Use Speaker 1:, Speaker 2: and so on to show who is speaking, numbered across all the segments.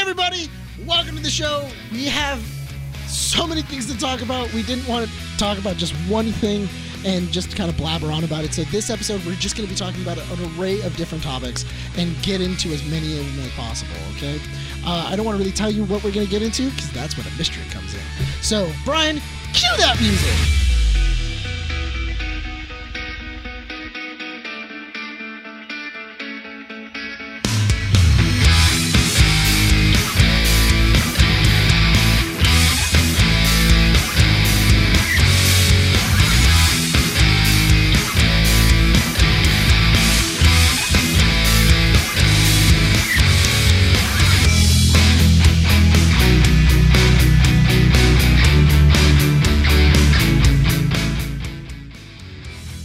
Speaker 1: everybody. Welcome to the show. We have so many things to talk about. We didn't want to talk about just one thing and just kind of blabber on about it. So this episode, we're just going to be talking about an array of different topics and get into as many of them as possible. Okay. Uh, I don't want to really tell you what we're going to get into because that's when a mystery comes in. So Brian, cue that music.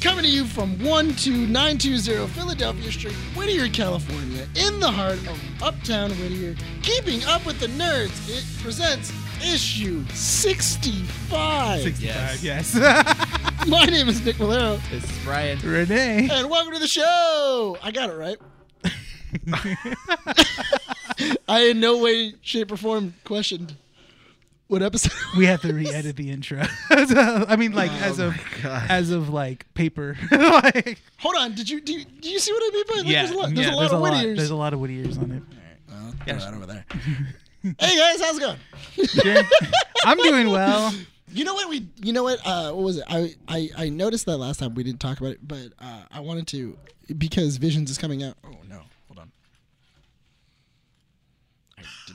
Speaker 1: Coming to you from 12920 Philadelphia Street, Whittier, California, in the heart of Uptown Whittier. Keeping up with the nerds, it presents issue 65.
Speaker 2: 65, yes.
Speaker 1: My name is Nick Valero,
Speaker 3: This is Brian.
Speaker 2: Renee.
Speaker 1: and welcome to the show. I got it right. I in no way, shape, or form questioned what episode.
Speaker 2: We have to re-edit the intro. So, I mean, like as of as of like paper. like,
Speaker 1: Hold on, did you do? You, do you see what I mean by that?
Speaker 2: yeah,
Speaker 1: there's a lot,
Speaker 2: yeah,
Speaker 1: there's a lot of Whittiers.
Speaker 2: There's a lot of Whittiers on it.
Speaker 3: Yeah.
Speaker 1: Oh, over there. hey guys, how's it going?
Speaker 2: You're- I'm doing well.
Speaker 1: You know what we? You know what? Uh, what was it? I, I I noticed that last time we didn't talk about it, but uh, I wanted to because Visions is coming out. Oh no! Hold on.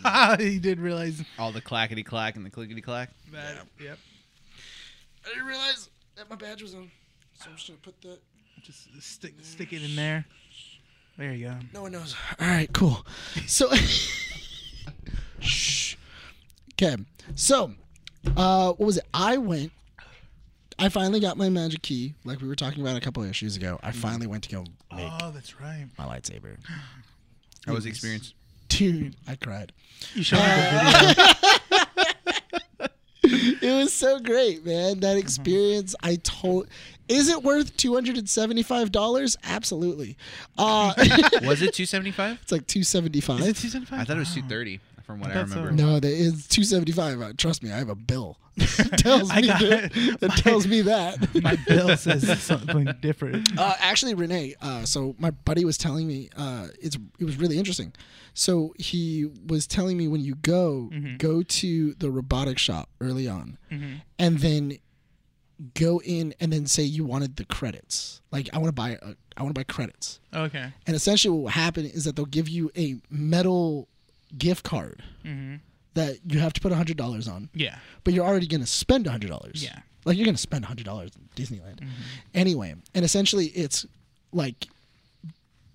Speaker 2: Ah, you did realize
Speaker 3: All the clackety clack and the clickety clack.
Speaker 2: that. Yep.
Speaker 1: I didn't realize that my badge was on, so I'm just gonna put that.
Speaker 2: Just stick stick it in there. There you go.
Speaker 1: No one knows. All right, cool. So, shh. Okay. So, uh, what was it? I went. I finally got my magic key, like we were talking about a couple of issues ago. I finally went to go make
Speaker 2: Oh, that's right.
Speaker 1: my lightsaber.
Speaker 3: How was the experience?
Speaker 1: Dude, I cried.
Speaker 2: You showed me the video.
Speaker 1: it was so great, man.
Speaker 2: Mm-hmm.
Speaker 1: That experience, I told. Is it worth two hundred and seventy-five dollars? Absolutely. Uh, it's
Speaker 3: Was it 275?
Speaker 1: like two
Speaker 2: Is it
Speaker 1: seventy-five.
Speaker 2: season five?
Speaker 3: I thought it was 230 from what I,
Speaker 2: I thought so.
Speaker 3: remember.
Speaker 1: No, that is two seventy-five. Uh, trust me, I have a bill. that tells
Speaker 2: I
Speaker 1: me
Speaker 2: got
Speaker 1: that,
Speaker 2: it.
Speaker 1: that
Speaker 2: My-
Speaker 1: tells me that.
Speaker 2: My bill says something different.
Speaker 1: Uh, actually, Renee. Uh, so my buddy was telling me uh, it's it was really interesting. So he was telling me when you go go to the robotic shop early on, and then go in and then say you wanted the credits. Like I want to buy a, I want to buy credits.
Speaker 2: Okay.
Speaker 1: And essentially, what will happen is that they'll give you a metal gift card that you have to put hundred dollars on
Speaker 2: Yeah.
Speaker 1: but you're already going to spend $100.
Speaker 2: Yeah. Mm-hmm.
Speaker 1: Like you're going to spend $100 in Disneyland. Anyway, and essentially it's like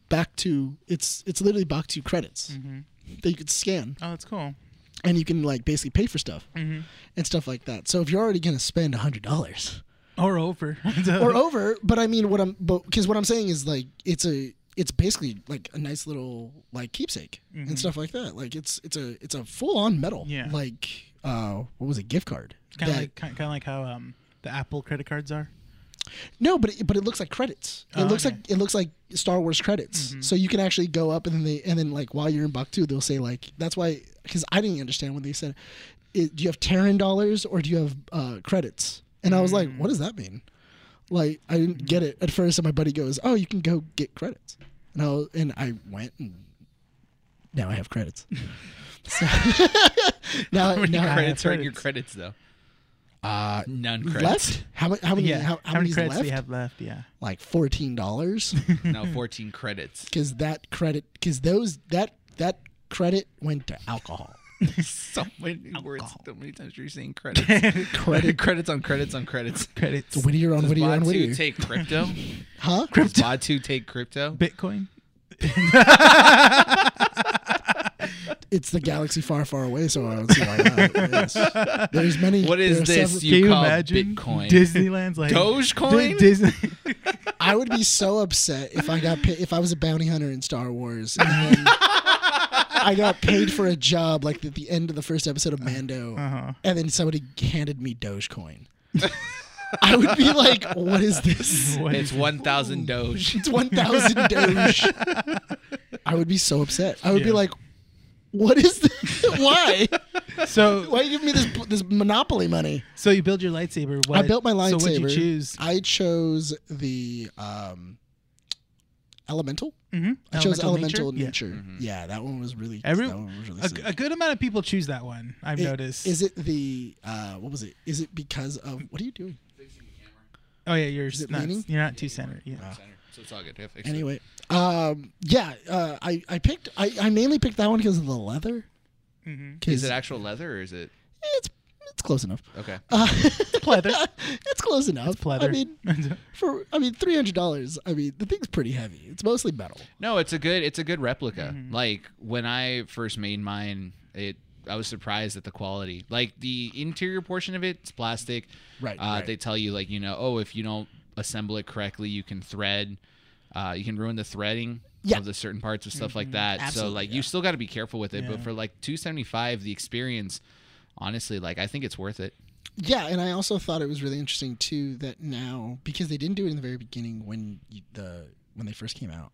Speaker 1: back to it's it's literally back to credits
Speaker 2: Mm-hmm.
Speaker 1: that you could scan
Speaker 2: Oh, that's cool.
Speaker 1: and you can like basically pay for stuff
Speaker 2: Mm-hmm.
Speaker 1: and stuff like that. So if you're already going to spend $100
Speaker 2: Or over.
Speaker 1: or over, but I mean what I'm but cuz what I'm saying is like it's a it's basically like a nice little like keepsake and stuff like that. Like it's it's a it's a full on metal
Speaker 2: Mm-hmm. Yeah.
Speaker 1: like uh what was it gift card
Speaker 2: kind of
Speaker 1: that-
Speaker 2: like kind of like how um the Apple credit cards are.
Speaker 1: No, but it, but it looks like credits. It
Speaker 2: Oh,
Speaker 1: looks
Speaker 2: okay. Mm-hmm.
Speaker 1: like it looks like Star Wars credits. So you can actually go up and then they and then like while you're in Baktu, they'll say like that's why because I didn't understand when they said, "It- "Do you have Terran dollars or do you have uh, credits?" And I was like,
Speaker 2: Mm.
Speaker 1: "What does that mean?" Like I didn't get it at first. And my buddy goes, "Oh, you can go get credits," and I was, and I went and now I have credits. So- now
Speaker 3: How many
Speaker 1: now I have
Speaker 3: credits are in your
Speaker 2: credits.
Speaker 3: credits, though? Uh, None credits.
Speaker 1: left. How many? How many?
Speaker 2: Yeah.
Speaker 1: How, how,
Speaker 2: many
Speaker 1: many's
Speaker 2: credits
Speaker 1: left?
Speaker 2: do you have left? Yeah.
Speaker 1: Like fourteen dollars.
Speaker 3: no, 14 credits.
Speaker 1: because that credit because those that that credit went to alcohol
Speaker 3: so many words. So many times you're saying credits.
Speaker 1: credit
Speaker 3: credits on credits on credits.
Speaker 2: Credits.
Speaker 1: whittier on
Speaker 3: Does
Speaker 1: whittier on
Speaker 3: Batu
Speaker 1: whittier
Speaker 3: take crypto?
Speaker 1: huh
Speaker 3: Does Batu take crypto?
Speaker 2: Bitcoin.
Speaker 1: it's the galaxy far far away so i don't see why not Yes. there's many
Speaker 3: What is
Speaker 1: there are
Speaker 3: this?
Speaker 1: several-
Speaker 3: You call Bitcoin.
Speaker 2: Disneyland's like
Speaker 3: Dogecoin?
Speaker 2: Di- Disney.
Speaker 1: i would be so upset if i got paid if i was a bounty hunter in star wars and then i got paid for a job like at the end of the first episode of mando
Speaker 2: uh-huh.
Speaker 1: and then somebody handed me dogecoin i would be like what is this
Speaker 2: What
Speaker 3: It's
Speaker 2: is-
Speaker 3: 1,000 Doge.
Speaker 1: It's 1,000 Doge. I would be so upset. I would be
Speaker 2: Yeah.
Speaker 1: like, what is this? Why?
Speaker 2: So
Speaker 1: Why are you giving me this this monopoly money?
Speaker 2: so you build your lightsaber. What,
Speaker 1: I built my lightsaber.
Speaker 2: So what you choose?
Speaker 1: I chose the um, elemental.
Speaker 2: Mm-hmm.
Speaker 1: I chose elemental
Speaker 2: Yeah.
Speaker 1: nature. Yeah,
Speaker 3: Mm-hmm.
Speaker 1: that one was really.
Speaker 2: Every-
Speaker 1: that one was really.
Speaker 2: A,
Speaker 1: sick.
Speaker 2: a good amount of people choose that one. I've
Speaker 1: It-
Speaker 2: noticed.
Speaker 1: Is it the uh, what was it? Is it because of what are you doing?
Speaker 2: oh yeah, you're
Speaker 1: is it
Speaker 2: not,
Speaker 1: leaning?
Speaker 2: you're not too centered. Yeah.
Speaker 3: Center. So it's all good. Yeah, fix it.
Speaker 1: Anyway, um, yeah, uh, I I picked I, I mainly picked that one because of the leather.
Speaker 2: Mhm.
Speaker 1: 'Cause
Speaker 3: is it actual leather or is it
Speaker 1: It's it's close enough.
Speaker 3: okay?
Speaker 1: Uh,
Speaker 2: pleather.
Speaker 1: it's close enough. I
Speaker 2: Pleather.
Speaker 1: mean, for I mean, three hundred dollars. I mean, the thing's pretty heavy. It's mostly metal.
Speaker 3: No, it's a good it's a good replica.
Speaker 1: Mm-hmm.
Speaker 3: Like when I first made mine, it I was surprised at the quality. Like the interior portion of it, it's plastic.
Speaker 1: Right,
Speaker 3: Uh,
Speaker 1: right.
Speaker 3: They tell you like you know oh if you don't assemble it correctly, you can thread. Uh, you can ruin the threading
Speaker 1: Yeah. Mm-hmm.
Speaker 3: of the certain parts of stuff like that.
Speaker 1: Absolutely,
Speaker 3: so like
Speaker 1: yeah.
Speaker 3: you still got to be careful with it. But
Speaker 2: Yeah.
Speaker 3: for like two seventy five, the experience, honestly, like I think it's worth it.
Speaker 1: Yeah, and I also thought it was really interesting too that now because they didn't do it in the very beginning when you, the when they first came out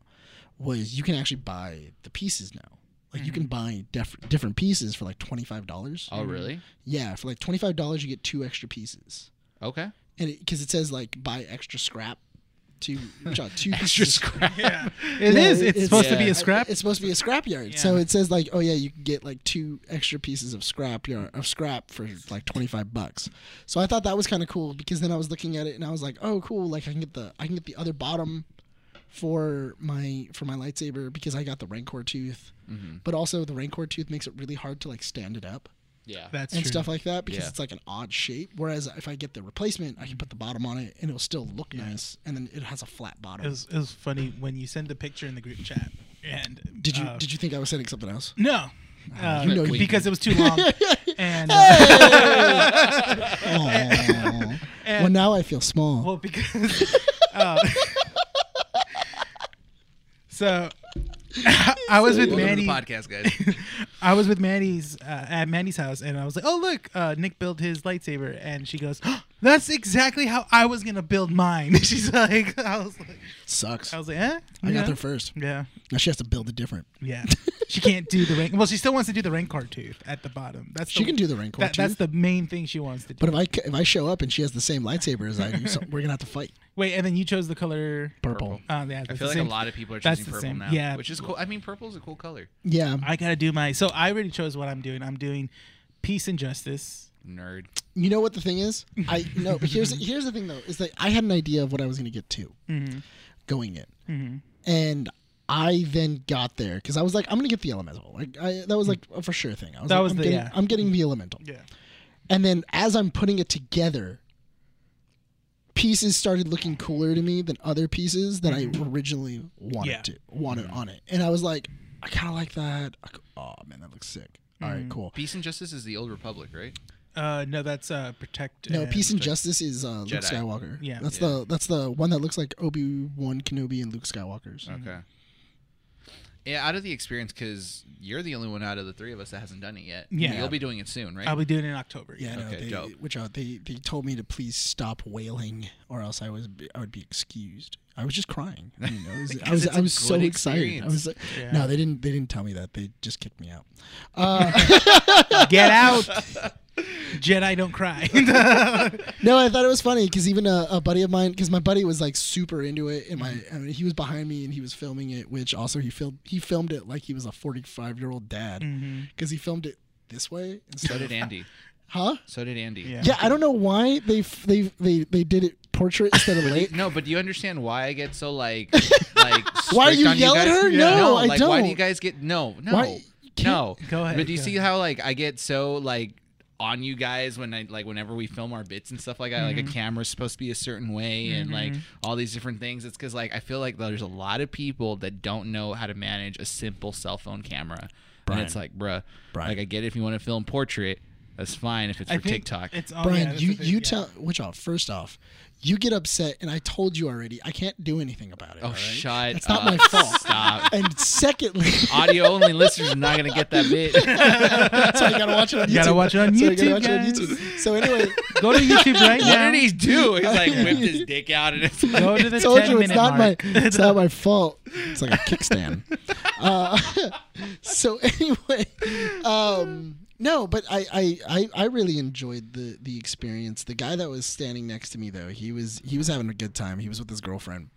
Speaker 1: was you can actually buy the pieces now. Like you can buy def- different pieces for like twenty five dollars.
Speaker 3: Mm-hmm. Oh really?
Speaker 1: Yeah, for like twenty five dollars you get two extra pieces,
Speaker 3: Okay.
Speaker 1: and because it, says like buy extra scrap, two uh, two
Speaker 3: Extra
Speaker 1: pieces.
Speaker 3: scrap.
Speaker 2: yeah.
Speaker 1: Yeah,
Speaker 2: It's,
Speaker 1: it-
Speaker 2: it's supposed to
Speaker 3: yeah.
Speaker 2: be
Speaker 1: I-
Speaker 2: a scrap.
Speaker 1: It's supposed to be a scrap yard. So
Speaker 2: Yeah.
Speaker 1: it says like, oh yeah, you can get like two extra pieces of scrap yard of scrap for like twenty five bucks. So I thought that was kind of cool because then I was looking at it and I was like, oh cool, like I can get the I can get the other bottom for my for my lightsaber because I got the rancor tooth,
Speaker 2: Mm-hmm.
Speaker 1: but also the rancor tooth makes it really hard to like stand it up
Speaker 3: Yeah.
Speaker 2: That's
Speaker 1: and
Speaker 2: true.
Speaker 1: stuff like that because
Speaker 3: Yeah.
Speaker 1: it's like an odd shape. Whereas if I get the replacement, I can put the bottom on it and it'll still look nice, and then it has a flat bottom.
Speaker 2: It was, it was funny when you send the picture in the group chat. And
Speaker 1: did you
Speaker 2: uh,
Speaker 1: did you think I was sending something else?
Speaker 2: No. Uh,
Speaker 1: you know you
Speaker 2: because it was too long. and uh,
Speaker 1: Aw.
Speaker 2: And-
Speaker 1: well, now I feel small.
Speaker 2: well, because uh, so I was with
Speaker 3: Welcome to
Speaker 2: Manny.
Speaker 3: the podcast, guys.
Speaker 2: I was with Manny's uh, at Manny's house, and I was like, "Oh look, uh, Nick built his lightsaber," and she goes, "Oh, "That's exactly how I was gonna build mine." She's like, "I was like,
Speaker 1: Sucks.
Speaker 2: I
Speaker 1: I,
Speaker 2: was like, eh,
Speaker 1: got
Speaker 2: yeah,
Speaker 1: there first.
Speaker 2: yeah,
Speaker 1: Now she has to build it different.
Speaker 2: yeah." she can't do the rank. Well, she still wants to do the rank card tooth at the bottom. That's
Speaker 1: She
Speaker 2: the,
Speaker 1: can do the rancor
Speaker 2: that,
Speaker 1: too.
Speaker 2: That's the main thing she wants to do.
Speaker 1: but if I c- if I show up and she has the same lightsaber as I do, so we're gonna have to fight.
Speaker 2: Wait, and then you chose the color.
Speaker 1: Purple.
Speaker 3: Purple.
Speaker 2: Uh, yeah,
Speaker 3: I
Speaker 2: that's
Speaker 3: feel
Speaker 2: the
Speaker 3: like a
Speaker 2: same-
Speaker 3: lot of people are
Speaker 2: that's
Speaker 3: choosing
Speaker 2: the
Speaker 3: purple
Speaker 2: same-
Speaker 3: now,
Speaker 2: yeah.
Speaker 3: which is cool. I mean, purple's a cool color.
Speaker 1: Yeah,
Speaker 2: I gotta do my. So I already chose what I'm doing. I'm doing peace and justice.
Speaker 3: Nerd.
Speaker 1: you know what the thing is? I no. But here's here's the thing though is that I had an idea of what I was gonna get to
Speaker 2: Mm-hmm.
Speaker 1: going in, and I then got there because I was like, I'm gonna get the elemental. Like I, that was like a for sure thing. I was
Speaker 2: That
Speaker 1: like,
Speaker 2: was
Speaker 1: I'm
Speaker 2: the-
Speaker 1: getting,
Speaker 2: yeah.
Speaker 1: I'm getting the elemental.
Speaker 2: Yeah.
Speaker 1: And then as I'm putting it together, pieces started looking cooler to me than other pieces that I
Speaker 3: Mm-hmm.
Speaker 1: originally wanted
Speaker 2: Yeah.
Speaker 1: to wanted on it. And I was like, I kind of like that. I go, oh man, that looks sick. All
Speaker 3: Mm-hmm.
Speaker 1: right, cool.
Speaker 3: Peace and Justice is the old Republic, right?
Speaker 2: Uh, no, that's uh protect.
Speaker 1: No,
Speaker 2: and-
Speaker 1: Peace and Justice is uh, Luke
Speaker 3: Jedi.
Speaker 1: Skywalker.
Speaker 2: Yeah.
Speaker 1: that's the that's the one that looks like Obi Wan Kenobi and Luke Skywalker's.
Speaker 2: Mm-hmm.
Speaker 3: Okay. Yeah, out of the experience, because you're the only one out of the three of us that hasn't done it yet.
Speaker 2: Yeah.
Speaker 3: You'll be doing it soon, right?
Speaker 2: I'll be doing it in October.
Speaker 1: Yeah, no,
Speaker 3: Okay,
Speaker 1: they,
Speaker 3: dope.
Speaker 1: which uh, they they told me to please stop wailing or else I was I would be excused. I was just crying. I, mean, I was I was,
Speaker 3: it's
Speaker 1: I
Speaker 3: a
Speaker 1: was so
Speaker 3: good
Speaker 1: excited. I was like,
Speaker 2: Yeah.
Speaker 1: no, they didn't they didn't tell me that. They just kicked me out. Uh,
Speaker 2: Get out. Jedi don't cry.
Speaker 1: no, I thought it was funny because even a, a buddy of mine, because my buddy was like super into it, and my I mean, he was behind me and he was filming it, which also he filmed he filmed it like he was a forty five year old dad
Speaker 2: Mm.
Speaker 1: because he filmed it this way
Speaker 3: so
Speaker 1: instead of
Speaker 3: did Andy.
Speaker 1: huh.
Speaker 3: So did Andy.
Speaker 2: Yeah.
Speaker 1: Yeah, I don't know why they f- they they they did it portrait instead of late.
Speaker 3: No, but do you understand why I get so like, like?
Speaker 1: Why
Speaker 3: strict
Speaker 1: you
Speaker 3: on
Speaker 1: yell at
Speaker 3: guys?
Speaker 1: her? No, I
Speaker 3: like, Why do you
Speaker 1: don't.
Speaker 3: guys get no, no,
Speaker 1: Why- you can't-
Speaker 3: no?
Speaker 2: Go ahead,
Speaker 3: But do you
Speaker 2: go
Speaker 3: see how like I get so like on you guys when I like whenever we film our bits and stuff like that?
Speaker 1: Mm-hmm.
Speaker 3: Like a camera's supposed to be a certain way and like all these different things. It's because like I feel like there's a lot of people that don't know how to manage a simple cell phone camera, and it's like, bruh,
Speaker 1: Brian.
Speaker 3: like I get it if you want to film portrait. That's fine if it's for
Speaker 2: I think
Speaker 3: TikTok.
Speaker 2: It's all, oh, yeah,
Speaker 1: Brian,
Speaker 2: that's
Speaker 1: you
Speaker 2: the thing,
Speaker 1: you
Speaker 2: yeah.
Speaker 1: tell which off first off, you get upset, and I told you already. I can't do anything about it.
Speaker 3: oh,
Speaker 1: all right?
Speaker 3: shut
Speaker 1: That's
Speaker 3: up.
Speaker 1: not my fault.
Speaker 3: Stop.
Speaker 1: And secondly,
Speaker 3: Audio only listeners are not going to get that bit.
Speaker 1: so I gotta watch it on YouTube.
Speaker 2: You gotta watch it
Speaker 1: So I
Speaker 2: on
Speaker 1: gotta
Speaker 2: YouTube,
Speaker 1: watch it on
Speaker 2: guys.
Speaker 1: YouTube. So anyway,
Speaker 2: Go to YouTube right
Speaker 3: what
Speaker 2: now.
Speaker 3: did he do? He's like whipped his dick out and it's like,
Speaker 2: Go to the
Speaker 1: told
Speaker 2: 10
Speaker 1: you it's
Speaker 2: minute
Speaker 1: not
Speaker 2: mark.
Speaker 1: my it's not my fault. It's like a kickstand. uh, so anyway, um, no, but I, I I I really enjoyed the the experience. The guy that was standing next to me though, he was he was having a good time. He was with his girlfriend.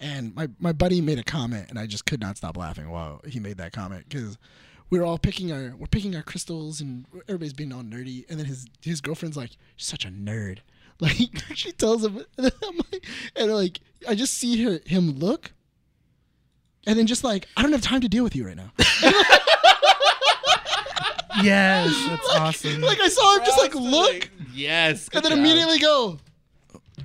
Speaker 1: And my, my buddy made a comment, and I just could not stop laughing while he made that comment because we were all picking our we're picking our crystals, and everybody's being all nerdy. And then his his girlfriend's like, "Such a nerd," like she tells him, and, then I'm like, and like I just see her him look, and then just like I don't have time to deal with you right now.
Speaker 2: Yes, that's awesome.
Speaker 1: like I saw him just like
Speaker 3: Austin,
Speaker 1: look,
Speaker 3: like, yes.
Speaker 1: and
Speaker 3: good
Speaker 1: then
Speaker 3: job.
Speaker 1: immediately go,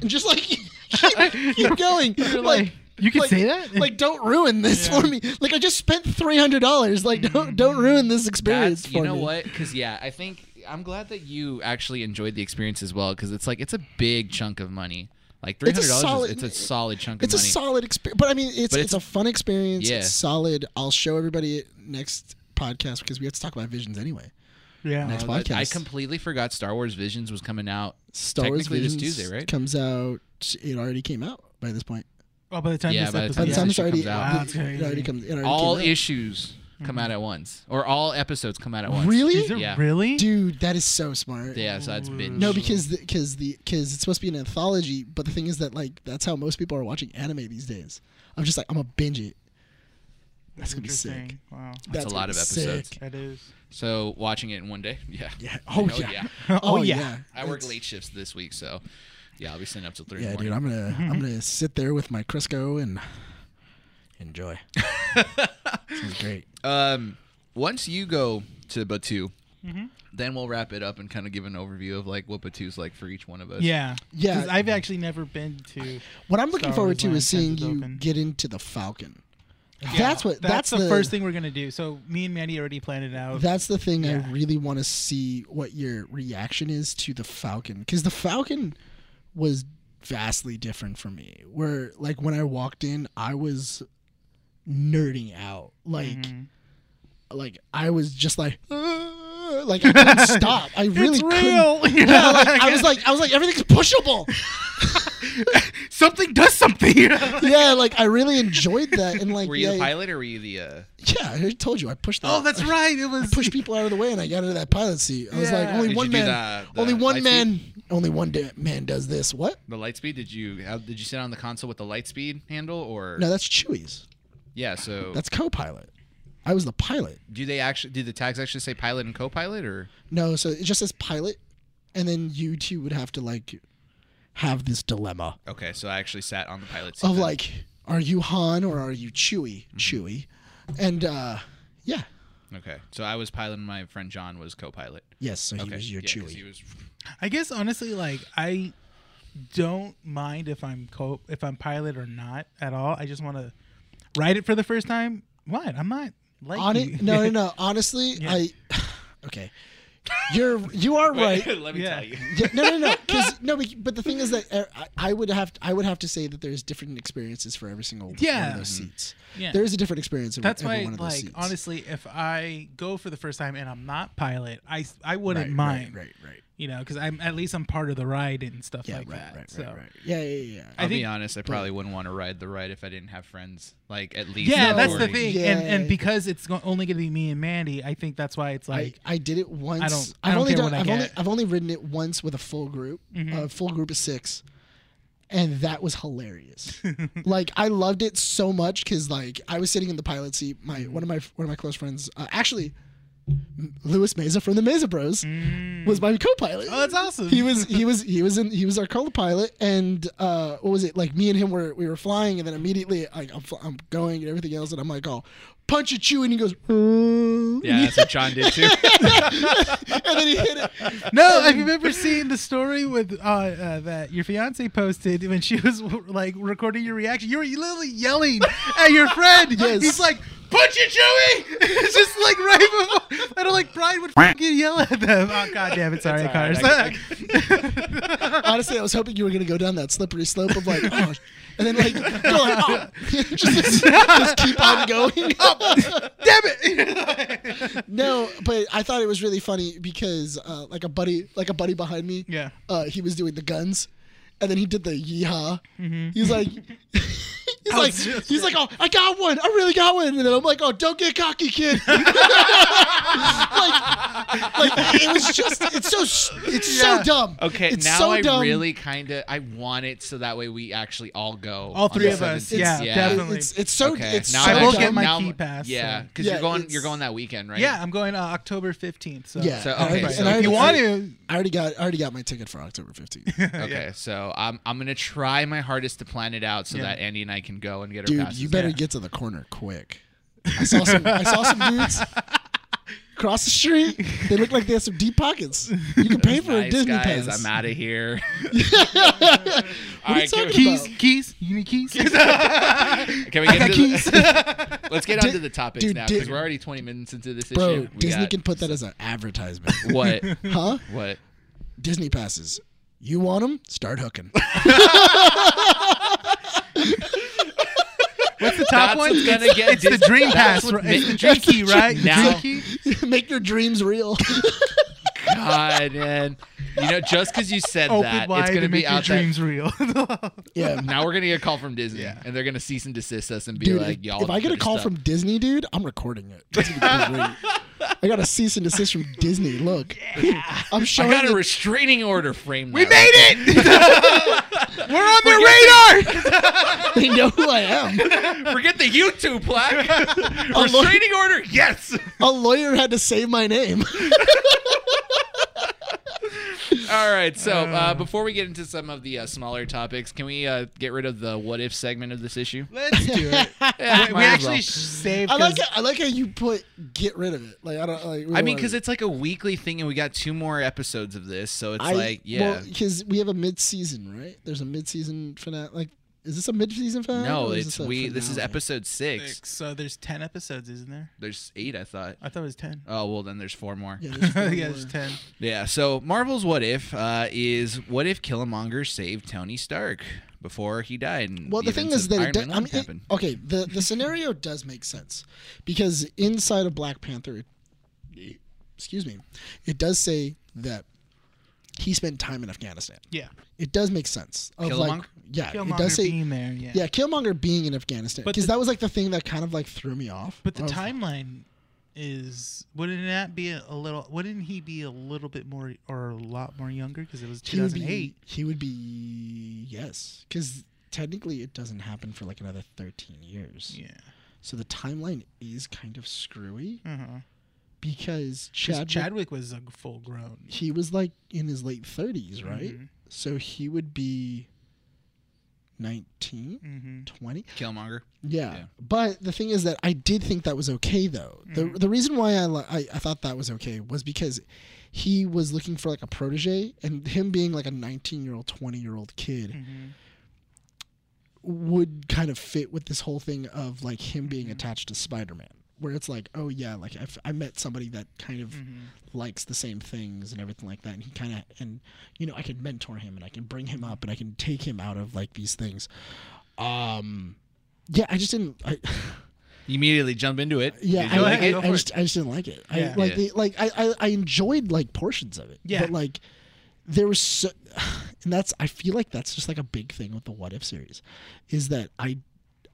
Speaker 1: and just like keep, keep going.
Speaker 2: You're
Speaker 1: like
Speaker 2: like, you can
Speaker 1: like-
Speaker 2: say that?
Speaker 1: like don't ruin this for me. Like I just spent three hundred dollars. Like don't don't ruin this experience
Speaker 3: Mm. That's,
Speaker 1: for
Speaker 3: you know
Speaker 1: me.
Speaker 3: what? Because yeah, I think I'm glad that you actually enjoyed the experience as well. Because it's like it's a big chunk of money. Like three
Speaker 1: It's a
Speaker 3: hundred dollars.
Speaker 1: solid-
Speaker 3: It's a solid chunk
Speaker 1: It's
Speaker 3: of
Speaker 1: a
Speaker 3: money.
Speaker 1: solid experience, but I mean, it's,
Speaker 3: But
Speaker 1: it's a fun experience.
Speaker 3: Yeah.
Speaker 1: It's solid. I'll show everybody it next podcast because we have to talk about visions anyway.
Speaker 2: yeah.
Speaker 1: next
Speaker 3: Oh, that- I
Speaker 1: podcast.
Speaker 3: completely forgot Star Wars Visions was coming out.
Speaker 1: Star Wars
Speaker 3: Technically this
Speaker 1: Visions
Speaker 3: Tuesday, right?
Speaker 1: comes out. It already came out by this point.
Speaker 2: Well, Oh, by the time
Speaker 3: Yeah,
Speaker 2: this
Speaker 3: by the
Speaker 2: episode
Speaker 1: By the
Speaker 3: Yeah,
Speaker 1: time
Speaker 3: it
Speaker 1: it's
Speaker 3: should
Speaker 1: already,
Speaker 3: comes out.
Speaker 2: Wow, that's
Speaker 1: it already
Speaker 2: crazy.
Speaker 1: comes. It already
Speaker 3: All
Speaker 1: came out.
Speaker 3: issues come out at once, or all episodes come out at once.
Speaker 1: Really,
Speaker 2: Is it
Speaker 3: Yeah.
Speaker 2: really?
Speaker 1: dude? That is so smart.
Speaker 3: Yeah. So that's binge.
Speaker 1: No, because because the because it's supposed to be an anthology, but the thing is that like that's how most people are watching anime these days. I'm just like I'm gonna binge it. That's gonna be sick.
Speaker 2: Interesting. Wow.
Speaker 1: That's,
Speaker 3: a
Speaker 1: gonna
Speaker 3: lot of
Speaker 1: be
Speaker 3: episodes.
Speaker 1: sick.
Speaker 2: That is.
Speaker 3: So watching it in one day. Yeah.
Speaker 1: Yeah. Oh,
Speaker 3: Oh,
Speaker 1: yeah.
Speaker 3: yeah.
Speaker 2: Oh,
Speaker 1: Oh
Speaker 2: yeah.
Speaker 1: yeah.
Speaker 3: I work
Speaker 1: It's-
Speaker 3: late shifts this week, so yeah, I'll be sitting up till three. in
Speaker 1: Yeah,
Speaker 3: the
Speaker 1: dude.
Speaker 3: morning.
Speaker 1: I'm gonna I'm gonna sit there with my Crisco and enjoy. Sounds great.
Speaker 3: Um, once you go to Batu,
Speaker 2: Mm-hmm.
Speaker 3: then we'll wrap it up and kind of give an overview of like what Batu's like for each one of us.
Speaker 2: Yeah.
Speaker 1: Yeah.
Speaker 2: 'Cause I've actually never been to.
Speaker 1: What I'm looking
Speaker 2: Star
Speaker 1: forward
Speaker 2: Wars
Speaker 1: to
Speaker 2: Land
Speaker 1: is seeing
Speaker 2: Catches
Speaker 1: you
Speaker 2: Open.
Speaker 1: get into the Falcon.
Speaker 2: Yeah.
Speaker 1: that's what.
Speaker 2: That's,
Speaker 1: That's,
Speaker 2: the, first thing we're gonna do. So me and Mandy already planned it out.
Speaker 1: That's the thing
Speaker 2: Yeah.
Speaker 1: I really want to see what your reaction is to the Falcon because the Falcon was vastly different for me. Where like when I walked in, I was nerding out. Like,
Speaker 2: Mm-hmm.
Speaker 1: like I was just like, "Ah," like I couldn't stop. I really
Speaker 2: it's
Speaker 1: couldn't.
Speaker 2: real. You
Speaker 1: Yeah,
Speaker 2: know,
Speaker 1: like, I was like, I was like, everything's pushable.
Speaker 2: something does something. You know?
Speaker 1: yeah, like I really enjoyed that. And like,
Speaker 3: Were you
Speaker 1: yeah,
Speaker 3: the pilot or were you the? Uh,
Speaker 1: yeah, I told you, I pushed. That.
Speaker 2: Oh, that's right. It was.
Speaker 1: push people out of the way, and I got into that pilot seat. I was like,
Speaker 2: Yeah.
Speaker 1: only
Speaker 3: Did you
Speaker 1: one
Speaker 3: do
Speaker 1: man,
Speaker 3: the- the
Speaker 1: only one
Speaker 3: light
Speaker 1: man, only one da- man does this. What?
Speaker 3: the light speed? Did you how, did you sit on the console with the light speed handle or Oh.
Speaker 1: No, that's Chewie's.
Speaker 3: yeah? So
Speaker 1: That's co-pilot. I was the pilot.
Speaker 3: do they actually do the tags actually say pilot and co-pilot or
Speaker 1: No, so it just says pilot, and then you two would have to like have this dilemma
Speaker 3: okay? So I actually sat on the pilot seat.
Speaker 1: of
Speaker 3: then.
Speaker 1: like, are you Han or are you Chewie?
Speaker 3: Mm-hmm.
Speaker 1: Chewie, and uh, yeah,
Speaker 3: okay, so I was pilot and my friend John was co-pilot.
Speaker 1: yes. So he
Speaker 3: Okay,
Speaker 1: was your
Speaker 3: yeah, 'cause
Speaker 1: Chewie.
Speaker 3: he was-
Speaker 2: I guess honestly, like I don't mind if I'm co if I'm pilot or not at all. I just want to ride it for the first time. What? I'm not like
Speaker 1: On
Speaker 2: you.
Speaker 1: it? No, no, no. Honestly, I. Okay, you're you are right.
Speaker 3: Let me
Speaker 2: Yeah.
Speaker 3: tell you.
Speaker 1: Yeah, no, no, no. Because no, but, but the thing is that uh, I, I would have I would have to say that there's different experiences for every single one
Speaker 2: Yeah.
Speaker 1: of those seats.
Speaker 2: Yeah.
Speaker 1: There is a different experience in
Speaker 2: That's
Speaker 1: every
Speaker 2: why,
Speaker 1: one of those
Speaker 2: like,
Speaker 1: seats.
Speaker 2: honestly, if I go for the first time and I'm not pilot, I s- I wouldn't
Speaker 1: right,
Speaker 2: mind,
Speaker 1: Right, right, right.
Speaker 2: you know, because I'm at least I'm part of the ride and stuff
Speaker 1: Yeah,
Speaker 2: like
Speaker 1: right,
Speaker 2: that.
Speaker 1: right, right,
Speaker 2: so
Speaker 1: right. Yeah, yeah, yeah. yeah.
Speaker 2: I
Speaker 3: I'll be
Speaker 2: think-
Speaker 3: honest. I probably wouldn't want to ride the ride if I didn't have friends. Like at least.
Speaker 2: yeah,
Speaker 3: at
Speaker 2: that's the
Speaker 3: 40.
Speaker 2: thing, and
Speaker 1: Yeah.
Speaker 2: and because it's go- only going to be me and Mandy, I think that's why it's like
Speaker 1: I, I did it once.
Speaker 2: I don't- I
Speaker 1: have
Speaker 2: don't
Speaker 1: only
Speaker 2: care
Speaker 1: done.
Speaker 2: what I
Speaker 1: I've only
Speaker 2: get. Mm-hmm.
Speaker 1: I've only ridden it once with a full group. A full group of six, and that was hilarious. like I loved it so much because like I was sitting in the pilot seat. My
Speaker 2: Mm-hmm.
Speaker 1: one of my one of my close friends, uh, actually, M- Louis Meza from the Meza Bros, was my co-pilot.
Speaker 2: Mm. Oh, that's awesome.
Speaker 1: He was he was he was in he was our co-pilot, and uh, what was it like? Me and him were we were flying, and then immediately like I'm, fl- I'm going and everything else, and I'm like, oh, punch at you, and he goes, "Uh,"
Speaker 3: Yeah, that's what John did too.
Speaker 1: and then he hit it.
Speaker 2: No, have you ever seen the story with uh, uh, that your fiance posted when she was like recording your reaction? You were literally yelling at your friend.
Speaker 1: Yes.
Speaker 2: He's like,
Speaker 3: punch you, Joey.
Speaker 2: it's just like right before. I don't like Brian would fucking yell at them. Oh god damn it! Sorry,
Speaker 3: It's all
Speaker 2: Connors.
Speaker 3: right,
Speaker 1: Honestly, I was hoping you were gonna go down that slippery slope of like, oh, and then like, you're like, oh. just, just keep on going.
Speaker 2: damn it!
Speaker 1: no, but I thought it was really funny because uh, like a buddy, like a buddy behind me,
Speaker 2: yeah.
Speaker 1: uh, he was doing the guns, and then he did the yeehaw. He's like, he's like,
Speaker 2: Mm-hmm. was just-
Speaker 1: he's like, oh, I got one, I really got one, and then I'm like, oh, don't get cocky, kid. like, like it was just, it's so, s- it's
Speaker 2: Yeah.
Speaker 1: so dumb.
Speaker 3: Okay,
Speaker 1: it's
Speaker 3: now
Speaker 1: so
Speaker 3: I
Speaker 1: dumb.
Speaker 3: really kind of I want it so that way we actually all go.
Speaker 2: All
Speaker 3: on
Speaker 2: three
Speaker 3: the
Speaker 2: of us.
Speaker 3: 17th.
Speaker 2: Yeah, definitely.
Speaker 1: It's it's so
Speaker 3: Okay,
Speaker 1: it's
Speaker 3: now
Speaker 1: so
Speaker 2: I will
Speaker 1: dumb.
Speaker 2: get my
Speaker 3: now-
Speaker 2: key pass,
Speaker 3: Yeah,
Speaker 2: so-
Speaker 3: because
Speaker 1: Yeah,
Speaker 3: you're going
Speaker 1: it's-
Speaker 3: you're going that weekend, right?
Speaker 2: Yeah, I'm going uh, October 15th. So.
Speaker 1: Yeah.
Speaker 3: So,
Speaker 1: I already-
Speaker 3: okay,
Speaker 1: and I already-
Speaker 2: if you want to,
Speaker 1: I already got I already got my ticket for October 15th.
Speaker 3: Okay, so I'm I'm gonna try my hardest to plan it out so
Speaker 2: Yeah.
Speaker 3: that Andy and I can go and get our
Speaker 1: Dude,
Speaker 3: passes.
Speaker 1: you better
Speaker 2: yeah.
Speaker 1: get to the corner quick. I saw some I saw some dudes across the street. They look like they have some deep pockets. You can pay for a
Speaker 3: nice,
Speaker 1: Disney
Speaker 3: guys,
Speaker 1: pass.
Speaker 3: I'm out of here.
Speaker 1: What are you
Speaker 3: Alright, can
Speaker 1: talking
Speaker 3: we-
Speaker 2: keys,
Speaker 1: about?
Speaker 2: keys, you need keys.
Speaker 3: Can we get
Speaker 1: got
Speaker 3: into the, Let's get onto
Speaker 1: Di-
Speaker 3: the topics
Speaker 1: dude,
Speaker 3: now
Speaker 1: Di-
Speaker 3: because we're already 20 minutes into this
Speaker 1: Bro,
Speaker 3: issue. We
Speaker 1: Disney
Speaker 3: got-
Speaker 1: can put that as an advertisement.
Speaker 3: what
Speaker 1: huh?
Speaker 3: what.
Speaker 1: Disney passes. You want them? Start hooking.
Speaker 2: What's the top
Speaker 3: That's
Speaker 2: one?
Speaker 3: what's gonna
Speaker 2: it's,
Speaker 3: get
Speaker 2: it's the
Speaker 3: Disney-
Speaker 2: Dream Pass.
Speaker 3: that's what
Speaker 2: Right?
Speaker 3: ma-
Speaker 2: It's the Dream Key, right? The
Speaker 3: Now-
Speaker 2: Dream Key.
Speaker 1: Make your dreams real.
Speaker 3: God, man. You know, just because you said
Speaker 2: Open
Speaker 3: that,
Speaker 2: wide
Speaker 3: it's gonna
Speaker 2: to make
Speaker 3: be
Speaker 2: your
Speaker 3: out there.
Speaker 2: dreams real.
Speaker 1: yeah.
Speaker 3: Now we're gonna get a call from Disney,
Speaker 2: Yeah.
Speaker 3: and they're gonna cease and desist us and be
Speaker 1: Dude,
Speaker 3: like,
Speaker 1: if-
Speaker 3: "Y'all."
Speaker 1: if I get a
Speaker 3: could've
Speaker 1: call
Speaker 3: stopped."
Speaker 1: from Disney, dude, I'm recording it. It's gonna be great. I got a cease and desist from Disney. Look, I'm
Speaker 3: I
Speaker 1: showing.
Speaker 3: got a
Speaker 1: the-
Speaker 3: restraining order frame.
Speaker 2: we made it. We're on their radar.
Speaker 1: they know who I am.
Speaker 3: Forget the YouTube plaque.
Speaker 1: look.
Speaker 3: restraining order. Yes.
Speaker 1: A lawyer had to say my name.
Speaker 3: All right. So uh, before we get into some of the uh, smaller topics, can we uh, get rid of the what if segment of this issue?
Speaker 2: Let's do it.
Speaker 3: Yeah,
Speaker 2: we
Speaker 3: might as well.
Speaker 2: actually saved.
Speaker 1: I like. It, I like how you put get rid of it. Like I don't. Like, we
Speaker 3: I
Speaker 1: don't-
Speaker 3: mean, because it's like a weekly thing, and we got two more episodes of this, so it's
Speaker 1: I-
Speaker 3: like, yeah.
Speaker 1: because we have a mid-season, right? There's a mid-season finale. Like, is this a mid-season finale?
Speaker 3: no,
Speaker 1: or is
Speaker 3: it's
Speaker 1: a
Speaker 3: we. This is
Speaker 1: finale?
Speaker 3: episode six.
Speaker 2: So there's ten episodes, isn't there?
Speaker 3: There's eight, I thought.
Speaker 2: I thought it was ten.
Speaker 3: Oh well, then there's four more.
Speaker 1: Yeah,
Speaker 3: Yeah.
Speaker 1: there's four
Speaker 2: yeah,
Speaker 1: more.
Speaker 2: there's ten.
Speaker 3: so Marvel's What If uh, is what if Killmonger saved Tony Stark before he died? And
Speaker 1: Well, the thing
Speaker 3: events
Speaker 1: is
Speaker 3: of
Speaker 1: that
Speaker 3: Iron
Speaker 1: it does,
Speaker 3: Man
Speaker 1: I
Speaker 3: one
Speaker 1: mean, it-
Speaker 3: happened.
Speaker 1: okay, the, the scenario does make sense because inside of Black Panther, it- excuse me, it does say that he spent time in Afghanistan.
Speaker 2: Yeah.
Speaker 1: It does make sense. Of like,
Speaker 3: Killmonger?
Speaker 1: yeah, it
Speaker 2: Killmonger
Speaker 1: does say,
Speaker 2: being there. Yeah.
Speaker 1: yeah, Killmonger being in Afghanistan
Speaker 2: But
Speaker 1: because
Speaker 2: the-
Speaker 1: that was like the thing that kind of like threw me off.
Speaker 2: But the
Speaker 1: of-
Speaker 2: timeline is wouldn't that be a little? Wouldn't he be a little bit more or a lot more younger because it was
Speaker 1: he would be,
Speaker 2: 2008?
Speaker 1: he would be yes, because technically it doesn't happen for like another thirteen years.
Speaker 2: Yeah.
Speaker 1: So the timeline is kind of screwy
Speaker 2: Uh-huh. 'Cause
Speaker 1: because Chadwick
Speaker 2: Chadwick was a full grown.
Speaker 1: he was like in his late 30s, right?
Speaker 2: Mhm.
Speaker 1: So he would be 19,
Speaker 2: Mm-hmm.
Speaker 1: 20.
Speaker 3: Killmonger.
Speaker 1: Yeah.
Speaker 3: Yeah.
Speaker 1: But the thing is that I did think that was okay though. The the reason why I, li- I I thought that was okay was because he was looking for like a protege and him being like a 19-year-old, 20-year-old kid
Speaker 2: Mm-hmm.
Speaker 1: would kind of fit with this whole thing of like him being attached to Spider-Man. Where it's like, oh yeah, like I've, I met somebody that kind of
Speaker 2: Mm-hmm.
Speaker 1: likes the same things and everything like that and he kind of and you know i can mentor him and i can bring him up and i can take him out of like these things um yeah i just didn't i
Speaker 3: You immediately jump into it.
Speaker 1: yeah
Speaker 3: Did
Speaker 1: i,
Speaker 3: you
Speaker 2: Go
Speaker 3: like
Speaker 2: ahead,
Speaker 3: it?
Speaker 2: go
Speaker 1: I,
Speaker 2: for
Speaker 1: I
Speaker 2: it.
Speaker 1: just i just didn't like it i
Speaker 2: Yeah.
Speaker 1: like
Speaker 3: Yeah.
Speaker 1: the like I, I i enjoyed like portions of it
Speaker 2: Yeah.
Speaker 1: but like there was so and that's i feel like that's just like a big thing with the what if series is that i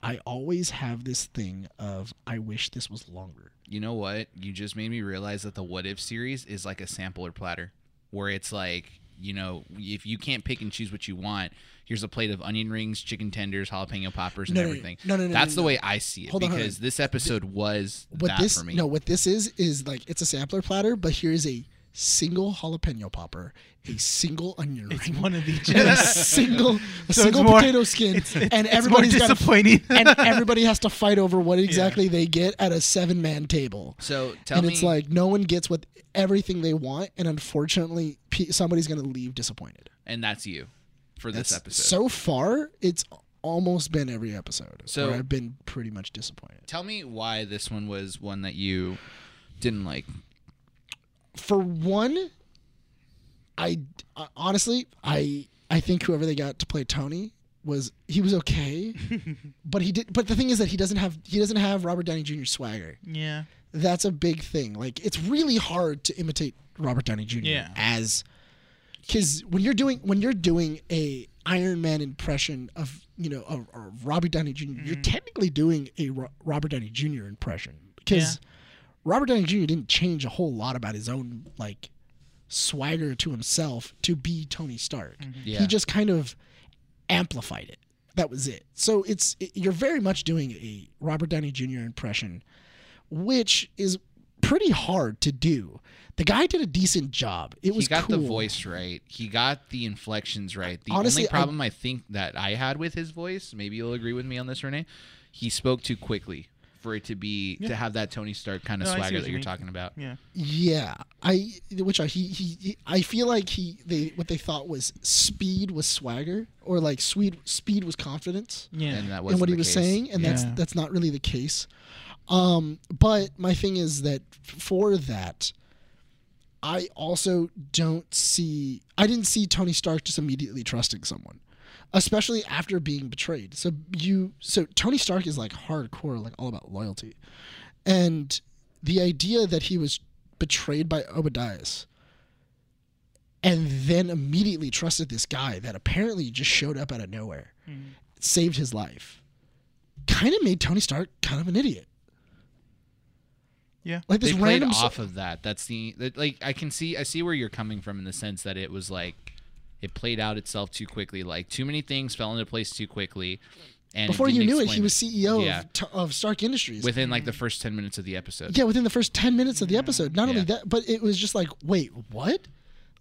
Speaker 1: i always have this thing of i wish this was longer
Speaker 3: you know what? You just made me realize that the What If series is like a sampler platter, where it's like, you know, if you can't pick and choose what you want, here's a plate of onion rings, chicken tenders, jalapeno poppers, and
Speaker 1: No, no, no.
Speaker 3: everything.
Speaker 1: No, no, no,
Speaker 3: That's
Speaker 1: no,
Speaker 3: the
Speaker 1: no.
Speaker 3: way I see it
Speaker 1: Hold on, hold
Speaker 3: because this episode was
Speaker 1: what
Speaker 3: that
Speaker 1: this
Speaker 3: for me.
Speaker 1: no what this is is like it's a sampler platter but here is a single jalapeno popper a single onion
Speaker 2: It's
Speaker 1: ring
Speaker 2: one of each.
Speaker 1: and a single a
Speaker 2: So it's
Speaker 1: single
Speaker 2: more-
Speaker 1: potato skin
Speaker 2: it's- it's-
Speaker 1: and
Speaker 2: it's more
Speaker 1: everybody's got to,
Speaker 2: disappointing.
Speaker 1: and everybody has to fight over what exactly they get at a seven man table
Speaker 3: So tell
Speaker 1: and
Speaker 3: me,
Speaker 1: it's like no one gets what everything they want and unfortunately pe- somebody's going to leave disappointed
Speaker 3: and that's you for this
Speaker 1: That's-
Speaker 3: episode.
Speaker 1: so far it's almost been every episode.
Speaker 3: So-
Speaker 1: where I've been pretty much disappointed.
Speaker 3: Tell me why this one was one that you didn't like.
Speaker 1: For one, I uh, honestly I I think whoever they got to play Tony was he was okay, but he did. But the thing is that he doesn't have he doesn't have Robert Downey Jr. swagger.
Speaker 2: Yeah.
Speaker 1: That's a big thing. Like it's really hard to imitate Robert Downey Jr.
Speaker 2: Yeah.
Speaker 1: as because when you're doing when you're doing a Iron Man impression of you know of, of Robert Downey junior you you're technically doing a Ro- Robert Downey Jr. impression because Robert Downey Jr. didn't change a whole lot about his own like swagger to himself to be Tony Stark.
Speaker 3: Yeah.
Speaker 1: He just kind of amplified it. That was it. So it's it, you're very much doing a Robert Downey Jr. impression, which is pretty hard to do. The guy did a decent job. It was
Speaker 3: he got
Speaker 1: cool.
Speaker 3: the voice right. He got the inflections right. The
Speaker 1: Honestly,
Speaker 3: only
Speaker 1: I-
Speaker 3: problem I, think that I had with his voice, maybe you'll agree with me on this, Renee, he spoke too quickly for it to be to have that Tony Stark kind of
Speaker 2: No, I see
Speaker 3: swagger
Speaker 2: what
Speaker 3: that
Speaker 2: you
Speaker 3: you're
Speaker 2: mean.
Speaker 3: talking about.
Speaker 2: Yeah.
Speaker 1: Yeah, I which I he, he he- I feel like he they what they thought was speed was swagger or like sweet speed was confidence
Speaker 2: Yeah.
Speaker 3: And that
Speaker 1: in
Speaker 3: wasn't
Speaker 1: what he
Speaker 3: the
Speaker 1: was
Speaker 3: case.
Speaker 1: saying, and
Speaker 2: Yeah.
Speaker 1: that's that's not really the case. Um, but my thing is that for that, I also don't see I didn't see Tony Stark just immediately trusting someone. Especially after being betrayed. So you so Tony Stark is like hardcore, like all about loyalty. And the idea that he was betrayed by Obadias and then immediately trusted this guy that apparently just showed up out of nowhere, saved his life, kind of made Tony Stark kind of an idiot.
Speaker 2: Yeah.
Speaker 1: Like this
Speaker 3: They played
Speaker 1: random s-
Speaker 3: off of that. That's the that, like I can see I see where you're coming from in the sense that it was like it played out itself too quickly. Like too many things fell into place too quickly. And
Speaker 1: before you
Speaker 3: didn't
Speaker 1: knew it,
Speaker 3: explain
Speaker 1: he was CEO
Speaker 3: Yeah.
Speaker 1: of, t- of Stark Industries.
Speaker 3: within like the first ten minutes of the episode.
Speaker 1: yeah, within the first 10 minutes of the episode. Not only
Speaker 3: Yeah.
Speaker 1: that, but it was just like, wait, what?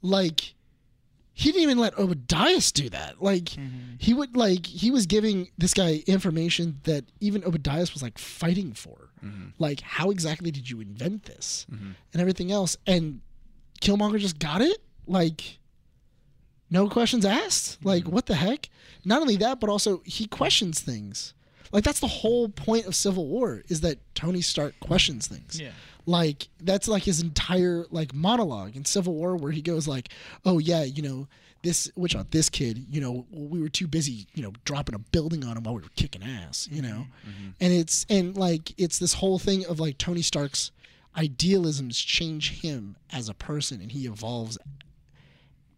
Speaker 1: Like, he didn't even let Obadias do that. Like, he would, like, he was giving this guy information that even Obadias was, like, fighting for.
Speaker 3: Mm-hmm.
Speaker 1: Like, how exactly did you invent this? And everything else. And Killmonger just got it? Like, no questions asked? Like, what the heck? Not only that, but also he questions things. Like, that's the whole point of Civil War is that Tony Stark questions things
Speaker 2: Yeah.
Speaker 1: like that's like his entire like monologue in civil war where he goes like oh yeah you know this which on this kid you know we were too busy you know dropping a building on him while we were kicking ass you
Speaker 3: Mm-hmm,
Speaker 1: know and it's and like it's this whole thing of like tony stark's idealisms change him as a person and he evolves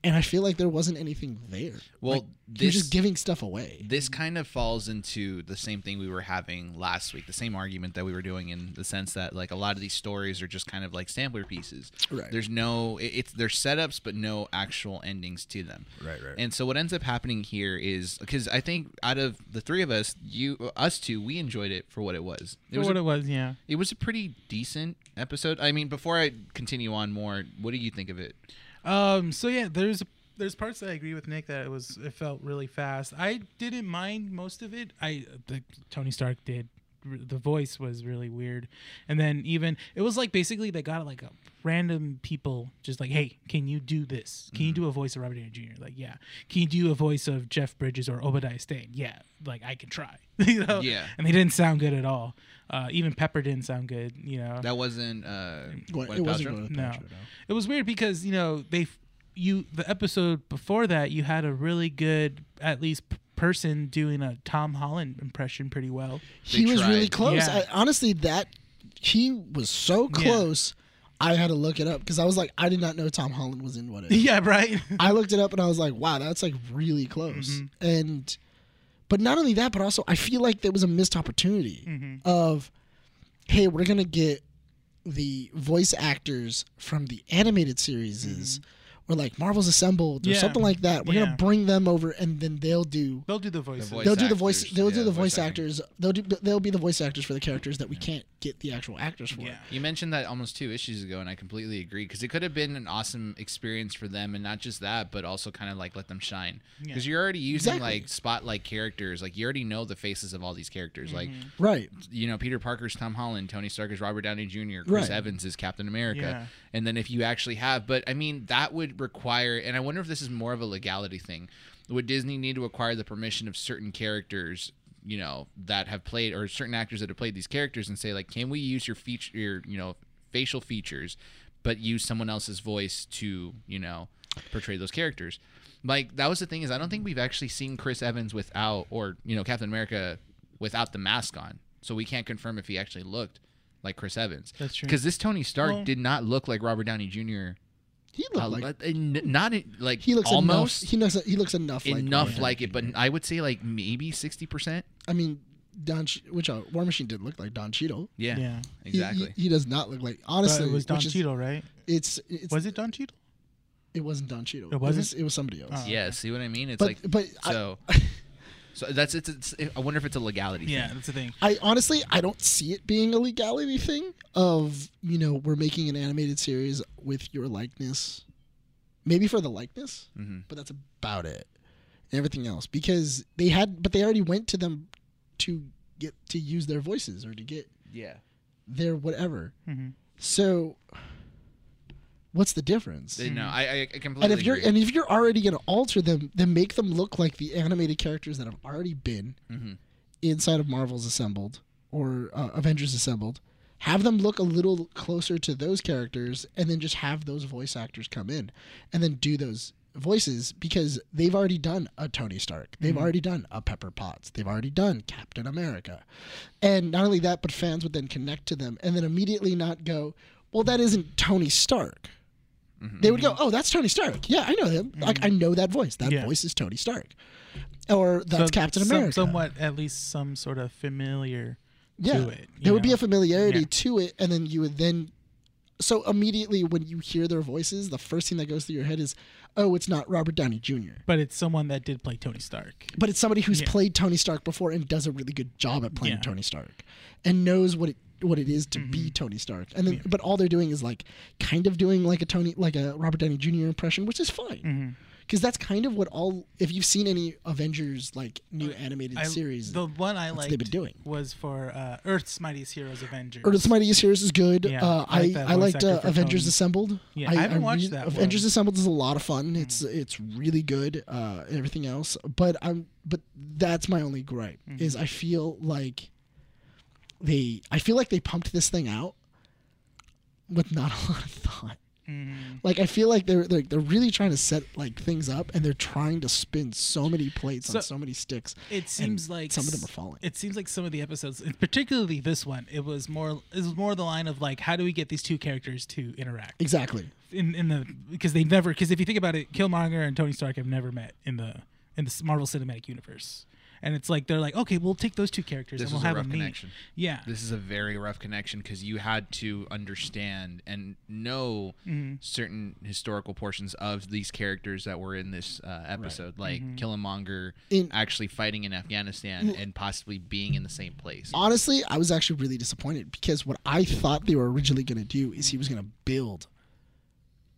Speaker 1: and i feel like there wasn't anything there
Speaker 3: Well,
Speaker 1: like, he was
Speaker 3: this-
Speaker 1: just giving stuff away
Speaker 3: This kind of falls into the same thing we were having last week, the same argument that we were doing in the sense that like a lot of these stories are just kind of like sampler pieces.
Speaker 1: Right.
Speaker 3: There's no it, it's there's setups but no actual endings to them.
Speaker 1: Right, right.
Speaker 3: And so what ends up happening here is because I think out of the three of us, you us two, we enjoyed it for what it was. It
Speaker 2: For
Speaker 3: was
Speaker 2: what
Speaker 3: a,
Speaker 2: it was, yeah.
Speaker 3: it was a pretty decent episode. I mean, before I continue on more, what do you think of it?
Speaker 2: Um. So yeah, there's there's parts that I agree with Nick that it was it felt really fast. I didn't mind most of it. I the Tony Stark did. The voice was really weird, and then even it was like basically they got like a random people just like, hey, can you do this? Can you do a voice of Robert Downey Jr.? Like, yeah. Can you do a voice of Jeff Bridges or Obadiah Stane? Yeah. Like I can try. you know?
Speaker 3: Yeah.
Speaker 2: And they didn't sound good at all. Uh, even Pepper didn't sound good. You know.
Speaker 3: That wasn't uh
Speaker 1: Gwen-
Speaker 3: Gwyneth
Speaker 1: it wasn't
Speaker 3: Paltrow?
Speaker 1: Gwyneth
Speaker 2: No.
Speaker 1: Paltrow,
Speaker 2: It was weird because you know they, you the episode before that you had a really good at least p- person doing a Tom Holland impression pretty well.
Speaker 1: he
Speaker 3: They
Speaker 1: was really
Speaker 3: tried.
Speaker 1: close.
Speaker 2: Yeah.
Speaker 1: I, honestly, that he was so close. I had to look it up because I was like, I did not know Tom Holland was in what if.
Speaker 2: yeah, right.
Speaker 1: I looked it up and I was like, wow, that's like really close.
Speaker 2: Mm-hmm.
Speaker 1: And, but not only that, but also I feel like there was a missed opportunity
Speaker 2: Mm-hmm.
Speaker 1: of, hey, we're gonna get the voice actors from the animated series or like Marvel's Assembled or
Speaker 2: Mm-hmm. Yeah.
Speaker 1: something like that. We're
Speaker 2: Yeah.
Speaker 1: gonna bring them over and then they'll do
Speaker 2: They'll do the voices.
Speaker 3: voice.
Speaker 1: they'll do the voice.
Speaker 3: actors.
Speaker 1: They'll
Speaker 3: Yeah,
Speaker 1: do the
Speaker 3: voice
Speaker 1: voice
Speaker 3: acting.
Speaker 1: actors. They'll do. They'll be the voice actors for the characters that we can't get the actual actors for.
Speaker 2: Yeah.
Speaker 3: You mentioned that almost two issues ago, and I completely agree because it could have been an awesome experience for them, and not just that, but also kind of like let them shine because you're already using
Speaker 1: Exactly.
Speaker 3: like spotlight characters, like you already know the faces of all these characters, like
Speaker 1: Right.
Speaker 3: you know Peter Parker's Tom Holland, Tony Stark is Robert Downey Jr., Chris
Speaker 1: Right.
Speaker 3: Evans is Captain America,
Speaker 2: Yeah.
Speaker 3: and then if you actually have, but I mean that would require, and I wonder if this is more of a legality thing. would Disney need to acquire the permission of certain characters? You know that have played or certain actors that have played these characters and say like, can we use your feature, your you know facial features, but use someone else's voice to you know portray those characters? Like that was the thing is I don't think we've actually seen Chris Evans without or you know Captain America without the mask on, so we can't confirm if he actually looked like Chris Evans.
Speaker 2: That's true.
Speaker 3: Because this Tony Stark
Speaker 2: Well-
Speaker 3: did not look like Robert Downey Jr.
Speaker 1: He looked
Speaker 3: Uh,
Speaker 1: like
Speaker 3: but, uh, n- not in- like
Speaker 1: he looks
Speaker 3: almost
Speaker 1: enough. He looks. He looks enough. like
Speaker 3: enough
Speaker 1: Warren.
Speaker 3: like it, but I would say like maybe sixty percent.
Speaker 1: I mean, Don. Ch- Which uh, War Machine didn't look like Don Cheadle.
Speaker 3: Yeah,
Speaker 2: yeah.
Speaker 1: He-
Speaker 3: exactly.
Speaker 1: He, he does not look like.
Speaker 2: But
Speaker 1: Honestly,
Speaker 2: it was Don
Speaker 1: which is-
Speaker 2: Cheadle, right?
Speaker 1: It's. it's
Speaker 2: Was it Don Cheadle?
Speaker 1: It wasn't Don Cheadle.
Speaker 2: It wasn't?
Speaker 1: was, it was somebody else.
Speaker 2: Oh.
Speaker 3: yeah, see what I mean? It's
Speaker 1: uh, but
Speaker 3: like
Speaker 1: but I,
Speaker 3: so. so that's it's, it's. I wonder if it's a legality.
Speaker 2: Yeah,
Speaker 3: thing.
Speaker 2: that's the thing.
Speaker 1: I honestly I don't see it being a legality thing of you know we're making an animated series with your likeness, maybe for the likeness,
Speaker 3: Mhm.
Speaker 1: but that's about it. And everything else because they had, but they already went to them to get to use their voices or to get
Speaker 3: Yeah.
Speaker 1: their whatever.
Speaker 2: Mhm.
Speaker 1: So, what's the difference?
Speaker 3: They- No, I, I- I completely.
Speaker 1: Hmm. and if you're
Speaker 3: agree.
Speaker 1: and if you're already gonna alter them, then make them look like the animated characters that have already been
Speaker 3: Mhm.
Speaker 1: inside of Marvel's Assembled or uh, Avengers Assembled. Have them look a little closer to those characters, and then just have those voice actors come in, and then do those voices because they've already done a Tony Stark,
Speaker 2: Mm-hmm.
Speaker 1: they've already done a Pepper Potts, they've already done Captain America, and not only that, but fans would then connect to them, and then immediately not go, well, that isn't Tony Stark
Speaker 2: Mm-hmm.
Speaker 1: they would go, "Oh, that's Tony Stark. Yeah, I know him. Like I know that voice. That
Speaker 2: Yeah.
Speaker 1: voice is Tony Stark." Or that's
Speaker 2: So-
Speaker 1: Captain
Speaker 2: some-
Speaker 1: America.
Speaker 2: somewhat, at least some sort of familiar
Speaker 1: yeah.
Speaker 2: to it. you
Speaker 1: there would be
Speaker 2: know?
Speaker 1: a familiarity
Speaker 2: Yeah.
Speaker 1: to it, and then you would then. So immediately when you hear their voices, the first thing that goes through your head is, "Oh, it's not Robert Downey Jr."
Speaker 2: but it's someone that did play Tony Stark.
Speaker 1: But it's somebody who's
Speaker 2: Yeah.
Speaker 1: played Tony Stark before and does a really good job at playing
Speaker 2: Yeah. Mm-hmm.
Speaker 1: Tony Stark, and knows what it what it is to be Tony Stark. And then, but all they're doing is like kind of doing like a Tony like a Robert Downey Jr. impression, which is fine.
Speaker 2: Mm-hmm.
Speaker 1: because that's kind of what all if you've seen any avengers like new animated
Speaker 2: I-
Speaker 1: series
Speaker 2: The one I
Speaker 1: what
Speaker 2: liked
Speaker 1: they've been doing.
Speaker 2: was for uh, Earth's Mightiest Heroes Avengers.
Speaker 1: Earth's Mightiest Heroes is good.
Speaker 2: Yeah,
Speaker 1: uh, I
Speaker 2: I like that
Speaker 1: I
Speaker 2: voice
Speaker 1: liked
Speaker 2: actor
Speaker 1: uh,
Speaker 2: for
Speaker 1: Avengers
Speaker 2: Tony.
Speaker 1: Assembled.
Speaker 2: Yeah, I haven't watched that one. Hmm.
Speaker 1: Avengers Assembled is a lot of fun. It's it's really good. Uh, and everything else, but I'm but that's my only gripe
Speaker 2: Hmm.
Speaker 1: is I feel like they I feel like they pumped this thing out with not a lot of thought.
Speaker 2: Mhm.
Speaker 1: Like I feel like they're they're, they're really trying to set like things up, and they're trying to spin so many plates
Speaker 2: So-
Speaker 1: on so many sticks.
Speaker 2: It seems like
Speaker 1: some of them
Speaker 2: s-
Speaker 1: are falling.
Speaker 2: It seems like some of the episodes, and particularly this one, it was more it was more the line of like, how do we get these two characters to interact
Speaker 1: Exactly.
Speaker 2: in in the because they never because if you think about it, Killmonger and Tony Stark have never met in the in the Marvel Cinematic Universe, and it's like they're like, okay, we'll take those two characters
Speaker 3: This
Speaker 2: and we'll
Speaker 3: was a
Speaker 2: have
Speaker 3: rough
Speaker 2: them meet.
Speaker 3: connection.
Speaker 2: Yeah,
Speaker 3: this is a very rough connection because you had to understand and know certain historical portions of these characters that were in this uh, episode, like Killmonger
Speaker 1: In-
Speaker 3: actually fighting in Afghanistan and possibly being in the same place.
Speaker 1: Honestly, I was actually really disappointed because what I thought they were originally going to do is he was going to build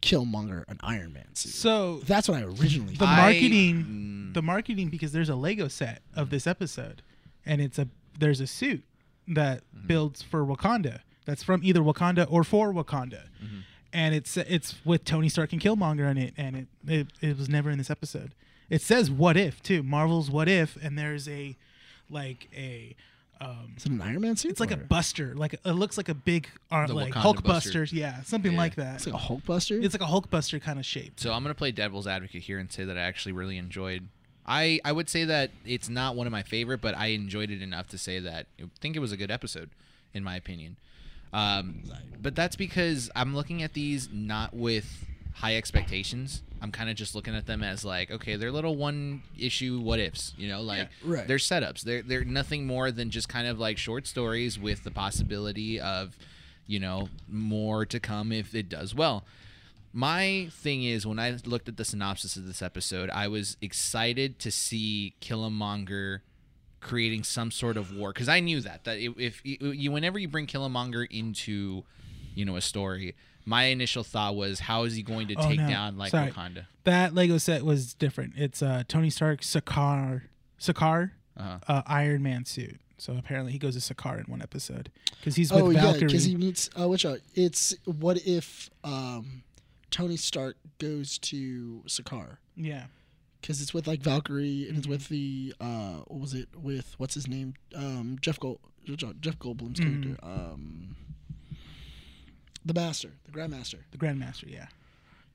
Speaker 1: Killmonger an Iron Man suit.
Speaker 2: so
Speaker 1: That's what I originally
Speaker 2: the
Speaker 1: thought.
Speaker 3: I- mm.
Speaker 2: marketing the marketing because there's a lego set of this episode and it's a there's a suit that
Speaker 3: Mm-hmm.
Speaker 2: builds for wakanda that's from either wakanda or for wakanda
Speaker 3: Mm-hmm.
Speaker 2: and it's it's with tony stark and killmonger in it and it, it it was never in this episode it says what if too marvel's what if and there's a like a um
Speaker 1: Is it an Iron Man suit?
Speaker 2: it's like a
Speaker 1: or-
Speaker 2: buster like it looks like a big uh,
Speaker 3: The
Speaker 2: like
Speaker 3: Wakanda
Speaker 2: hulk
Speaker 3: buster.
Speaker 2: buster yeah something
Speaker 3: Yeah.
Speaker 2: like that
Speaker 1: It's like a Hulkbuster.
Speaker 2: it's like a hulk buster kind of shape
Speaker 3: So I'm gonna play devil's advocate here and say that I actually really enjoyed. I I would say that it's not one of my favorite, but I enjoyed it enough to say that I think it was a good episode, in my opinion. Um, but that's because I'm looking at these not with high expectations. I'm kind of just looking at them as like, okay, they're little one issue what ifs, you know, like
Speaker 1: Yeah, right.
Speaker 3: they're setups. They're they're nothing more than just kind of like short stories with the possibility of, you know, more to come if it does well. My thing is, when I looked at the synopsis of this episode, I was excited to see Killmonger creating some sort of war because I knew that that if, if you whenever you bring Killmonger into, you know, a story, my initial thought was, how is he going to
Speaker 2: Oh,
Speaker 3: take
Speaker 2: no.
Speaker 3: down like
Speaker 2: Sorry.
Speaker 3: Wakanda?
Speaker 2: That Lego set was different. It's uh, Tony Stark Sakaar Sakaar
Speaker 3: Uh-huh.
Speaker 2: uh, Iron Man suit. So apparently he goes to Sakaar in one episode because he's with
Speaker 1: oh yeah,
Speaker 2: Valkyrie.
Speaker 1: because he meets. Uh, which uh, it's what if um, Tony Stark goes to Sakaar
Speaker 2: yeah,
Speaker 1: because it's with like Valkyrie and it's with the uh what was it with what's his name um Jeff Gold Jeff Goldblum's
Speaker 2: Mm-hmm.
Speaker 1: character um the master the grandmaster
Speaker 2: The Grandmaster, yeah.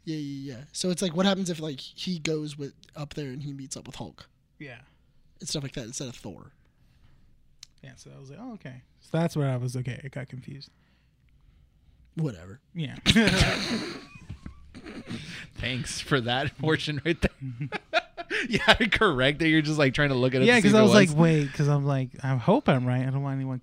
Speaker 1: yeah yeah yeah so it's like what happens if like he goes with up there and he meets up with Hulk
Speaker 2: Yeah.
Speaker 1: and stuff like that instead of Thor
Speaker 2: Yeah, so I was like, oh, okay. So that's where I was, okay, I got confused.
Speaker 1: whatever
Speaker 2: Yeah.
Speaker 3: Thanks for that portion right there. yeah, correct. That you're just like trying to look at it.
Speaker 2: yeah,
Speaker 3: because
Speaker 2: because I was like, wait, because I'm like, I hope I'm right. I don't want anyone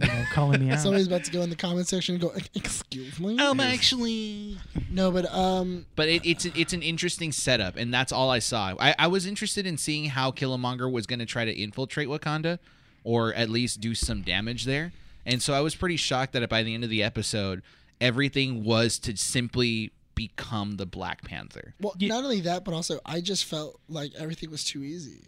Speaker 2: you know, calling me out.
Speaker 1: somebody's about to go in the comment section and go "Ex- excuse me
Speaker 3: I'm Um, actually.
Speaker 1: no but um
Speaker 3: But it, it's it's an interesting setup, and that's all I saw. I, I was interested in seeing how Killmonger was going to try to infiltrate Wakanda, or at least do some damage there. And so I was pretty shocked that by the end of the episode, everything was to simply become the Black Panther.
Speaker 1: well
Speaker 2: Yeah.
Speaker 1: not only that but also I just felt like everything was too easy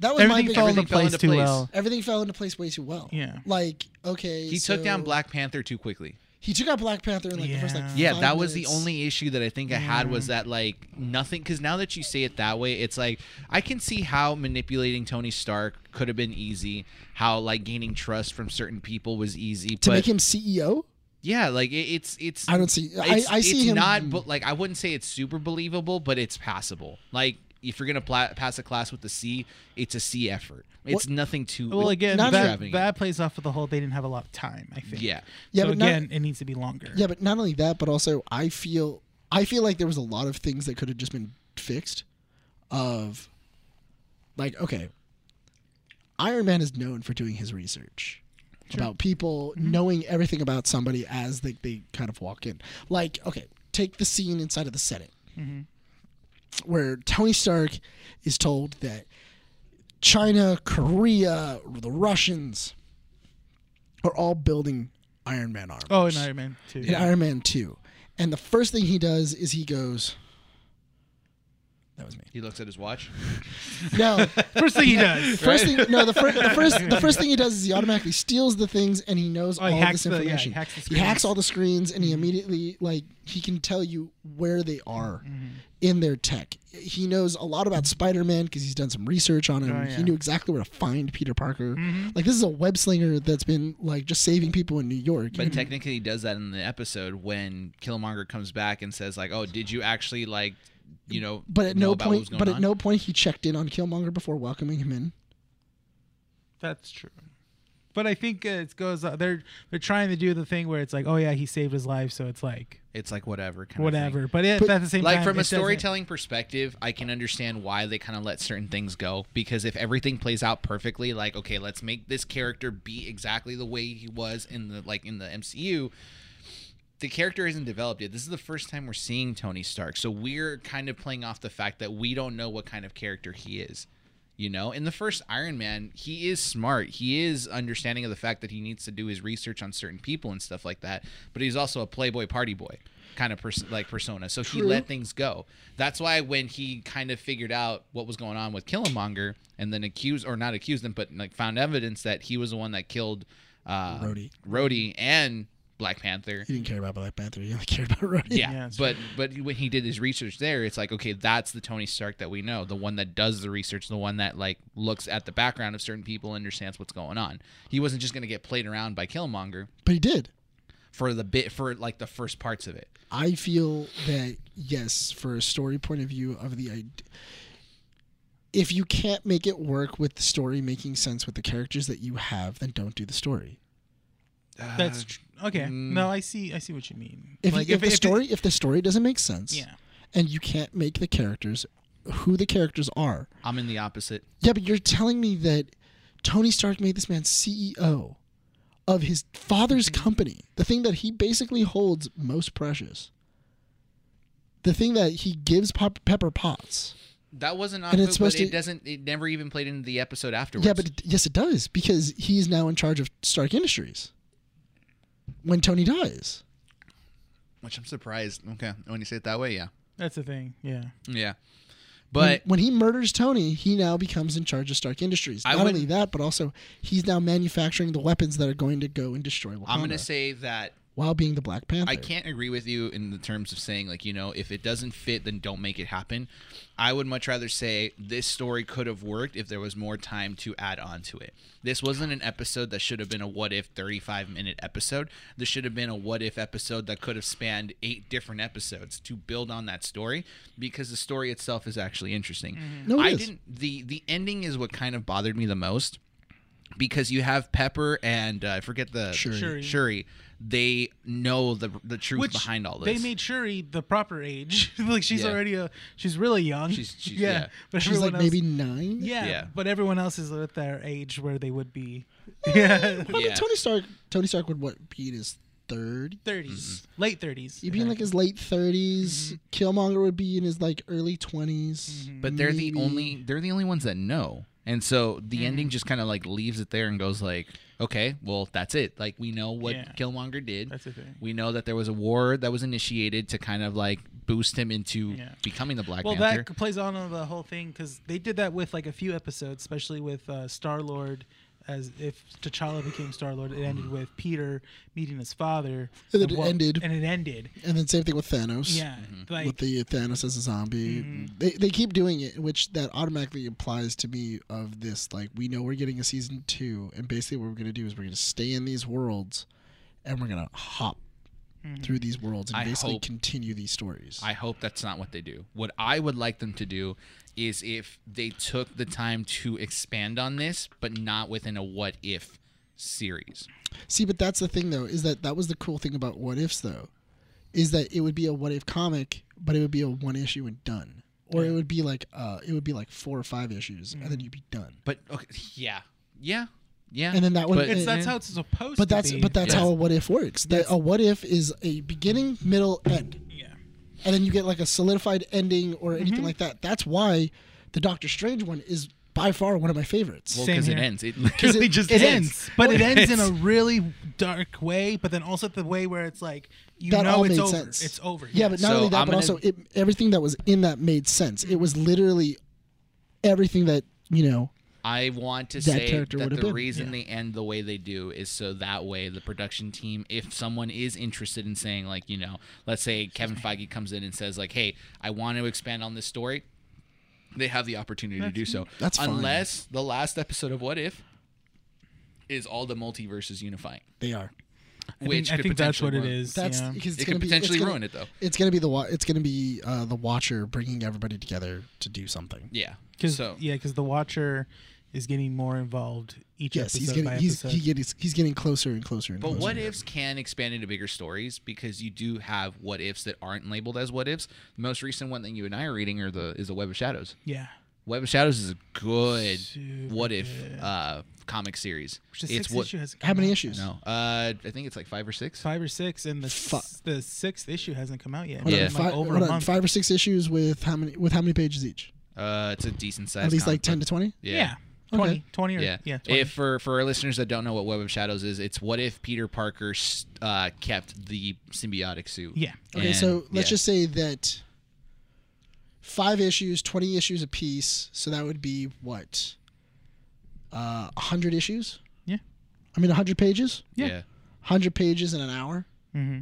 Speaker 1: that was my
Speaker 2: everything
Speaker 1: big
Speaker 2: fell
Speaker 1: everything,
Speaker 2: into
Speaker 3: everything fell
Speaker 2: place
Speaker 3: into
Speaker 2: too
Speaker 3: place.
Speaker 2: well.
Speaker 1: everything fell into place way too well
Speaker 2: Yeah.
Speaker 1: like okay
Speaker 3: He
Speaker 1: so-
Speaker 3: took down Black Panther too quickly.
Speaker 1: He took out Black Panther in like the first like
Speaker 2: Yeah.
Speaker 3: Yeah,
Speaker 1: five
Speaker 3: that was the
Speaker 1: minutes.
Speaker 3: only issue that I think I had was that like nothing. Because now that you say it that way, it's like I can see how manipulating Tony Stark could have been easy. How like gaining trust from certain people was easy.
Speaker 1: to
Speaker 3: but
Speaker 1: make him CEO.
Speaker 3: yeah, like it, it's it's
Speaker 1: I don't see. I,
Speaker 3: it's,
Speaker 1: I see
Speaker 3: it's
Speaker 1: him
Speaker 3: not but like I wouldn't say it's super believable, but it's passable. Like if you're gonna pla- pass a class with a C, it's a C effort. It's nothing too
Speaker 2: Well, again,
Speaker 1: Not
Speaker 2: that,
Speaker 3: extravagant.
Speaker 2: that plays off of the whole they didn't have a lot of time, I think.
Speaker 3: yeah.
Speaker 1: Yeah,
Speaker 2: so
Speaker 1: but not-
Speaker 2: again, it needs to be longer.
Speaker 1: Yeah, but not only that, but also I feel I feel like there was a lot of things that could have just been fixed. Of, like, okay, Iron Man is known for doing his research about people, knowing everything about somebody as they they kind of walk in. Like, okay, take the scene inside of the Senate. Where Tony Stark is told that China, Korea, the Russians are all building Iron Man armors
Speaker 2: Oh, and Iron Man too.
Speaker 1: in Iron Man 2. And the first thing he does is he goes, That was me.
Speaker 3: He looks at his watch.
Speaker 1: No,
Speaker 2: First thing he does.
Speaker 1: first thing, no, the, fir- the first, the first thing he does is he automatically steals the things and he knows
Speaker 2: Oh,
Speaker 1: all
Speaker 2: he hacks
Speaker 1: this
Speaker 2: the- yeah, he
Speaker 1: information.
Speaker 2: hacks the
Speaker 1: he hacks
Speaker 2: screens. Mm-hmm.
Speaker 1: all the screens and he immediately like he can tell you where they are
Speaker 2: Mm-hmm.
Speaker 1: in their tech. He knows a lot about Spider-Man because he's done some research on him.
Speaker 2: Oh,
Speaker 1: He
Speaker 2: yeah. Mm-hmm.
Speaker 1: knew exactly where to find Peter Parker. Like this is a web slinger that's been like just saving people in New York.
Speaker 3: But technically, he does that in the episode when Killmonger comes back and says, like, "Oh, did you actually like, you know?"
Speaker 1: but at
Speaker 3: know
Speaker 1: no
Speaker 3: about what was
Speaker 1: point,
Speaker 3: going
Speaker 1: but at
Speaker 3: on?"
Speaker 1: no point he checked in on Killmonger before welcoming him in.
Speaker 2: That's true. But I think uh, it goes. Uh, they're they're trying to do the thing where it's like, oh yeah, he saved his life, so it's like
Speaker 3: it's like whatever, kind Of
Speaker 2: whatever. But, it,
Speaker 1: But-
Speaker 2: at the same
Speaker 3: thing. Like
Speaker 2: time,
Speaker 3: from
Speaker 2: it
Speaker 3: a
Speaker 2: doesn't-
Speaker 3: storytelling perspective, I can understand why they kind of let certain things go because if everything plays out perfectly, like okay, let's make this character be exactly the way he was in the like in the MCU, the character isn't developed yet. This is the first time we're seeing Tony Stark. So we're kind of playing off the fact that we don't know what kind of character he is. You know, in the first Iron Man, he is smart. He is understanding of the fact that he needs to do his research on certain people and stuff like that. But he's also a playboy party boy kind of pers- like persona. So he
Speaker 1: True.
Speaker 3: let things go. That's why when he kind of figured out what was going on with Killmonger and then accused or not accused him, but like found evidence that he was the one that killed uh,
Speaker 1: Rhodey.
Speaker 3: Rhodey and Black Panther.
Speaker 1: He didn't care about Black Panther. He only cared about Rhodey.
Speaker 3: Yeah,
Speaker 2: Yeah, that's
Speaker 3: but but when he did his research there, it's like okay, that's the Tony Stark that we know, the one that does the research, the one that like looks at the background of certain people, understands what's going on. He wasn't just gonna get played around by Killmonger
Speaker 1: But he did.
Speaker 3: for the bit for like the first parts of it.
Speaker 1: I feel that yes, for a story point of view of the id- if you can't make it work with the story making sense with the characters that you have, then don't do the story.
Speaker 2: That's
Speaker 3: Uh,
Speaker 2: tr- okay.
Speaker 3: mm.
Speaker 2: no, I see. I see what you mean.
Speaker 1: If,
Speaker 2: like
Speaker 1: if, the
Speaker 2: it-
Speaker 1: story if the story doesn't make sense,
Speaker 2: yeah.
Speaker 1: and you can't make the characters who the characters are.
Speaker 3: I'm in the opposite.
Speaker 1: Yeah, but you're telling me that Tony Stark made this man CEO of his father's
Speaker 3: Mm-hmm.
Speaker 1: company, the thing that he basically holds most precious, the thing that he gives Pop- Pepper Potts.
Speaker 3: That wasn't on
Speaker 1: And
Speaker 3: but
Speaker 1: it's supposed
Speaker 3: it
Speaker 1: to-
Speaker 3: doesn't it never even played into the episode afterwards.
Speaker 1: Yeah, but it, yes, it does because he is now in charge of Stark Industries. When Tony dies,
Speaker 3: which I'm surprised. Okay, when you say it that way, yeah.
Speaker 2: That's the thing. Yeah.
Speaker 3: Yeah.
Speaker 1: when,
Speaker 3: But
Speaker 1: when he murders Tony, he now becomes in charge of Stark Industries.
Speaker 3: I
Speaker 1: Not
Speaker 3: wouldn't-
Speaker 1: only that, but also he's now manufacturing the weapons that are going to go and destroy Wakanda.
Speaker 3: I'm going to say that
Speaker 1: while being the Black Panther.
Speaker 3: I can't agree with you in the terms of saying like you know if it doesn't fit then don't make it happen. I would much rather say this story could have worked if there was more time to add on to it. This wasn't an episode that should have been a what if 35 minute episode. This should have been a what if episode that could have spanned eight different episodes to build on that story because the story itself is actually interesting.
Speaker 1: No, it
Speaker 3: I
Speaker 1: is.
Speaker 3: didn't the the ending is what kind of bothered me the most because you have Pepper and uh, I forget the
Speaker 1: Shuri.
Speaker 2: Shuri.
Speaker 3: They know the the truth behind all this.
Speaker 2: They made Shuri the proper age. like she's
Speaker 3: Yeah.
Speaker 2: already a she's really young.
Speaker 3: She's- she's- yeah.
Speaker 2: But
Speaker 1: She's like
Speaker 2: everyone
Speaker 1: maybe
Speaker 2: else,
Speaker 1: nine.
Speaker 2: yeah,
Speaker 3: Yeah.
Speaker 2: But everyone else is at their age where they would be. Yeah.
Speaker 1: Well,
Speaker 3: Yeah.
Speaker 1: Tony Stark. Tony Stark would what be in his third.
Speaker 2: 30s,
Speaker 3: Mm-hmm.
Speaker 2: late 30s.
Speaker 1: He'd be in like his late 30s.
Speaker 2: Mm-hmm.
Speaker 1: Killmonger would be in his like early 20s.
Speaker 3: but they're the
Speaker 1: maybe-
Speaker 3: only they're the only ones that know. And so the
Speaker 2: Mm-hmm.
Speaker 3: ending just kind of like leaves it there and goes like, okay, well that's it. Like we know what
Speaker 2: Yeah.
Speaker 3: Killmonger did.
Speaker 2: That's the thing.
Speaker 3: We know that there was a war that was initiated to kind of like boost him into
Speaker 2: Yeah.
Speaker 3: becoming the Black
Speaker 2: Well,
Speaker 3: Panther.
Speaker 2: that plays on to the whole thing because they did that with like a few episodes, especially with uh, Star Lord. As if T'Challa became Star Lord, it
Speaker 3: Mm-hmm.
Speaker 2: ended with Peter meeting his father,
Speaker 1: And it
Speaker 2: what-
Speaker 1: ended.
Speaker 2: and it ended.
Speaker 1: And then same thing with Thanos.
Speaker 2: Yeah,
Speaker 3: Mm-hmm.
Speaker 2: like Mm-hmm.
Speaker 1: with the Thanos as a zombie. They, they keep doing it, which that automatically implies to me of this like we know we're getting a season two, and basically what we're gonna do is we're gonna stay in these worlds, and we're gonna hop
Speaker 2: Mm-hmm.
Speaker 1: through these worlds and
Speaker 3: I
Speaker 1: basically
Speaker 3: hope-
Speaker 1: continue these stories.
Speaker 3: I hope that's not what they do. What I would like them to do is if they took the time to expand on this, but not within a what if series.
Speaker 1: See, but that's the thing though, is that that was the cool thing about what ifs though, is that it would be a what if comic, but it would be a one issue and done, or it would be like uh, it would be like four or five issues, and then you'd be done.
Speaker 3: But okay, yeah, yeah, yeah.
Speaker 1: And then that would-
Speaker 3: But-
Speaker 2: it's, that's
Speaker 1: and-
Speaker 2: how it's supposed
Speaker 1: But
Speaker 2: to
Speaker 1: that's
Speaker 2: be.
Speaker 1: but that's
Speaker 3: Yeah.
Speaker 1: how a what if works. That a what if is a beginning, middle, end.
Speaker 2: yeah.
Speaker 1: and then you get like a solidified ending or anything like that. That's why the Doctor Strange one is by far one of my favorites.
Speaker 3: well,
Speaker 2: Same
Speaker 3: because it
Speaker 2: here.
Speaker 3: ends. It literally
Speaker 1: it-
Speaker 3: just
Speaker 2: it
Speaker 3: ends.
Speaker 2: ends, but it ends in a really dark way. But then also the way where it's like you
Speaker 1: that all
Speaker 2: know it's
Speaker 1: made
Speaker 2: over.
Speaker 1: sense.
Speaker 2: It's over.
Speaker 1: Yeah, but not
Speaker 3: So
Speaker 1: only that,
Speaker 3: I'm
Speaker 1: but
Speaker 3: gonna-
Speaker 1: also it, everything that was in that made sense. It was literally everything that you know.
Speaker 3: I want to
Speaker 1: That
Speaker 3: say
Speaker 1: character
Speaker 3: that
Speaker 1: would've
Speaker 3: the
Speaker 1: been-
Speaker 3: reason they end the way they do is so that way the production team, if someone is interested in saying like you know, let's say Kevin Feige comes in and says like, hey, I want to expand on this story, they have the opportunity to do so.
Speaker 1: That's fine.
Speaker 3: unless the last episode of What If is all the multiverses unifying,
Speaker 1: They are.
Speaker 2: I
Speaker 3: which
Speaker 2: think, I
Speaker 3: could
Speaker 2: think that's what
Speaker 3: potentially
Speaker 2: it
Speaker 3: ruin-
Speaker 2: is.
Speaker 1: That's
Speaker 2: yeah.
Speaker 1: because it's
Speaker 3: It
Speaker 1: gonna
Speaker 3: could
Speaker 1: be,
Speaker 3: potentially
Speaker 1: it's gonna,
Speaker 3: ruin it though.
Speaker 1: It's gonna be the wa- it's gonna be uh, the Watcher bringing everybody together to do something.
Speaker 3: Yeah.
Speaker 2: Cause,
Speaker 3: so
Speaker 2: yeah, because the Watcher is getting more involved each
Speaker 1: Yes,
Speaker 2: episode
Speaker 1: he's
Speaker 2: by
Speaker 1: getting he's
Speaker 2: episode.
Speaker 1: he getting he's getting closer and closer and
Speaker 3: But
Speaker 1: closer.
Speaker 3: what ifs can expand into bigger stories because you do have what ifs that aren't labeled as what ifs. The most recent one that you and I are reading are the is the Web of Shadows.
Speaker 2: yeah,
Speaker 3: Web of Shadows is a good
Speaker 2: Super
Speaker 3: what if
Speaker 2: good.
Speaker 3: uh, comic series.
Speaker 2: which the
Speaker 3: it's
Speaker 2: sixth
Speaker 3: what
Speaker 2: issue hasn't come
Speaker 1: How many
Speaker 2: out.
Speaker 1: issues?
Speaker 3: no, uh, I think it's like five or six.
Speaker 2: Five or six, and the
Speaker 1: Fu-
Speaker 2: s- the sixth issue hasn't come out yet.
Speaker 1: Hold
Speaker 2: It's
Speaker 1: on,
Speaker 3: Yeah.
Speaker 2: been,
Speaker 1: five,
Speaker 2: like over
Speaker 1: hold
Speaker 2: a
Speaker 1: on,
Speaker 2: month.
Speaker 1: five or six issues with how many with how many pages each?
Speaker 3: Uh, it's a decent size.
Speaker 1: At least
Speaker 3: comic
Speaker 1: like ten to
Speaker 3: book.
Speaker 1: twenty.
Speaker 2: yeah,
Speaker 3: Yeah.
Speaker 2: 20,
Speaker 1: Okay.
Speaker 2: 20 or
Speaker 3: Yeah.
Speaker 2: yeah, 20.
Speaker 3: If for for our listeners that don't know what Web of Shadows is, it's what if Peter Parker s- uh, kept the symbiotic suit.
Speaker 2: yeah,
Speaker 1: Okay,
Speaker 3: And-
Speaker 1: so let's
Speaker 3: yeah.
Speaker 1: just say that five issues, twenty issues a piece. So that would be what, uh, hundred issues?
Speaker 2: Yeah.
Speaker 1: I mean, hundred pages.
Speaker 2: yeah.
Speaker 3: yeah.
Speaker 1: Hundred pages in an hour.
Speaker 2: hmm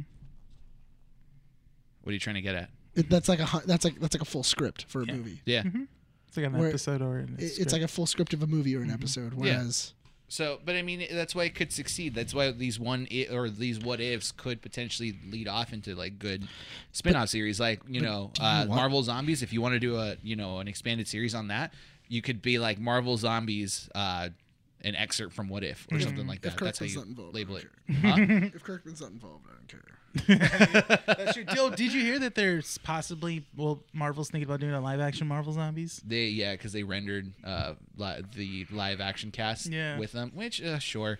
Speaker 3: What are you trying to get at?
Speaker 1: It, that's like a hu- that's like that's like a full script for a
Speaker 2: Yeah.
Speaker 1: movie.
Speaker 3: Yeah.
Speaker 2: Hmm. it's like an
Speaker 1: Where-
Speaker 2: episode or an
Speaker 1: It, it's like a full script of a movie or
Speaker 3: Mm-hmm.
Speaker 1: an episode. Whereas
Speaker 3: So, but I mean, it- that's why it could succeed. That's why these one i- or these what ifs could potentially lead off into like good spin-off series, like you know,
Speaker 1: do you
Speaker 3: uh,
Speaker 1: want-
Speaker 3: Marvel Zombies. If you want to do a you know an expanded series on that, you could be like Marvel Zombies, uh, an excerpt from What If or something like that. That's how
Speaker 1: Kirkman's
Speaker 3: you
Speaker 1: not involved,
Speaker 3: label
Speaker 1: I
Speaker 3: it.
Speaker 1: don't
Speaker 3: Huh?
Speaker 1: if Kirkman's not involved, I don't care.
Speaker 2: That's your deal. Did you hear that there's possibly well, Marvel's thinking about doing a live action Marvel Zombies?
Speaker 3: They yeah, because they rendered uh li- the live action cast
Speaker 2: Yeah.
Speaker 3: with them, which uh, sure,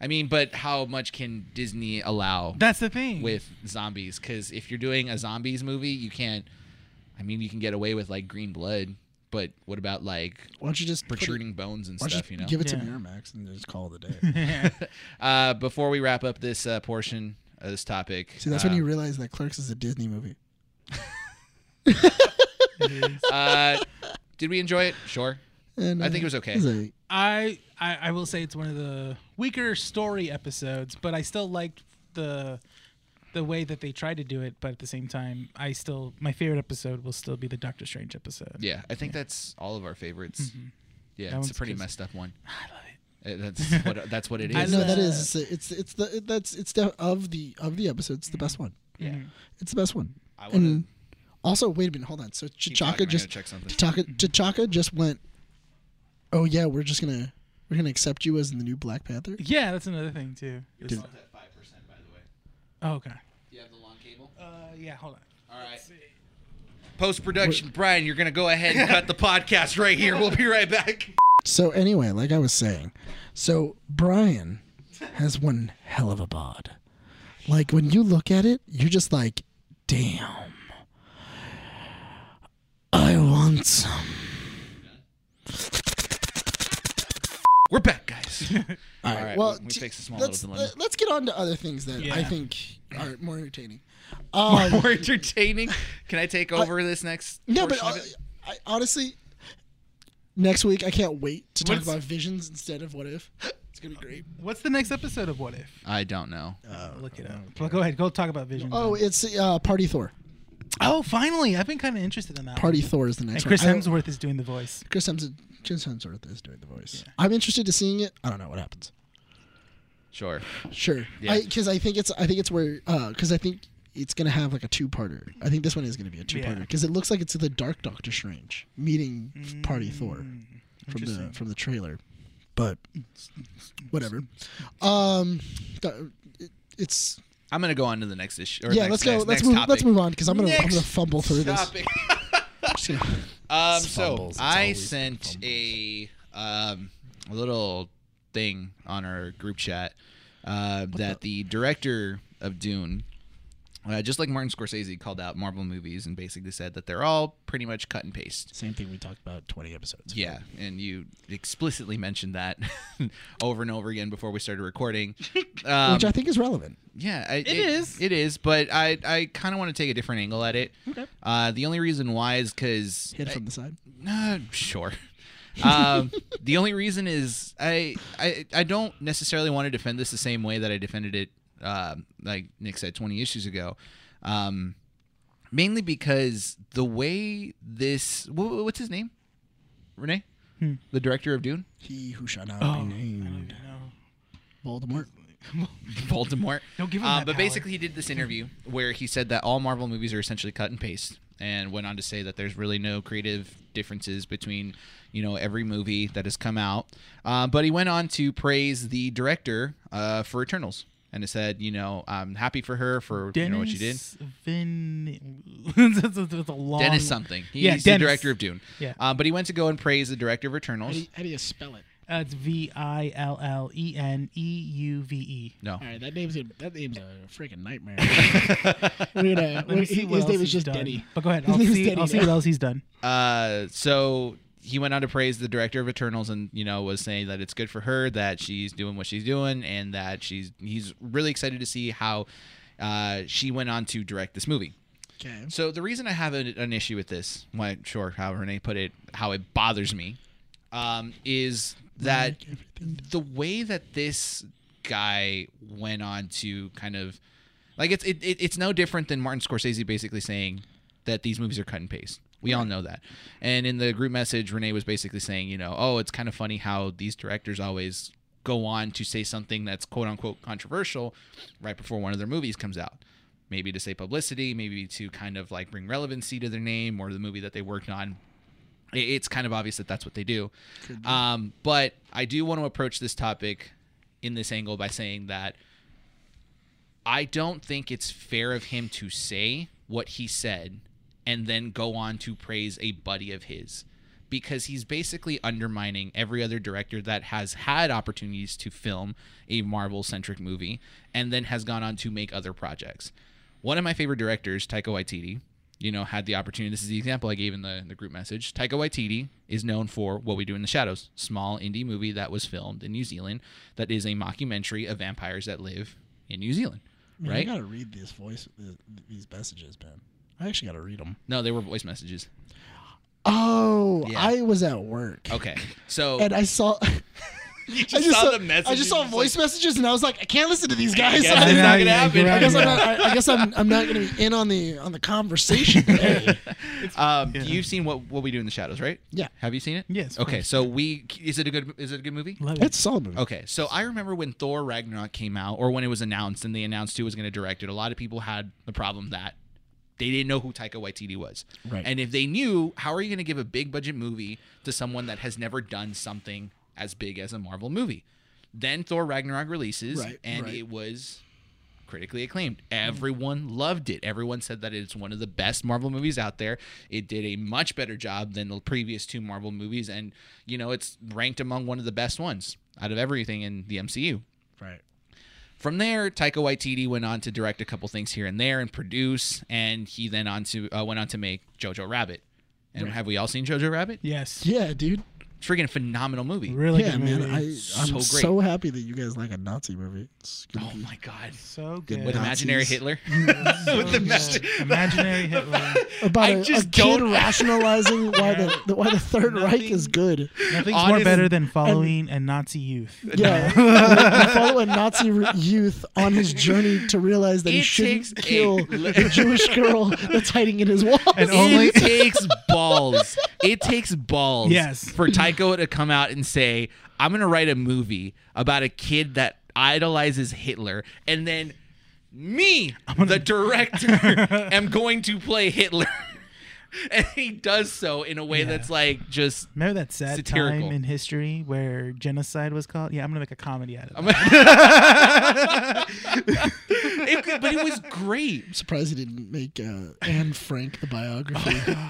Speaker 3: I mean, but how much can Disney allow?
Speaker 2: That's the thing.
Speaker 3: with zombies because if you're doing a zombies movie, you can't. I mean, you can get away with like green blood, but what about like
Speaker 1: Why don't you just put it-
Speaker 3: protruding bones and
Speaker 1: why don't
Speaker 3: stuff? You
Speaker 1: you
Speaker 3: know.
Speaker 1: give it
Speaker 2: Yeah.
Speaker 1: to Miramax and just call it a day?
Speaker 3: uh, before we wrap up this uh, portion of this topic,
Speaker 1: See, that's
Speaker 3: uh,
Speaker 1: when you realize that Clerks is a Disney movie.
Speaker 3: uh, did we enjoy it? Sure.
Speaker 1: And,
Speaker 3: I think
Speaker 1: uh,
Speaker 3: it was okay.
Speaker 1: it was a-
Speaker 2: I, I I will say it's one of the weaker story episodes, but I still liked the the way that they tried to do it, but at the same time, I still my favorite episode will still be the Doctor Strange episode.
Speaker 3: Yeah, I think that's all of our favorites.
Speaker 1: Mm-hmm.
Speaker 3: Yeah,
Speaker 2: That
Speaker 3: it's a
Speaker 2: one's
Speaker 3: pretty
Speaker 2: just-
Speaker 3: messed up one.
Speaker 2: I love it.
Speaker 3: Uh, That's what that's what it
Speaker 2: I
Speaker 1: I
Speaker 3: is.
Speaker 1: know
Speaker 2: love-
Speaker 1: that is it's it's the it- that's it's the, of the of the episodes it's the best one.
Speaker 3: Yeah.
Speaker 2: Mhm.
Speaker 1: It's the best one.
Speaker 3: I wanna
Speaker 1: And also, wait a minute, hold on. So
Speaker 3: keep talking, I
Speaker 1: T'Chaka
Speaker 3: gotta
Speaker 1: just
Speaker 3: check something.
Speaker 1: T'Chaka, T'Chaka just went. Oh yeah, we're just gonna we're gonna accept you as the new Black Panther.
Speaker 2: Yeah, that's another thing too.
Speaker 3: Your
Speaker 1: Did-
Speaker 3: phone's at five percent, by the way.
Speaker 2: Oh, okay.
Speaker 3: Do you have the long cable?
Speaker 2: Uh, yeah, hold on.
Speaker 3: All right.
Speaker 2: Let's see.
Speaker 3: Post production, Brian, you're gonna go ahead and cut the podcast right here. We'll be right back.
Speaker 1: So anyway, like I was saying, so Brian has one hell of a bod. Like when you look at it, you're just like, damn. I want some.
Speaker 3: We're back, guys.
Speaker 1: All
Speaker 3: right,
Speaker 1: well,
Speaker 3: we- we
Speaker 1: j-
Speaker 3: fix the small
Speaker 1: let's,
Speaker 3: little dilemma.
Speaker 1: let- let's get on to other things that I
Speaker 2: Yeah.
Speaker 1: think are more entertaining. Um,
Speaker 3: More entertaining. Can I take over this next?
Speaker 1: no, but
Speaker 3: portion of
Speaker 1: uh,
Speaker 3: it?
Speaker 1: I, honestly, next week I can't wait to talk
Speaker 2: What's-
Speaker 1: about visions instead of what if. It's gonna be great.
Speaker 2: What's the next episode of What If?
Speaker 1: uh,
Speaker 3: I don't know.
Speaker 2: Look it up. Well, go ahead. Go talk about Vision.
Speaker 1: Oh, it's uh, Party Thor.
Speaker 2: oh, finally! I've been kind of interested in that.
Speaker 1: Party Thor is the next
Speaker 2: And Chris
Speaker 1: one. I-
Speaker 2: Hemsworth is doing the voice.
Speaker 1: Chris Hemsworth, Chris Hemsworth is doing the voice. I'm interested to seeing it. I don't know what happens.
Speaker 3: Sure.
Speaker 1: Sure,
Speaker 3: Yeah.
Speaker 1: because I, think it's I think it's where because I think it's gonna have like a two parter. I think this one is gonna be a two parter
Speaker 2: Yeah.
Speaker 1: because it looks like it's the Dark Doctor Strange meeting f- Party Thor from the
Speaker 2: interesting.
Speaker 1: from the trailer, but whatever. Um, th- it- it's
Speaker 3: I'm gonna go on to the next issue. Or
Speaker 1: yeah.
Speaker 3: next,
Speaker 1: let's go.
Speaker 3: next-
Speaker 1: let's
Speaker 3: next
Speaker 1: move.
Speaker 3: Topic.
Speaker 1: Let's move on because I'm gonna I'm
Speaker 3: Next
Speaker 1: gonna fumble through
Speaker 3: topic.
Speaker 1: this. Just gonna-
Speaker 3: Um,
Speaker 4: It's
Speaker 3: so
Speaker 4: fumbles. It's
Speaker 3: I
Speaker 4: always
Speaker 3: sent
Speaker 4: fumbles.
Speaker 3: a um, a little thing on our group chat uh, that the director of Dune, uh, just like Martin Scorsese, called out Marvel movies and basically said that they're all pretty much cut and paste.
Speaker 4: Same thing we talked about 20 episodes. ago.
Speaker 3: Yeah, and you explicitly mentioned that over and over again before we started recording. Um,
Speaker 1: which I think is relevant.
Speaker 3: yeah, I, it
Speaker 2: is.
Speaker 3: It is, but I I kind of want to take a different angle at it. Okay. Uh, the only reason why is because
Speaker 1: Hit it from the side.
Speaker 3: uh, sure. um, the only reason is I, I I don't necessarily want to defend this the same way that I defended it, um, like Nick said, 20 issues ago. Um, mainly because the way this, wh- wh- what's his name? Renee, the director of Dune,
Speaker 1: He who shall not
Speaker 2: Oh,
Speaker 1: be named. Voldemort.
Speaker 3: Voldemort.
Speaker 2: Don't give him
Speaker 3: Uh,
Speaker 2: that
Speaker 3: but
Speaker 2: power.
Speaker 3: basically, he did this interview where he said that all Marvel movies are essentially cut and paste, and went on to say that there's really no creative differences between, you know, every movie that has come out. Uh, but he went on to praise the director uh, for Eternals, and it said, you know, I'm happy for her for you know what she did.
Speaker 2: Vin- that's, a, that's a long.
Speaker 3: Dennis something. He's
Speaker 2: yeah,
Speaker 3: the
Speaker 2: Dennis.
Speaker 3: director of Dune.
Speaker 2: Yeah.
Speaker 3: Uh, but he went to go and praise the director of Eternals.
Speaker 1: how do you spell it?
Speaker 2: Uh, it's V I L L E N E U V E.
Speaker 1: Oh.
Speaker 3: no.
Speaker 4: All right, that name's gonna, that name's a freaking nightmare.
Speaker 1: We're gonna,
Speaker 2: Let me see what
Speaker 1: his
Speaker 2: else
Speaker 1: name
Speaker 2: he's
Speaker 1: is just
Speaker 2: done.
Speaker 1: Denny.
Speaker 2: But go ahead.
Speaker 1: His
Speaker 2: I'll,
Speaker 1: name is
Speaker 2: see,
Speaker 1: Denny
Speaker 2: I'll see
Speaker 1: now.
Speaker 2: what else he's done.
Speaker 3: Uh, so he went on to praise the director of Eternals, and you know was saying that it's good for her that she's doing what she's doing, and that she's he's really excited to see how uh, she went on to direct this movie.
Speaker 1: Okay.
Speaker 3: So the reason I have an, an issue with this, why sure how Renee put it, how it bothers me, um, is that
Speaker 1: Like everything does.
Speaker 3: the way that this guy went on to kind of like it's it, it, it's no different than Martin Scorsese basically saying that these movies are cut and paste. We all know that. And in the group message, Renee was basically saying, you know, oh, it's kind of funny how these directors always go on to say something that's quote unquote controversial right before one of their movies comes out. Maybe to say publicity, maybe to kind of like bring relevancy to their name or the movie that they worked on it- it's kind of obvious that that's what they do. Um, but I do want to approach this topic in this angle by saying that I don't think it's fair of him to say what he said and then go on to praise a buddy of his because he's basically undermining every other director that has had opportunities to film a Marvel centric movie and then has gone on to make other projects. One of my favorite directors, Taika Waititi, you know, had the opportunity. This is the example I gave in the, the group message. Taika Waititi is known for What We Do in the Shadows, small indie movie that was filmed in New Zealand that is a mockumentary of vampires that live in New Zealand.
Speaker 4: Man, I
Speaker 3: right?
Speaker 4: gotta read these voice th- these messages, man. I actually gotta read them.
Speaker 3: No, they were voice messages.
Speaker 1: Oh,
Speaker 3: Yeah.
Speaker 1: I Oh, was at work.
Speaker 3: Okay. So
Speaker 1: And I saw
Speaker 3: You
Speaker 1: I just
Speaker 3: saw
Speaker 1: saw,
Speaker 3: the message.
Speaker 1: I just
Speaker 3: You
Speaker 1: saw
Speaker 3: just
Speaker 1: voice messages, and I was like, I can't listen to these guys.
Speaker 3: guess
Speaker 1: I,
Speaker 3: it's
Speaker 2: Yeah,
Speaker 3: not gonna
Speaker 2: yeah,
Speaker 3: happen.
Speaker 2: you're
Speaker 1: I guess I'm
Speaker 2: right.
Speaker 1: not. I, I guess I'm. I'm not going to be in on the on the conversation. today.
Speaker 3: um, You've seen what what we do in the shadows, right?
Speaker 1: Yeah.
Speaker 3: Have you seen it?
Speaker 2: Yes, of
Speaker 3: Okay.
Speaker 2: course.
Speaker 3: So we is it a good is it a good movie?
Speaker 2: Love
Speaker 1: it's a solid movie.
Speaker 3: Okay, so I remember when Thor Ragnarok came out, or when it was announced and they announced who was going to direct it. A lot of people had the problem that they didn't know who Taika Waititi was.
Speaker 1: Right.
Speaker 3: And if they knew, how are you going to give a big budget movie to someone that has never done something as big as a Marvel movie? Then Thor Ragnarok releases,
Speaker 1: Right,
Speaker 3: and
Speaker 1: right.
Speaker 3: it was critically acclaimed. Everyone loved it. Everyone said that it's one of the best Marvel movies out there. It did a much better job than the previous two Marvel movies and you know, it's ranked among one of the best ones out of everything in the MCU.
Speaker 4: Right.
Speaker 3: From there, Taika Waititi went on to direct a couple things here and there and produce and he then on to uh, went on to make Jojo Rabbit. And have we all seen Jojo Rabbit?
Speaker 2: Yes.
Speaker 1: Yeah, dude.
Speaker 3: Friggin' phenomenal movie.
Speaker 2: Really
Speaker 1: yeah,
Speaker 2: good
Speaker 1: man.
Speaker 2: movie.
Speaker 1: I, I'm
Speaker 3: So
Speaker 1: so,
Speaker 3: great.
Speaker 1: happy that you guys like a Nazi movie. It's gonna
Speaker 3: Oh
Speaker 1: be-
Speaker 3: my god.
Speaker 2: so
Speaker 1: Good
Speaker 2: good.
Speaker 3: With
Speaker 1: Nazis.
Speaker 3: imaginary Hitler.
Speaker 2: With the imaginary Hitler.
Speaker 1: About
Speaker 3: I
Speaker 1: a,
Speaker 3: just
Speaker 1: a kid
Speaker 3: don't-
Speaker 1: rationalizing why the, the why the Third Reich is
Speaker 2: Nothing-
Speaker 1: good.
Speaker 2: Nothing's more
Speaker 3: Honest-
Speaker 2: better than following a Nazi youth.
Speaker 1: Yeah, you follow a Nazi re- youth on his journey to realize that he
Speaker 3: It
Speaker 1: shouldn't
Speaker 3: takes a-
Speaker 1: kill a Jewish girl that's hiding in his walls.
Speaker 2: And only-
Speaker 3: it takes balls. It takes balls.
Speaker 2: Yes.
Speaker 3: For Tycho to come out and say, "I'm going to write a movie about a kid that idolizes Hitler," and then me, the director, am going to play Hitler. And he does so in a way that's like just.
Speaker 2: Remember that sad
Speaker 3: Satirical.
Speaker 2: time in history where genocide was called? Yeah, I'm gonna make a comedy out of it.
Speaker 3: It- but it was great.
Speaker 1: surprised he didn't make uh, Anne Frank the biography.
Speaker 3: Oh,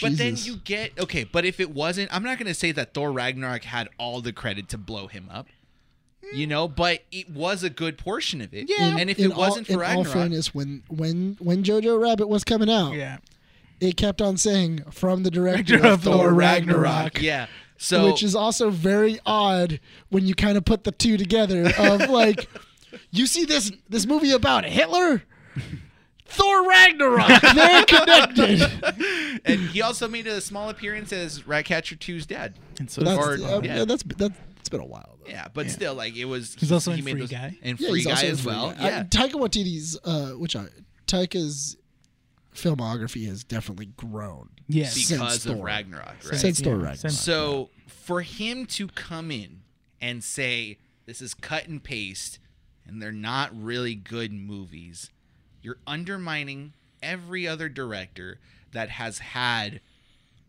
Speaker 3: But then
Speaker 1: Jesus.
Speaker 3: you get okay. But if it wasn't, I'm not gonna say that Thor Ragnarok had all the credit to blow him up. You know, but it was a good portion of it.
Speaker 1: In-
Speaker 3: and if
Speaker 1: Hmm. in
Speaker 3: it wasn't
Speaker 1: all,
Speaker 3: for
Speaker 1: in all
Speaker 3: Ragnarok,
Speaker 1: fairness, when when when Jojo Rabbit was coming out,
Speaker 2: Yeah.
Speaker 1: it kept on saying from the director
Speaker 2: Director
Speaker 1: of Thor Ragnarok.
Speaker 3: yeah. So
Speaker 1: which is also very odd when you kind of put the two together of like you see this this movie about Hitler Thor Ragnarok they're connected
Speaker 3: and he also made a small appearance as Ratcatcher 2's dad.
Speaker 2: And so
Speaker 1: that's,
Speaker 3: Or-
Speaker 1: uh,
Speaker 3: yeah.
Speaker 1: yeah, that's that's it's been a while though.
Speaker 3: Yeah, but still, like it was.
Speaker 2: He's also in
Speaker 3: made
Speaker 2: Free
Speaker 3: those-
Speaker 2: Guy.
Speaker 3: and
Speaker 1: Yeah,
Speaker 3: Free
Speaker 1: he's also
Speaker 3: Guy
Speaker 1: a
Speaker 3: as
Speaker 1: free
Speaker 3: well.
Speaker 1: guy.
Speaker 3: Yeah.
Speaker 1: I, Taika Waititi's uh, which I Taika's filmography has definitely grown
Speaker 2: Yes.
Speaker 3: because
Speaker 1: Since
Speaker 3: of
Speaker 1: Thor.
Speaker 3: Ragnarok, right?
Speaker 1: since Thor
Speaker 2: Yeah,
Speaker 1: Ragnarok.
Speaker 2: since-
Speaker 3: So for him to come in and say this is cut and paste and they're not really good movies, you're undermining every other director that has had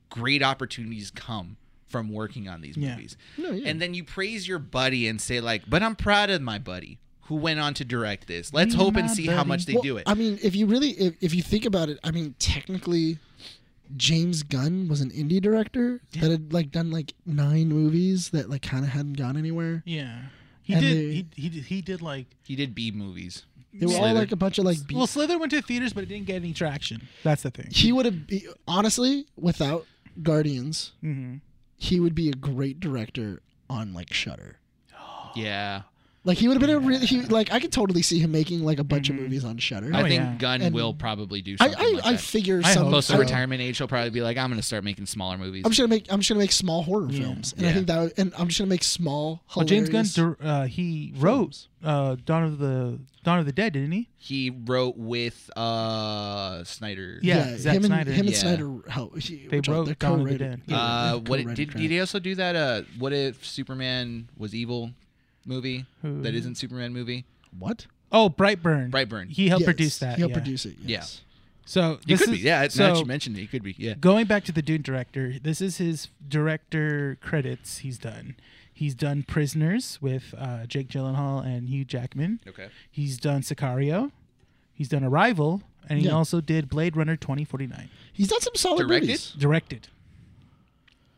Speaker 3: great opportunities come from working on these
Speaker 2: Yeah.
Speaker 3: movies.
Speaker 1: No, yeah.
Speaker 3: And then you praise your buddy and say like, "But I'm proud of my buddy who went on to direct this. Let's
Speaker 2: Me,
Speaker 3: hope and
Speaker 2: my
Speaker 3: see how
Speaker 2: buddy."
Speaker 3: much they
Speaker 1: Well,
Speaker 3: do it."
Speaker 1: I mean, if you really, if, if you think about it, I mean, technically, James Gunn was an indie director that had like done like nine movies that like kind of hadn't gone anywhere.
Speaker 2: Yeah. He
Speaker 1: And
Speaker 2: did,
Speaker 1: they-
Speaker 2: he, he did. He did like.
Speaker 3: he did B movies.
Speaker 1: They were all
Speaker 3: Slither.
Speaker 1: like a bunch of like. B-
Speaker 2: Well, Slither went to theaters, but it didn't get any traction. That's the thing.
Speaker 1: he would have be honestly without Guardians,
Speaker 2: Mm-hmm.
Speaker 1: he would be a great director on like Shutter.
Speaker 3: Yeah.
Speaker 1: Like he would have been a really he, like I could totally see him making like a bunch
Speaker 2: Mhm.
Speaker 1: of movies on Shutter.
Speaker 3: Mm-hmm. I
Speaker 2: Oh,
Speaker 1: I,
Speaker 3: think
Speaker 2: yeah.
Speaker 3: Gunn
Speaker 1: And-
Speaker 3: will probably do
Speaker 1: I,
Speaker 3: something
Speaker 1: I,
Speaker 3: like that.
Speaker 1: figure
Speaker 2: I
Speaker 1: some
Speaker 2: hope
Speaker 3: close
Speaker 2: so.
Speaker 3: to
Speaker 1: I-
Speaker 3: retirement age, he'll probably be like, "I'm gonna start making smaller movies."
Speaker 1: I'm just gonna make I'm just gonna make small horror
Speaker 2: Yeah.
Speaker 1: films, and I
Speaker 3: Yeah.
Speaker 1: think that would, and I'm just gonna make small.
Speaker 2: Well, James
Speaker 1: Hilarious,
Speaker 2: Gunn, dir- uh, he wrote uh, Dawn of the Dawn of the Dead, didn't he?
Speaker 3: he wrote with uh Snyder.
Speaker 2: Yeah, Zack
Speaker 1: him and,
Speaker 2: Snyder.
Speaker 1: Him and
Speaker 3: Yeah.
Speaker 1: Snyder helped. He,
Speaker 2: They
Speaker 1: which are-
Speaker 2: wrote
Speaker 1: they're
Speaker 2: Dawn of the
Speaker 1: co-written.
Speaker 2: Dead.
Speaker 1: Yeah,
Speaker 3: Uh,
Speaker 1: they're
Speaker 3: what
Speaker 1: co-written
Speaker 3: did, did
Speaker 1: crap.
Speaker 3: he also do that? Uh, what if Superman was evil? Movie
Speaker 2: Who?
Speaker 3: that isn't Superman movie.
Speaker 1: What?
Speaker 2: Oh, Brightburn.
Speaker 3: Brightburn.
Speaker 2: He helped
Speaker 1: Yes,
Speaker 2: produce that.
Speaker 1: He'll
Speaker 2: yeah.
Speaker 1: produce it. Yes.
Speaker 2: So
Speaker 3: You
Speaker 2: this
Speaker 3: could
Speaker 2: is,
Speaker 3: be. Yeah, it's
Speaker 2: so
Speaker 3: now that you mentioned it, you could be. Yeah.
Speaker 2: going back to the Dune director, this is his director credits he's done. He's done Prisoners with uh, Jake Gyllenhaal and Hugh Jackman.
Speaker 3: Okay.
Speaker 2: He's done Sicario. He's done Arrival, and he
Speaker 1: Yeah.
Speaker 2: also did Blade Runner 2049.
Speaker 1: He's done some solid
Speaker 3: Directed?
Speaker 1: movies.
Speaker 2: Directed.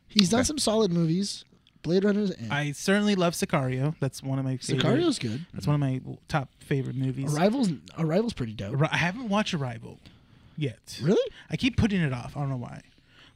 Speaker 1: He's done
Speaker 3: Okay.
Speaker 1: some solid movies. Blade Runner's and
Speaker 2: I certainly love Sicario. That's one of my favorite.
Speaker 1: Sicario's good.
Speaker 2: That's one of my top favorite movies.
Speaker 1: Arrival's Arrival's pretty dope.
Speaker 2: Arri- I haven't watched Arrival yet.
Speaker 1: Really?
Speaker 2: I keep putting it off. I don't know why.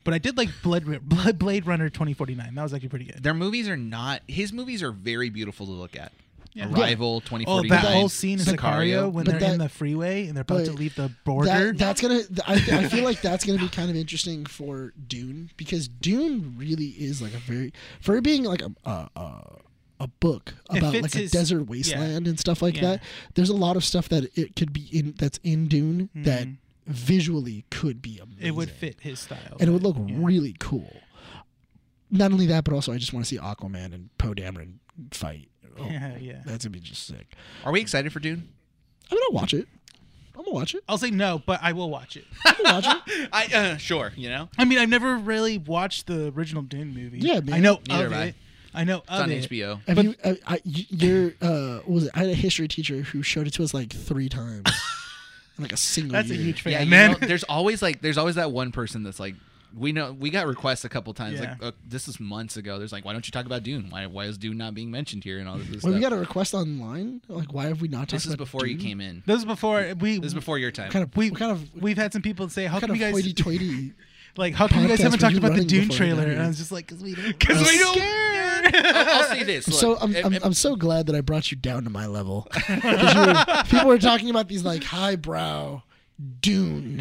Speaker 2: But I did like Blood, Blood Blade Runner 2049. That was actually pretty good.
Speaker 3: Their movies are not. His movies are very beautiful to look at.
Speaker 2: Yeah.
Speaker 3: Arrival, twenty
Speaker 2: Oh,
Speaker 3: forty
Speaker 2: that
Speaker 3: nine.
Speaker 2: whole scene in Sicario when
Speaker 1: But
Speaker 2: they're in
Speaker 1: that-
Speaker 2: the freeway and they're about to
Speaker 1: but
Speaker 2: leave the
Speaker 1: That,
Speaker 2: border.
Speaker 1: that's gonna. th- I, I feel like that's gonna be kind of interesting for Dune because Dune really is like a very for it being like a a, a, a book about
Speaker 2: fits
Speaker 1: like a
Speaker 2: his-
Speaker 1: desert wasteland and stuff like
Speaker 2: Yeah.
Speaker 1: that. There's a lot of stuff that it could be in that's in Dune that visually could be amazing.
Speaker 2: Mm-hmm. it would fit his style.
Speaker 1: and it would
Speaker 2: but,
Speaker 1: look really cool. Not only that, but also I just want to see Aquaman and Poe Dameron fight. Oh,
Speaker 2: yeah, yeah.
Speaker 1: That's gonna be just sick.
Speaker 3: Are we excited for Dune?
Speaker 1: I mean, I'll watch it. I'm gonna watch it.
Speaker 2: I'll say no, but I will watch it.
Speaker 1: I'm gonna watch it.
Speaker 3: I uh, sure, you know.
Speaker 2: I mean, I've never really watched the original Dune movie.
Speaker 1: Yeah, man.
Speaker 2: I know
Speaker 3: Neither
Speaker 2: of
Speaker 3: have I.
Speaker 2: it. I know
Speaker 3: It's
Speaker 2: of
Speaker 3: on
Speaker 2: it.
Speaker 3: HBO.
Speaker 1: Have you, I, I, y- your, uh, what was it? I had a history teacher who showed it to us like three times, in like a single
Speaker 2: That's a
Speaker 1: year.
Speaker 2: huge fan,
Speaker 3: Yeah, you
Speaker 2: man.
Speaker 3: know, there's always like there's always that one person that's like we know we got requests a couple times
Speaker 2: Yeah.
Speaker 3: like uh, this is months ago. There's like why don't you talk about Dune? Why why is Dune not being mentioned here and all this, this
Speaker 1: Wait,
Speaker 3: stuff?
Speaker 1: we got a request online. Like, why have we not talked
Speaker 3: this is
Speaker 1: about
Speaker 3: before you
Speaker 1: Dune?
Speaker 3: came in.
Speaker 2: this is before we.
Speaker 3: This is before your time.
Speaker 1: What Kind of,
Speaker 2: We-
Speaker 1: we kind of, we
Speaker 2: We've had some people say, "How
Speaker 1: kind
Speaker 2: come
Speaker 1: of
Speaker 2: you guys
Speaker 1: hoity-toity.
Speaker 2: like? How come you guys
Speaker 1: podcast
Speaker 2: haven't
Speaker 1: were
Speaker 2: talked
Speaker 1: you
Speaker 2: about the
Speaker 1: running
Speaker 2: Dune
Speaker 1: before I got
Speaker 2: trailer?" And
Speaker 1: here?
Speaker 2: I was just like, "Cause we don't, cause
Speaker 3: I'm
Speaker 2: we don't."
Speaker 3: scared. I'll, I'll say this.
Speaker 1: I'm so um,
Speaker 3: look,
Speaker 1: I'm,
Speaker 3: if-
Speaker 1: I'm,
Speaker 3: if-
Speaker 1: I'm so glad that I brought you down to my level. 'Cause you were- people were talking about these like highbrow Dune.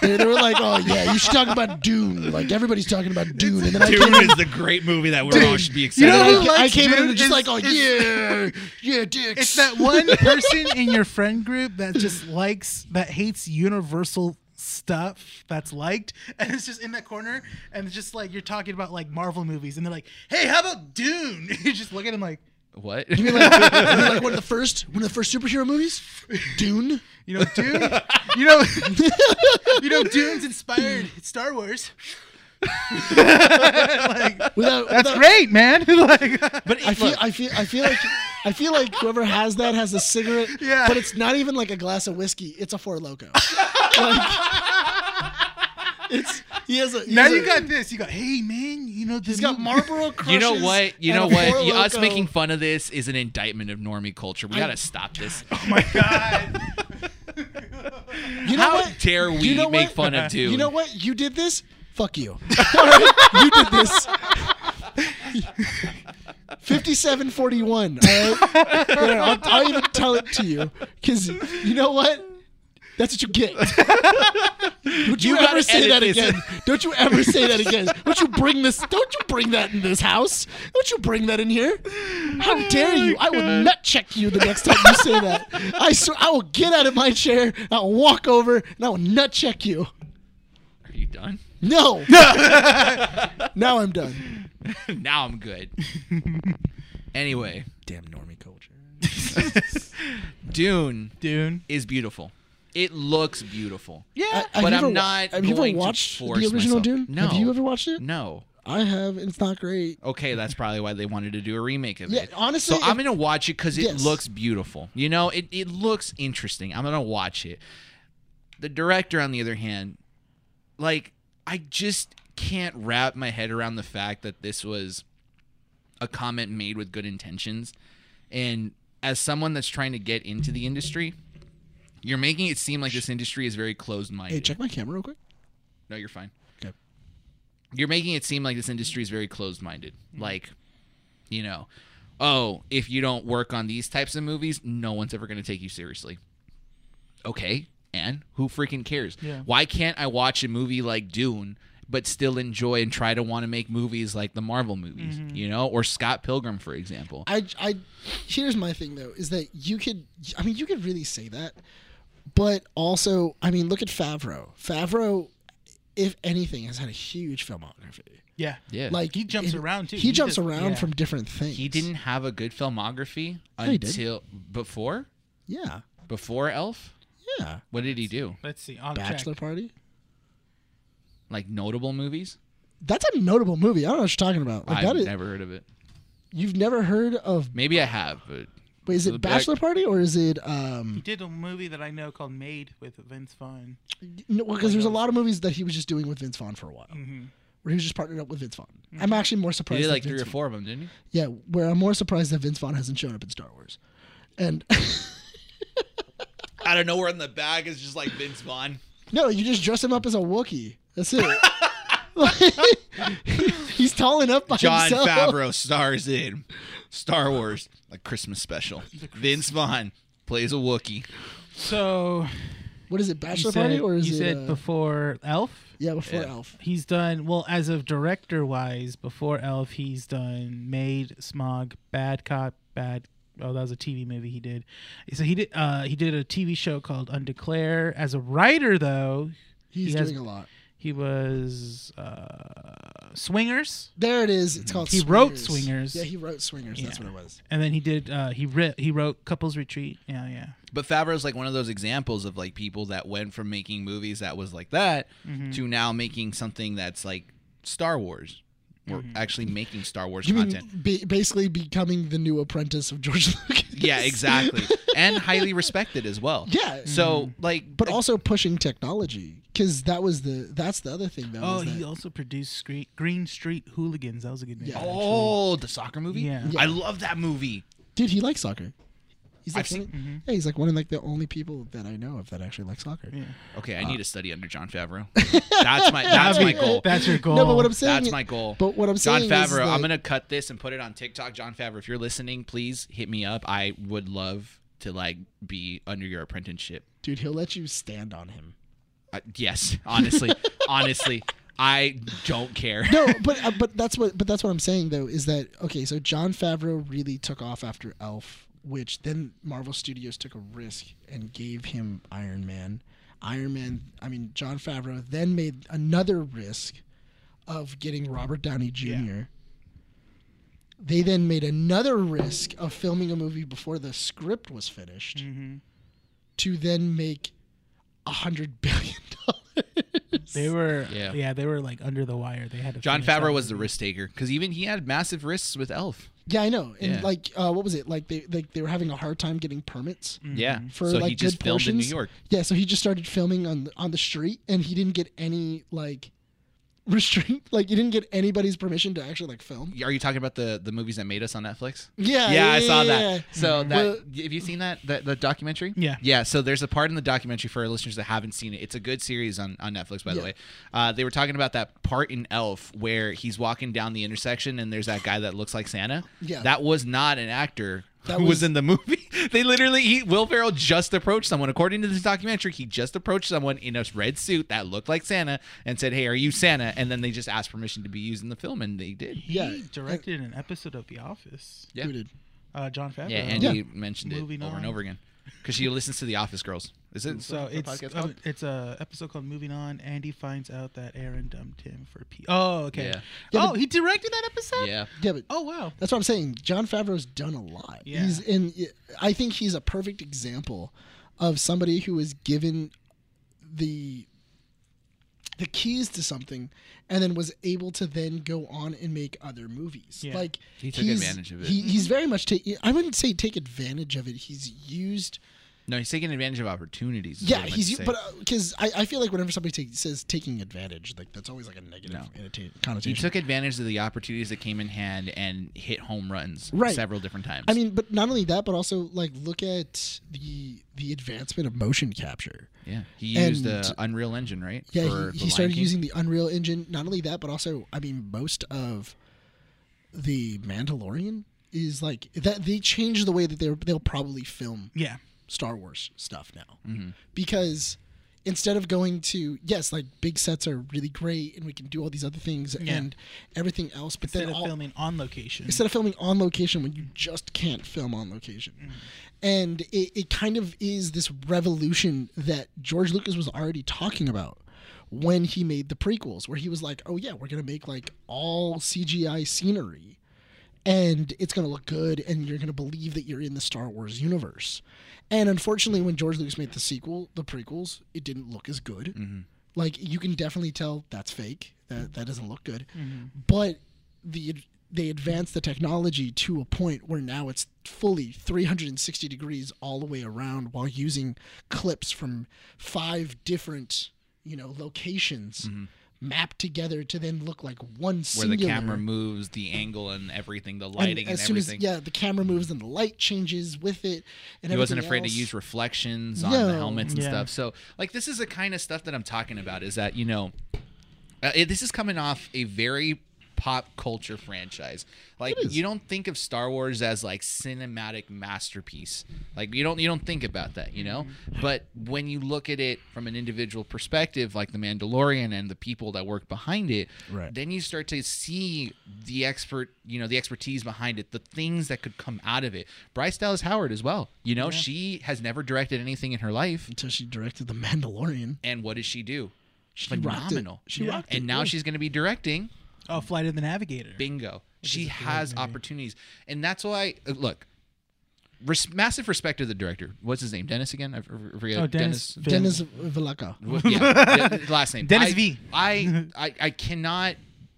Speaker 1: they, they were like, "Oh yeah, you should talk about Dune." Like everybody's talking about Dune, and then I came
Speaker 3: Dune
Speaker 1: in,
Speaker 3: is the great movie that we're all should be
Speaker 2: You
Speaker 3: excited.
Speaker 2: know
Speaker 1: I,
Speaker 2: who
Speaker 3: about.
Speaker 1: I
Speaker 2: likes
Speaker 1: came in
Speaker 2: Dune
Speaker 1: and just like,
Speaker 2: is-
Speaker 1: "Oh yeah, yeah, dicks."
Speaker 2: It's that one person in your friend group that just likes that hates universal stuff that's liked and it's just in that corner and it's just like you're talking about like Marvel movies and they're like, "Hey, how about Dune?" you just look at him like,
Speaker 3: What?
Speaker 1: You mean, like, you mean, like one of the first, one of the first superhero movies, Dune.
Speaker 2: you know, Dune, you know, you know, Dune's inspired Star Wars. like,
Speaker 1: Without,
Speaker 2: that's
Speaker 1: without-
Speaker 2: great, man. like, but
Speaker 1: I feel, I feel, I feel like, I feel like whoever has that has a cigarette.
Speaker 2: Yeah.
Speaker 1: But it's not even like a glass of whiskey. It's a Four Loco. like, it's he has a. he
Speaker 2: now
Speaker 1: has a-
Speaker 2: you got this. You got, hey, man, you know,
Speaker 1: He's got Marlboro. Crushes
Speaker 3: You know what? You
Speaker 1: and
Speaker 3: know
Speaker 1: a Four
Speaker 3: what? You- Us
Speaker 1: Loko.
Speaker 3: making fun of this is an indictment of normie culture. We gotta stop this.
Speaker 2: Oh my god.
Speaker 1: You know
Speaker 3: How
Speaker 1: what?
Speaker 3: dare we
Speaker 1: You know
Speaker 3: make
Speaker 1: what?
Speaker 3: fun of Dune?
Speaker 1: You know what? You did this. Fuck you. All right? You did this. Fifty-seven forty-one. All right. There, I'll, I'll even tell it to you because you know what? That's what you get. Don't you,
Speaker 3: You gotta
Speaker 1: ever say
Speaker 3: edit
Speaker 1: that
Speaker 3: this.
Speaker 1: again. Don't you ever say that again. Don't you bring this? Don't you bring that in this house? Don't you bring that in here?
Speaker 3: Oh
Speaker 1: How dare you? I will nut check you the next time you say that. I swear, I will get out of my chair. I will walk over and I will nut check you.
Speaker 3: Are you done?
Speaker 1: No. now I'm done.
Speaker 3: now I'm good. anyway,
Speaker 1: Damn normie culture.
Speaker 3: Dune
Speaker 2: Dune.
Speaker 3: is beautiful. It looks beautiful.
Speaker 1: Yeah,
Speaker 3: But I'm not
Speaker 1: Have you ever
Speaker 3: going to
Speaker 1: watched the
Speaker 3: force
Speaker 1: original
Speaker 3: myself.
Speaker 1: Dune?
Speaker 3: No.
Speaker 1: Have you ever watched it?
Speaker 3: No.
Speaker 1: I have. It's not great.
Speaker 3: Okay, that's probably why they wanted to do a remake of
Speaker 1: Yeah,
Speaker 3: it.
Speaker 1: honestly,
Speaker 3: so I'm
Speaker 1: if-
Speaker 3: gonna watch it because it
Speaker 1: Yes.
Speaker 3: looks beautiful. You know, it it looks interesting. I'm gonna watch it. The director, on the other hand, like I just can't wrap my head around the fact that this was a comment made with good intentions, and as someone that's trying to get into the industry. You're making it seem like this industry is very closed-minded.
Speaker 1: Hey, check my camera real quick.
Speaker 3: No, you're fine.
Speaker 1: Okay.
Speaker 3: You're making it seem like this industry is very closed minded.
Speaker 1: Mm-hmm.
Speaker 3: Like, you know, oh, if you don't work on these types of movies, no one's ever going to take you seriously. Okay. And who freaking cares?
Speaker 2: Yeah.
Speaker 3: Why can't I watch a movie like Dune, but still enjoy and try to want to make movies like the Marvel movies, you know, or Scott Pilgrim, for example?
Speaker 1: Mm-hmm. I, I, here's my thing though, is that you could, I mean, you could really say that, but also, I mean, look at Favreau. Favreau, if anything, has had a huge filmography.
Speaker 2: Yeah.
Speaker 3: yeah.
Speaker 1: Like
Speaker 2: He jumps
Speaker 1: it-
Speaker 2: around, too.
Speaker 1: He,
Speaker 2: He
Speaker 1: jumps
Speaker 2: does-
Speaker 1: around
Speaker 2: yeah.
Speaker 1: from different things.
Speaker 3: he didn't have a good filmography
Speaker 1: he did.
Speaker 3: until before?
Speaker 1: Yeah,
Speaker 3: Before Elf?
Speaker 1: yeah.
Speaker 3: What did he do?
Speaker 2: Let's see. On
Speaker 1: Bachelor
Speaker 2: track.
Speaker 1: Party.
Speaker 3: Like notable movies?
Speaker 1: That's a notable movie. I don't know what you're talking about. Like
Speaker 3: I've
Speaker 1: that is,
Speaker 3: never heard of it.
Speaker 1: you've never heard of.
Speaker 3: Maybe I have, but
Speaker 1: Wait, is
Speaker 3: The
Speaker 1: it
Speaker 3: back-
Speaker 1: Bachelor Party or is it?
Speaker 2: He
Speaker 1: Um,
Speaker 2: did a movie that I know called Made with Vince Vaughn.
Speaker 1: no, because there's a lot of movies that he was just doing with Vince Vaughn for a while, where he was just partnered up with Vince Vaughn. I'm actually more
Speaker 3: you
Speaker 1: surprised.
Speaker 3: Mm-hmm. did
Speaker 1: that
Speaker 3: like three
Speaker 1: Vince
Speaker 3: or four of them, didn't you?
Speaker 1: Yeah, where I'm more surprised that Vince Vaughn hasn't shown up in Star Wars. And
Speaker 3: Out of nowhere in the bag is just like Vince Vaughn.
Speaker 1: no, you just dress him up as a Wookiee. That's it. He's tall enough by
Speaker 3: John
Speaker 1: himself.
Speaker 3: Favreau stars in Star Wars, like Christmas special. Vince Vaughn plays a Wookiee.
Speaker 2: So
Speaker 1: What is it,
Speaker 2: You
Speaker 1: Bachelor Party
Speaker 2: said,
Speaker 1: or is
Speaker 2: you
Speaker 1: it?
Speaker 2: said
Speaker 1: uh,
Speaker 2: before Elf.
Speaker 1: yeah, before
Speaker 3: Yeah.
Speaker 1: Elf.
Speaker 2: He's done well as of director wise. Before Elf, he's done Maid, Smog, Bad Cop, Bad. Oh, that was a TV movie he did. So he did. Uh, he did a TV show called Undeclare. As a writer, though,
Speaker 1: He's
Speaker 2: he has-
Speaker 1: doing a lot.
Speaker 2: he was uh, Swingers,
Speaker 1: There it is. It's called.
Speaker 2: He wrote Swingers.
Speaker 1: Yeah, he wrote Swingers. That's
Speaker 2: Yeah.
Speaker 1: what it was.
Speaker 2: and then he did. Uh, he re- he wrote Couples Retreat. Yeah, yeah.
Speaker 3: But Favreau's like one of those examples of like people that went from making movies that was like that
Speaker 1: Mm-hmm.
Speaker 3: to now making something that's like Star Wars. We're actually making Star Wars
Speaker 1: Mm-hmm. You
Speaker 3: content.
Speaker 1: mean ba- basically becoming the new apprentice of George Lucas?
Speaker 3: yeah, exactly. and highly respected as well.
Speaker 1: Yeah. Mm-hmm.
Speaker 3: So like
Speaker 1: but
Speaker 3: uh,
Speaker 1: also pushing technology because that was the that's the other thing though.
Speaker 2: Oh,
Speaker 1: is that-
Speaker 2: he also produced Scree- Green Street Hooligans. That was a good movie.
Speaker 1: Yeah.
Speaker 2: actually.
Speaker 3: Oh, the soccer movie?
Speaker 2: Yeah.
Speaker 3: I love that movie.
Speaker 1: dude, he likes soccer. He's like,
Speaker 3: I've
Speaker 1: one
Speaker 3: seen-
Speaker 1: of,
Speaker 2: Mm-hmm.
Speaker 1: yeah, he's like one of like the only people that I know of that actually likes soccer.
Speaker 2: Yeah.
Speaker 3: Okay, I need to study under John Favreau. That's my that's my goal.
Speaker 2: That's your goal.
Speaker 1: No, but what I'm saying.
Speaker 3: That's
Speaker 1: is-
Speaker 3: my goal.
Speaker 1: But what I'm
Speaker 3: John
Speaker 1: saying is
Speaker 3: Favreau,
Speaker 1: that-
Speaker 3: I'm gonna cut this and put it on TikTok. John Favreau, if you're listening, please hit me up. I would love to like be under your apprenticeship.
Speaker 1: dude, he'll let you stand on him.
Speaker 3: Uh, yes, honestly, honestly, I don't care.
Speaker 1: No, but uh, but that's what but that's what I'm saying though is that okay? So John Favreau really took off after Elf, which then Marvel Studios took a risk and gave him Iron Man. Iron Man, I mean John Favreau, then made another risk of getting Robert Downey Jr. They then made another risk of filming a movie before the script was finished
Speaker 2: Mm. Mm-hmm.
Speaker 1: to then make a hundred billion dollars.
Speaker 2: They were
Speaker 3: Yeah.
Speaker 2: yeah. they were like under the wire. They had to
Speaker 3: John
Speaker 2: finish that
Speaker 3: Favreau was the
Speaker 2: movie.
Speaker 3: risk taker because even he had massive risks with Elf.
Speaker 1: Yeah, I know. And
Speaker 3: Yeah.
Speaker 1: like, uh, what was it? Like they like they were having a hard time getting permits
Speaker 2: Mm-hmm.
Speaker 3: Yeah,
Speaker 1: for
Speaker 3: so
Speaker 1: like
Speaker 3: he just
Speaker 1: good
Speaker 3: filmed
Speaker 1: portions.
Speaker 3: in New York.
Speaker 1: Yeah, so he just started filming on the- on the street, and he didn't get any like restraint. Like he didn't get anybody's permission to actually like film.
Speaker 3: Are you talking about the the movies that made us on Netflix?
Speaker 1: Yeah,
Speaker 3: yeah, I saw that.
Speaker 1: yeah. Mm-hmm.
Speaker 3: So that
Speaker 1: Well-
Speaker 3: have you seen that that the documentary?
Speaker 2: Yeah.
Speaker 3: yeah. So there's a part in the documentary for our listeners that haven't seen it. It's a good series on on Netflix, by the
Speaker 1: Yeah.
Speaker 3: way. Uh, they were talking about that part in Elf where he's walking down the intersection and there's that guy that looks like Santa.
Speaker 1: Yeah.
Speaker 3: that was not an actor.
Speaker 1: That
Speaker 3: who was,
Speaker 1: was-
Speaker 3: in the movie? They literally, he, Will Ferrell just approached someone. According to this documentary, he just approached someone in a red suit that looked like Santa and said, "Hey, are you Santa?" And then they just asked permission to be used in the film, and they did.
Speaker 2: He
Speaker 1: Yeah.
Speaker 2: directed an episode of The Office.
Speaker 3: Yeah.
Speaker 1: Who did?
Speaker 2: Uh, John Favreau.
Speaker 3: Yeah, Andy
Speaker 1: Yeah.
Speaker 3: mentioned it
Speaker 2: Moving
Speaker 3: over and
Speaker 2: on.
Speaker 3: over again because she listens to The Office Girls. Is it
Speaker 2: So
Speaker 3: the
Speaker 2: it's
Speaker 3: podcast
Speaker 2: uh,
Speaker 3: called?
Speaker 2: it's a episode called "Moving On." Andy finds out that Aaron dumped him for P. Oh, okay.
Speaker 3: Yeah.
Speaker 1: Yeah,
Speaker 2: oh,
Speaker 1: but-
Speaker 2: he directed that episode.
Speaker 3: yeah.
Speaker 1: Yeah, but
Speaker 2: Oh wow.
Speaker 1: that's what I'm saying. John Favreau's done a lot.
Speaker 2: Yeah.
Speaker 1: He's in. I think he's a perfect example of somebody who was given the the keys to something and then was able to then go on and make other movies.
Speaker 2: Yeah. Mm-hmm.
Speaker 1: Like
Speaker 3: He took
Speaker 1: he's-
Speaker 3: advantage of it.
Speaker 1: He, he's very much taking. I wouldn't say take advantage of it. He's used.
Speaker 3: No, he's taking advantage of opportunities. is
Speaker 1: Yeah,
Speaker 3: what I meant
Speaker 1: he's
Speaker 3: to
Speaker 1: u-
Speaker 3: say.
Speaker 1: but uh, because I, I feel like whenever somebody take, says taking advantage, like that's always like a negative annota-
Speaker 3: he
Speaker 1: connotation.
Speaker 3: took advantage of the opportunities that came in hand and hit home runs
Speaker 1: Right.
Speaker 3: several different times.
Speaker 1: I mean, but not only that, but also like look at the the advancement of motion capture.
Speaker 3: yeah, he used
Speaker 1: and-
Speaker 3: the Unreal Engine, right?
Speaker 1: Yeah,
Speaker 3: for The
Speaker 1: he, he
Speaker 3: Lion
Speaker 1: started
Speaker 3: King?
Speaker 1: using the Unreal Engine. Not only that, but also I mean, most of the Mandalorian is like that. They changed the way that they they'll probably film
Speaker 2: Yeah.
Speaker 1: Star Wars stuff now. Because instead of going to yes, like big sets are really great and we can do all these other things and everything else, but
Speaker 2: Instead
Speaker 1: then
Speaker 2: of
Speaker 1: all,
Speaker 2: filming on location.
Speaker 1: instead of filming on location when you just can't film on location. And it, it kind of is this revolution that George Lucas was already talking about when he made the prequels, where he was like, oh, yeah, we're going to make like all CGI scenery and it's going to look good and you're going to believe that you're in the Star Wars universe. And unfortunately, when George Lucas made the sequel, the prequels, it didn't look as good.
Speaker 3: Mm-hmm.
Speaker 1: Like you can definitely tell that's fake. That that doesn't look good.
Speaker 3: Mm-hmm.
Speaker 1: But the they advanced the technology to a point where now it's fully 360 degrees all the way around while using clips from five different, you know, locations mapped together to then look like one
Speaker 3: Mm-hmm. where
Speaker 1: singular
Speaker 3: the camera moves, the angle, and everything, the
Speaker 1: and
Speaker 3: lighting, and,
Speaker 1: as soon
Speaker 3: everything.
Speaker 1: as yeah, the camera moves and the light changes with it, and
Speaker 3: he wasn't
Speaker 1: everything
Speaker 3: afraid
Speaker 1: else.
Speaker 3: to use reflections on the
Speaker 1: No.
Speaker 3: helmets and
Speaker 2: Yeah.
Speaker 3: stuff. So, like, this is the kind of stuff that I'm talking about. Is that you know, uh, it, this is coming off a very pop culture franchise. Like you don't think of Star Wars as like cinematic masterpiece. Like you don't you don't think about that, you know? But when you look at it from an individual perspective like The Mandalorian and the people that work behind it,
Speaker 4: Right.
Speaker 3: then you start to see the expert, you know, the expertise behind it, the things that could come out of it. Bryce Dallas Howard as well. You know, she has never directed anything in her life.
Speaker 1: until she directed The Mandalorian.
Speaker 3: And what does she do?
Speaker 1: She rocked it.
Speaker 3: Phenomenal.
Speaker 1: She
Speaker 2: Yeah.
Speaker 1: rocked it.
Speaker 3: And now
Speaker 1: yeah.
Speaker 3: she's going to be directing
Speaker 2: Oh, Flight of the Navigator.
Speaker 3: Bingo. she
Speaker 2: is a great
Speaker 3: has
Speaker 2: movie.
Speaker 3: opportunities, and that's why. uh, Look, res- massive respect to the director. What's his name? Dennis again? I f- f- forget.
Speaker 2: Oh, Dennis. Villeneuve.
Speaker 1: Dennis Vilaka.
Speaker 3: Wha- yeah, De- last name.
Speaker 2: Dennis
Speaker 3: I-
Speaker 2: V.
Speaker 3: I, I I cannot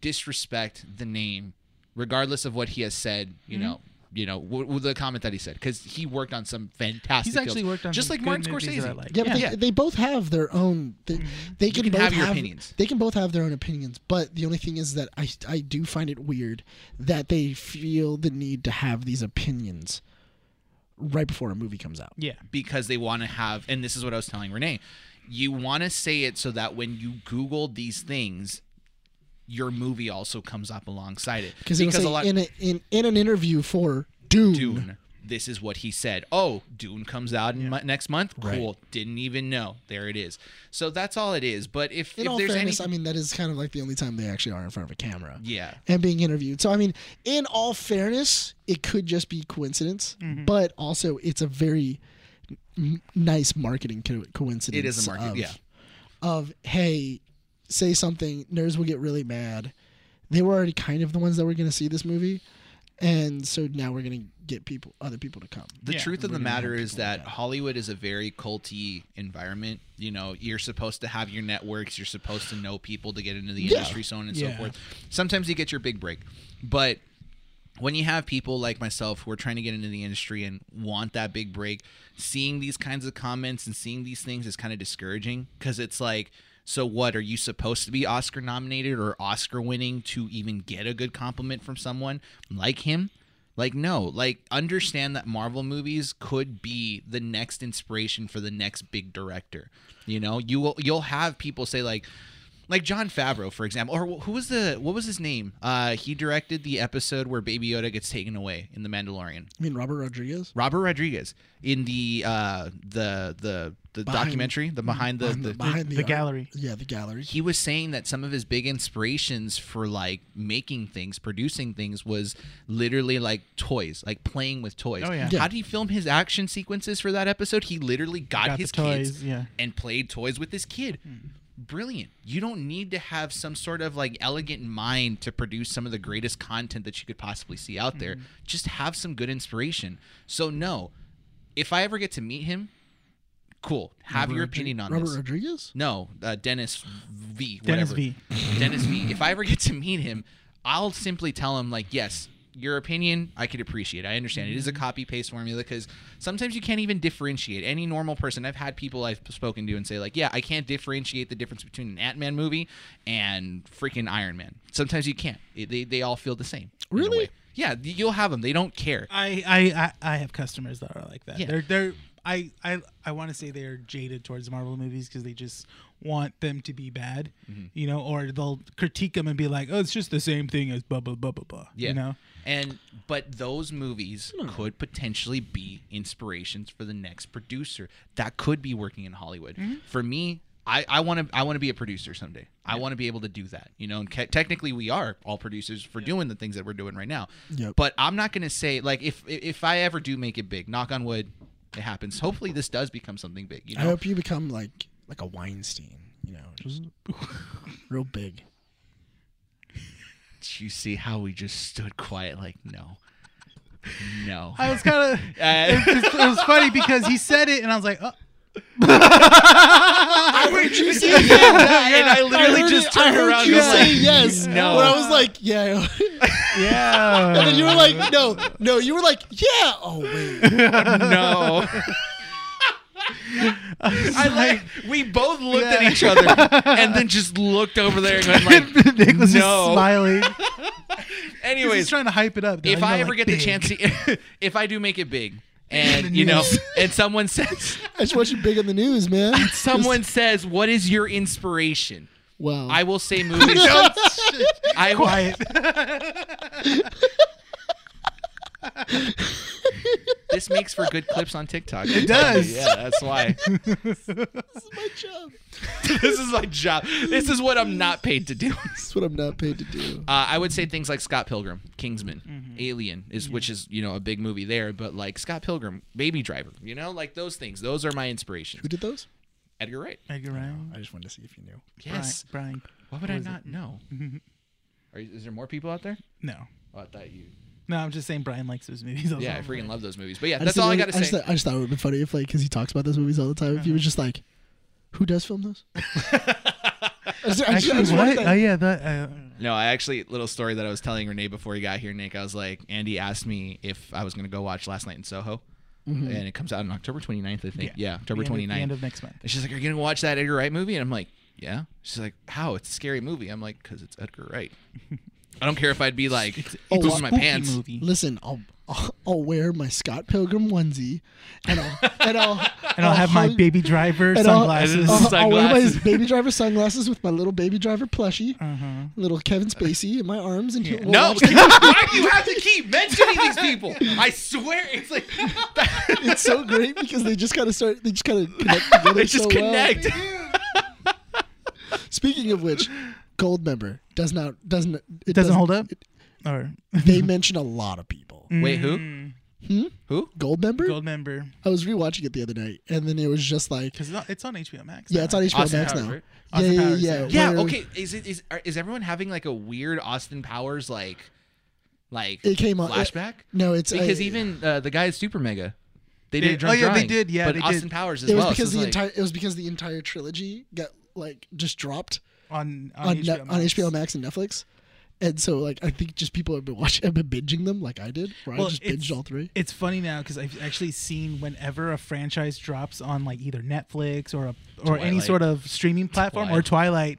Speaker 3: disrespect the name, regardless of what he has said.
Speaker 2: Mm-hmm.
Speaker 3: You know. You know, w- w- the comment that he said because he worked on some fantastic.
Speaker 2: He's actually
Speaker 3: films,
Speaker 2: worked on
Speaker 3: just
Speaker 2: some
Speaker 3: like Martin
Speaker 2: good movies that I
Speaker 3: Scorsese.
Speaker 2: like.
Speaker 1: Yeah, but
Speaker 3: Yeah.
Speaker 1: They, they both have their own. They, they can,
Speaker 3: can
Speaker 1: both
Speaker 3: have your opinions.
Speaker 1: They can both have their own opinions, but the only thing is that I I do find it weird that they feel the need to have these opinions right before a movie comes out.
Speaker 2: Yeah.
Speaker 3: because they want to have and this is what I was telling Renee you want to say it so that when you google these things your movie also comes up alongside it
Speaker 1: Because it'll say
Speaker 3: a lot
Speaker 1: in, a, in in an interview for Dune,
Speaker 3: Dune this is what he said oh Dune comes out in mo- next month
Speaker 4: Right.
Speaker 3: cool didn't even know there it is so that's all it is but if,
Speaker 1: In
Speaker 3: if
Speaker 1: all
Speaker 3: there's
Speaker 1: fairness, I
Speaker 3: any
Speaker 1: mean that is kind of like the only time they actually are in front of a camera
Speaker 3: yeah
Speaker 1: and being interviewed. So I mean, in all fairness, it could just be coincidence,
Speaker 3: Mm-hmm.
Speaker 1: but also it's a very n- nice marketing co- coincidence.
Speaker 3: it is a market
Speaker 1: of-
Speaker 3: yeah
Speaker 1: of hey, say something, nerds will get really mad. They were already kind of the ones that were going to see this movie, and so now we're going to get people, other people to come.
Speaker 3: The
Speaker 2: Yeah.
Speaker 3: truth of the
Speaker 1: Bringing more
Speaker 3: matter is
Speaker 1: people
Speaker 3: that
Speaker 1: together.
Speaker 3: Hollywood is a very culty environment. You know, you're supposed to have your networks, you're supposed to know people to get into the
Speaker 1: Yeah.
Speaker 3: industry, so on and so
Speaker 2: Yeah.
Speaker 3: forth. Sometimes you get your big break, but when you have people like myself who are trying to get into the industry and want that big break, seeing these kinds of comments and seeing these things is kind of discouraging because it's like, so what? Are you supposed to be Oscar nominated or Oscar winning to even get a good compliment from someone like him? Like, no, like, understand that Marvel movies could be the next inspiration for the next big director. You know, you will, you'll have people say, like, like John Favreau, for example, or wh- who was the what was his name? Uh, he directed the episode where Baby Yoda gets taken away in The Mandalorian.
Speaker 1: I mean, Robert Rodriguez.
Speaker 3: Robert Rodriguez in the uh, the the the
Speaker 1: Behind-
Speaker 3: documentary, the behind the,
Speaker 1: behind
Speaker 3: the,
Speaker 1: behind
Speaker 2: the gallery.
Speaker 1: Yeah, the gallery.
Speaker 3: he was saying that some of his big inspirations for like making things, producing things was literally like toys, like playing with toys.
Speaker 2: Oh, yeah.
Speaker 1: Yeah.
Speaker 3: How did he film his action sequences for that episode? He literally got,
Speaker 2: Got the
Speaker 3: his
Speaker 2: toys, Hmm.
Speaker 3: kids
Speaker 2: yeah.
Speaker 3: and played toys with his kid. Brilliant. You don't need to have some sort of like elegant mind to produce some of the greatest content that you could possibly see out
Speaker 2: Hmm.
Speaker 3: there. Just have some good inspiration. So no, if I ever get to meet him, cool. Have your opinion on
Speaker 1: Robert
Speaker 3: this.
Speaker 1: Rodriguez.
Speaker 3: No, uh, Dennis V.
Speaker 2: Dennis
Speaker 3: whatever.
Speaker 2: V.
Speaker 3: Dennis V. If I ever get to meet him, I'll simply tell him like, yes, your opinion I could appreciate. I understand it is a copy paste formula because sometimes you can't even differentiate. Any normal person, I've had people I've spoken to and say like, yeah, I can't differentiate the difference between an Ant Man movie and freaking Iron Man. Sometimes you can't. It- they they all feel the same. in a
Speaker 1: Really?
Speaker 3: way. Yeah, y- you'll have them. They don't care.
Speaker 2: I, I, I, I have customers that are like that.
Speaker 3: Yeah.
Speaker 2: They're they're I I, I want to say they're jaded towards Marvel movies because they just want them to be bad,
Speaker 3: Mm-hmm.
Speaker 2: you know, or they'll critique them and be like, oh, it's just the same thing as blah blah blah blah blah.
Speaker 3: Yeah.
Speaker 2: You know. Hmm.
Speaker 3: And but those movies could potentially be inspirations for the next producer that could be working in Hollywood.
Speaker 2: Mm-hmm.
Speaker 3: For me, I I want to I want to be a producer someday. I want to be able to do that. You know, and ca- technically we are all producers for doing the things that we're doing right now.
Speaker 1: Yep.
Speaker 3: But I'm not going to say like if if I ever do make it big, knock on wood, it happens. Hopefully this does become something big, you
Speaker 1: I
Speaker 3: know.
Speaker 1: hope you become like like a Weinstein. You know, just real big.
Speaker 3: Did you see how we just stood quiet like no. No.
Speaker 2: I was kind of.
Speaker 3: Uh,
Speaker 2: it was funny because he said it and I was like, oh.
Speaker 3: and I literally
Speaker 1: heard
Speaker 3: just
Speaker 1: it- I
Speaker 3: turned
Speaker 1: heard
Speaker 3: around
Speaker 1: You
Speaker 3: and was
Speaker 1: say
Speaker 3: like,
Speaker 1: yes.
Speaker 3: "No."
Speaker 1: When I was like, yeah.
Speaker 2: Yeah.
Speaker 1: And then you were like, no, no. You were like, yeah. Oh wait.
Speaker 3: no. I like we both looked at each other and then just looked over there and went like
Speaker 2: Nick was
Speaker 3: No.
Speaker 2: just smiling. He's
Speaker 3: anyways
Speaker 2: just trying to hype it up. dog, you
Speaker 3: if I
Speaker 2: know,
Speaker 3: ever
Speaker 2: like,
Speaker 3: get
Speaker 2: big.
Speaker 3: the chance to if I do make it big and you know and someone says
Speaker 1: I just want you big in the news, man.
Speaker 3: someone says what is your inspiration
Speaker 1: Well,
Speaker 3: I will say movies. I will- this makes for good clips on TikTok. It
Speaker 2: does.
Speaker 3: Yeah, that's why.
Speaker 1: this is my job.
Speaker 3: this is my job. This is what I'm not paid to do.
Speaker 1: This is what I'm not paid to do.
Speaker 3: Uh, I would say things like Scott Pilgrim, Kingsman,
Speaker 2: Mm-hmm.
Speaker 3: Alien is which is you know a big movie there, but like Scott Pilgrim, Baby Driver, you know like those things. Those are my inspirations.
Speaker 1: Who did those?
Speaker 3: Edgar Wright.
Speaker 2: Edgar Ryan.
Speaker 4: I just wanted to see if you knew.
Speaker 3: Yes.
Speaker 2: Brian.
Speaker 3: Why would I
Speaker 2: was it?
Speaker 3: not know?
Speaker 2: Brian.
Speaker 3: Are, you- is there more people out there?
Speaker 2: No.
Speaker 3: Oh, I thought you.
Speaker 2: No, I'm just saying Brian likes those movies.
Speaker 3: Yeah, I freaking love those movies. But yeah,
Speaker 1: I
Speaker 3: that's
Speaker 1: just
Speaker 3: all I
Speaker 1: didn't-
Speaker 3: gotta
Speaker 1: I just,
Speaker 3: say.
Speaker 1: thought- I just thought it would be funny if, like, because he talks about those movies all the time. If he was just like, "Who does film those?" I just- I just- I just wanted
Speaker 2: Oh
Speaker 1: that.
Speaker 2: yeah, that. Uh,
Speaker 3: No, I actually little story that I was telling Renee before he got here, Nick. I was like, Andy asked me if I was gonna go watch Last Night in Soho,
Speaker 1: Mm-hmm.
Speaker 3: and it comes out on October 29th, I think. Yeah, October
Speaker 2: the end of-
Speaker 3: 29th.
Speaker 2: The end of next month.
Speaker 3: And she's like, "Are you gonna watch that Edgar Wright movie?" And I'm like, "Yeah." She's like, "How? It's a scary movie." I'm like, "Cause it's Edgar Wright." I don't care if I'd be like,
Speaker 1: it's
Speaker 3: "This
Speaker 1: a
Speaker 3: is my
Speaker 2: spooky
Speaker 3: pants."
Speaker 2: movie.
Speaker 1: Listen, I'll, I'll I'll wear my Scott Pilgrim onesie, and I'll and I'll
Speaker 2: And I'll have my
Speaker 1: hug-
Speaker 2: baby driver
Speaker 1: and I'll-
Speaker 2: sunglasses.
Speaker 1: I'll, I'll wear my
Speaker 3: Sunglasses.
Speaker 1: baby driver sunglasses with my little baby driver plushie,
Speaker 2: Uh-huh.
Speaker 1: little Kevin Spacey in my arms, and he'll- we'll
Speaker 3: No,
Speaker 1: watch-
Speaker 3: why do you have to keep mentioning these people? I swear, it's like
Speaker 1: it's so great because they just kind of start they just kind of connect together.
Speaker 3: they just
Speaker 1: so well.
Speaker 3: connect.
Speaker 1: Speaking of which, Gold member does not doesn't it
Speaker 2: Doesn't hold up. Mm. Or
Speaker 1: They mention a lot of people.
Speaker 3: Wait, who?
Speaker 1: Hmm?
Speaker 3: Who?
Speaker 1: Gold member.
Speaker 2: Gold member.
Speaker 1: I was rewatching it the other night, and then it was just like,
Speaker 2: Because it's on HBO Max.
Speaker 1: yeah, it's on
Speaker 2: now.
Speaker 1: HBO
Speaker 3: Austin
Speaker 1: Max
Speaker 3: Powers,
Speaker 1: now.
Speaker 3: right?
Speaker 1: Yeah,
Speaker 2: Austin
Speaker 1: yeah,
Speaker 2: Powers,
Speaker 1: yeah,
Speaker 2: yeah.
Speaker 3: Yeah.
Speaker 1: Where
Speaker 3: Okay. Is it is are- is everyone having like a weird Austin Powers like like
Speaker 1: It came on
Speaker 3: flashback?
Speaker 1: no, it's
Speaker 3: because
Speaker 1: uh,
Speaker 3: even uh, the guy at Super Mega, they
Speaker 2: They-
Speaker 3: did. a drunk
Speaker 2: oh, yeah, they
Speaker 3: drawing,
Speaker 2: did, yeah,
Speaker 3: but
Speaker 2: they did.
Speaker 3: Austin Powers as
Speaker 1: it was
Speaker 3: well. so
Speaker 1: because
Speaker 3: it's
Speaker 1: the
Speaker 3: like-
Speaker 1: entire it was because the entire trilogy got like just dropped
Speaker 2: on on,
Speaker 1: on
Speaker 2: HBO,
Speaker 1: ne-
Speaker 2: Max.
Speaker 1: on HBO Max and Netflix, and so like I think just people have been watching, have been binging them like I did, where I just
Speaker 2: it's-
Speaker 1: binged all three.
Speaker 2: It's funny now because I've actually seen whenever a franchise drops on like either Netflix or a, or any
Speaker 3: Twilight.
Speaker 2: sort of streaming platform or
Speaker 3: Twilight.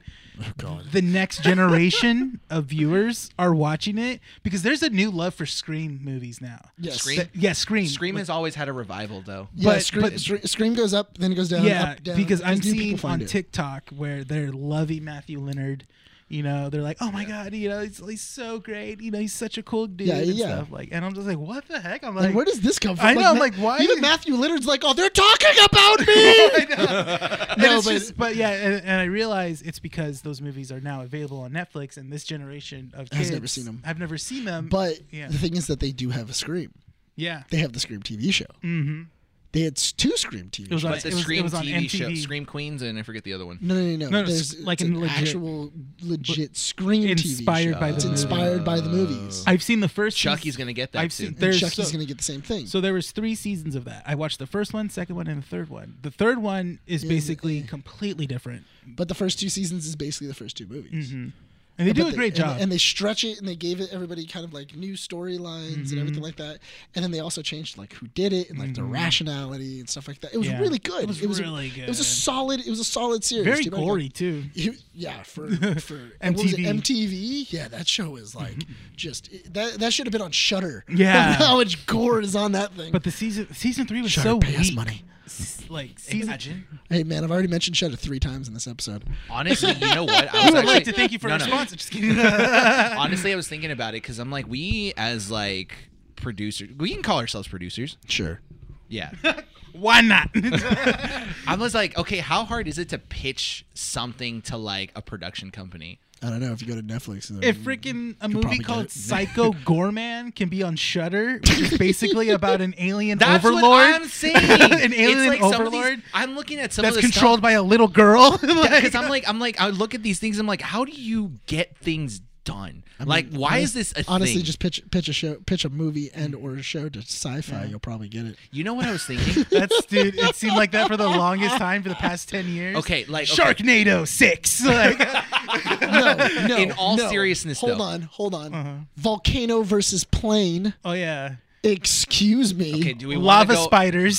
Speaker 2: Twilight,
Speaker 4: Oh God.
Speaker 2: the next generation of viewers are watching it because there's a new love for Scream movies now.
Speaker 1: Yes.
Speaker 3: Scream?
Speaker 2: Th- yeah, Scream.
Speaker 3: Scream has always had a revival though.
Speaker 1: Yeah,
Speaker 2: but-
Speaker 1: scream,
Speaker 2: but-
Speaker 1: Scre- scream goes up, then it goes down.
Speaker 2: yeah,
Speaker 1: up, down,
Speaker 2: because I'm
Speaker 1: new people
Speaker 2: seeing
Speaker 1: find
Speaker 2: on
Speaker 1: it.
Speaker 2: TikTok where they're loving Matthew Leonard. You know, they're like, "Oh my god, you know, he's, he's so great. You know, he's such a cool dude
Speaker 1: Yeah,
Speaker 2: and
Speaker 1: yeah.
Speaker 2: stuff." Like, and I'm just like, "What the heck?" I'm
Speaker 1: Like,
Speaker 2: like,
Speaker 1: where does this come from?
Speaker 2: I know, I'm
Speaker 1: Ma-
Speaker 2: like, why-
Speaker 1: Even Matthew Leonard's like, oh, they're talking about me.
Speaker 2: no,
Speaker 1: No,
Speaker 2: but,
Speaker 1: but-
Speaker 2: but yeah, and, and I realize it's because those movies are now available on Netflix, and this generation of kids
Speaker 1: Has never seen 'em.
Speaker 2: I've never seen them.
Speaker 1: but
Speaker 2: Yeah.
Speaker 1: the thing is that they do have a scream.
Speaker 2: yeah,
Speaker 1: They have the Scream TV show.
Speaker 2: mm-hmm.
Speaker 1: They had s- two Scream TV
Speaker 2: It was
Speaker 1: shows.
Speaker 2: on-
Speaker 3: But the
Speaker 2: it was-
Speaker 3: Scream
Speaker 2: it was on
Speaker 3: TV show,
Speaker 2: MTV.
Speaker 3: Scream Queens, and I forget the other one.
Speaker 1: No, no, no, no.
Speaker 2: No, no,
Speaker 1: There's
Speaker 2: s- like
Speaker 1: it's
Speaker 2: an
Speaker 1: an
Speaker 2: legit-
Speaker 1: actual legit Scream TV
Speaker 2: inspired
Speaker 1: show.
Speaker 2: by the
Speaker 1: it's
Speaker 2: movie.
Speaker 1: inspired by the
Speaker 2: Oh.
Speaker 1: movies.
Speaker 2: I've seen the first.
Speaker 3: Chucky's
Speaker 2: season-
Speaker 3: gonna get that
Speaker 2: I've
Speaker 3: too.
Speaker 2: seen
Speaker 1: And
Speaker 2: there's
Speaker 1: Chucky's
Speaker 2: so,
Speaker 1: gonna get the same thing.
Speaker 2: so there was three seasons of that. I watched the first one, second one, and the third one. The third one is
Speaker 1: Yeah,
Speaker 2: basically
Speaker 1: yeah.
Speaker 2: completely different,
Speaker 1: but the first two seasons is basically the first two movies.
Speaker 2: Mhm. and they do
Speaker 1: But
Speaker 2: a great
Speaker 1: and-
Speaker 2: job.
Speaker 1: And, they stretch it and they gave it everybody kind of like new storylines and
Speaker 2: Mm-hmm.
Speaker 1: everything like that. And then they also changed like who did it and like the rationality and stuff like that. It was
Speaker 2: Yeah.
Speaker 1: really good.
Speaker 2: It was
Speaker 1: a-
Speaker 2: really
Speaker 1: It was a
Speaker 2: good.
Speaker 1: solid. It was a solid series.
Speaker 2: Very
Speaker 1: Too bad, like,
Speaker 2: gory too.
Speaker 1: He- yeah, for for and what was it,
Speaker 2: MTV.
Speaker 1: MTV. Yeah, that show is like just that. That should have been on Shutter.
Speaker 2: Mm-hmm. Yeah.
Speaker 1: how much gore is on that thing?
Speaker 2: But the season season three was
Speaker 1: Shutter
Speaker 2: so
Speaker 1: pay us
Speaker 2: weak.
Speaker 1: money.
Speaker 2: S- Like season.
Speaker 1: hey, man, I've already mentioned Shutter three times in this episode.
Speaker 3: Honestly, you know what? I
Speaker 2: I
Speaker 3: was
Speaker 2: would like
Speaker 3: actually-
Speaker 2: to thank you for
Speaker 3: No,
Speaker 2: your
Speaker 3: no.
Speaker 2: response. Just kidding.
Speaker 3: Honestly, I was thinking about it because I'm like, we as like producers, we can call ourselves producers.
Speaker 1: Sure.
Speaker 3: Yeah.
Speaker 2: Why not?
Speaker 3: I was like, okay, how hard is it to pitch something to like a production company?
Speaker 1: I don't know if you go to Netflix.
Speaker 2: if freaking a
Speaker 1: probably
Speaker 2: movie
Speaker 1: get
Speaker 2: called
Speaker 1: it.
Speaker 2: Psycho Gorman can be on Shutter, which is basically about an alien
Speaker 3: That's
Speaker 2: overlord,
Speaker 3: what I'm saying.
Speaker 2: an
Speaker 3: It's
Speaker 2: alien
Speaker 3: like some of these-
Speaker 2: overlord
Speaker 3: I'm looking at some
Speaker 2: that's
Speaker 3: of the stuff-
Speaker 2: controlled by a little girl.
Speaker 3: because I'm like, I'm like, I look at these things. I'm like, how do you get things done? like, why is this a
Speaker 1: honestly
Speaker 3: thing?
Speaker 1: just pitch pitch a show, pitch a movie and or a show to sci-fi, you'll probably get it.
Speaker 3: you know what I was thinking?
Speaker 2: that's dude. It seemed like that for the longest time for the past ten years.
Speaker 3: Okay, like okay.
Speaker 2: Sharknado Six. Like,
Speaker 1: No, no.
Speaker 3: In all
Speaker 1: no.
Speaker 3: seriousness,
Speaker 1: hold
Speaker 3: though.
Speaker 1: on, hold on. Volcano versus plane.
Speaker 2: oh yeah,
Speaker 1: Excuse me.
Speaker 3: Okay, do we wanna
Speaker 2: lava
Speaker 3: go-
Speaker 2: spiders.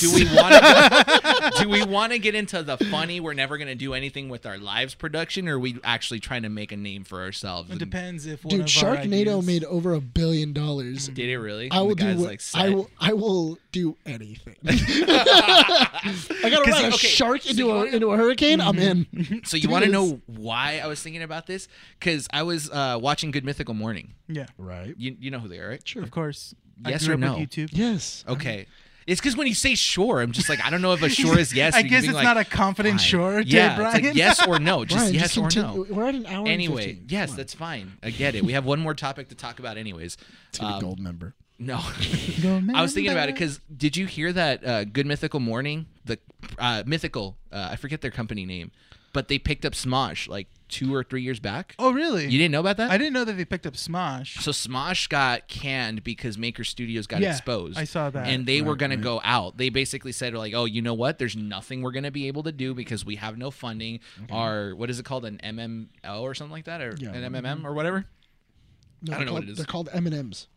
Speaker 3: Do we want to? do we want to get into the funny? We're never going to do anything with our lives production, or are we actually trying to make a name for ourselves?
Speaker 2: It
Speaker 3: And
Speaker 2: depends if one
Speaker 1: Dude,
Speaker 2: of our
Speaker 1: Sharknado
Speaker 2: ideas-
Speaker 1: made over a billion dollars.
Speaker 3: Did it really?
Speaker 1: I will
Speaker 3: the
Speaker 1: do.
Speaker 3: guy's
Speaker 1: What,
Speaker 3: like,
Speaker 1: I
Speaker 3: set.
Speaker 1: will. I will do anything. I gotta
Speaker 3: 'Cause
Speaker 1: run
Speaker 3: he-
Speaker 1: a
Speaker 3: okay,
Speaker 1: shark
Speaker 3: so
Speaker 1: into
Speaker 3: you Mm-hmm.
Speaker 1: a
Speaker 3: wanna-
Speaker 1: into a hurricane. I'm in.
Speaker 3: So you
Speaker 1: do
Speaker 3: want to
Speaker 1: this.
Speaker 3: know why I was thinking about this? Because I was uh, watching Good Mythical Morning.
Speaker 2: Yeah,
Speaker 4: Right.
Speaker 3: You you know who they are, right?
Speaker 2: of course.
Speaker 3: Yes
Speaker 2: I grew
Speaker 3: or
Speaker 2: up
Speaker 3: no?
Speaker 2: With YouTube.
Speaker 1: Yes.
Speaker 3: Okay. It's because when you say sure, I'm just like I don't know if a sure is yes.
Speaker 2: I
Speaker 3: You can
Speaker 2: guess
Speaker 3: be
Speaker 2: it's
Speaker 3: like,
Speaker 2: not a confident
Speaker 3: fine.
Speaker 2: sure,
Speaker 3: Yeah,
Speaker 2: Dave Brian.
Speaker 3: it's like yes or no, just
Speaker 1: Brian,
Speaker 3: yes
Speaker 1: just
Speaker 3: or
Speaker 1: continue.
Speaker 3: no.
Speaker 1: We're at an hour. and
Speaker 3: Anyway,
Speaker 1: 15.
Speaker 3: yes,
Speaker 1: Come on.
Speaker 3: that's fine. I get it. We have one more topic to talk about, anyways.
Speaker 4: It's gonna be
Speaker 3: Um,
Speaker 4: gold member.
Speaker 3: No, I was thinking about it because did you hear that uh, Good Mythical Morning, the uh, mythical? Uh, I forget their company name, but they picked up Smosh like two or three years back.
Speaker 2: Oh really?
Speaker 3: You didn't know about that?
Speaker 2: I didn't know that they picked up Smosh.
Speaker 3: So Smosh got canned because Maker Studios got
Speaker 2: Yeah,
Speaker 3: exposed.
Speaker 2: I saw that.
Speaker 3: And they were
Speaker 4: Right,
Speaker 3: going to
Speaker 4: right.
Speaker 3: go out. They basically said like, "Oh, you know what? There's nothing we're going to be able to do because we have no funding our what is it called an MML or something like that or
Speaker 1: Yeah.
Speaker 3: an
Speaker 2: Mm-hmm.
Speaker 3: MMM or whatever?
Speaker 1: No,
Speaker 3: I
Speaker 1: they're
Speaker 3: don't know what
Speaker 1: called-
Speaker 3: it is.
Speaker 1: They're called M and M's.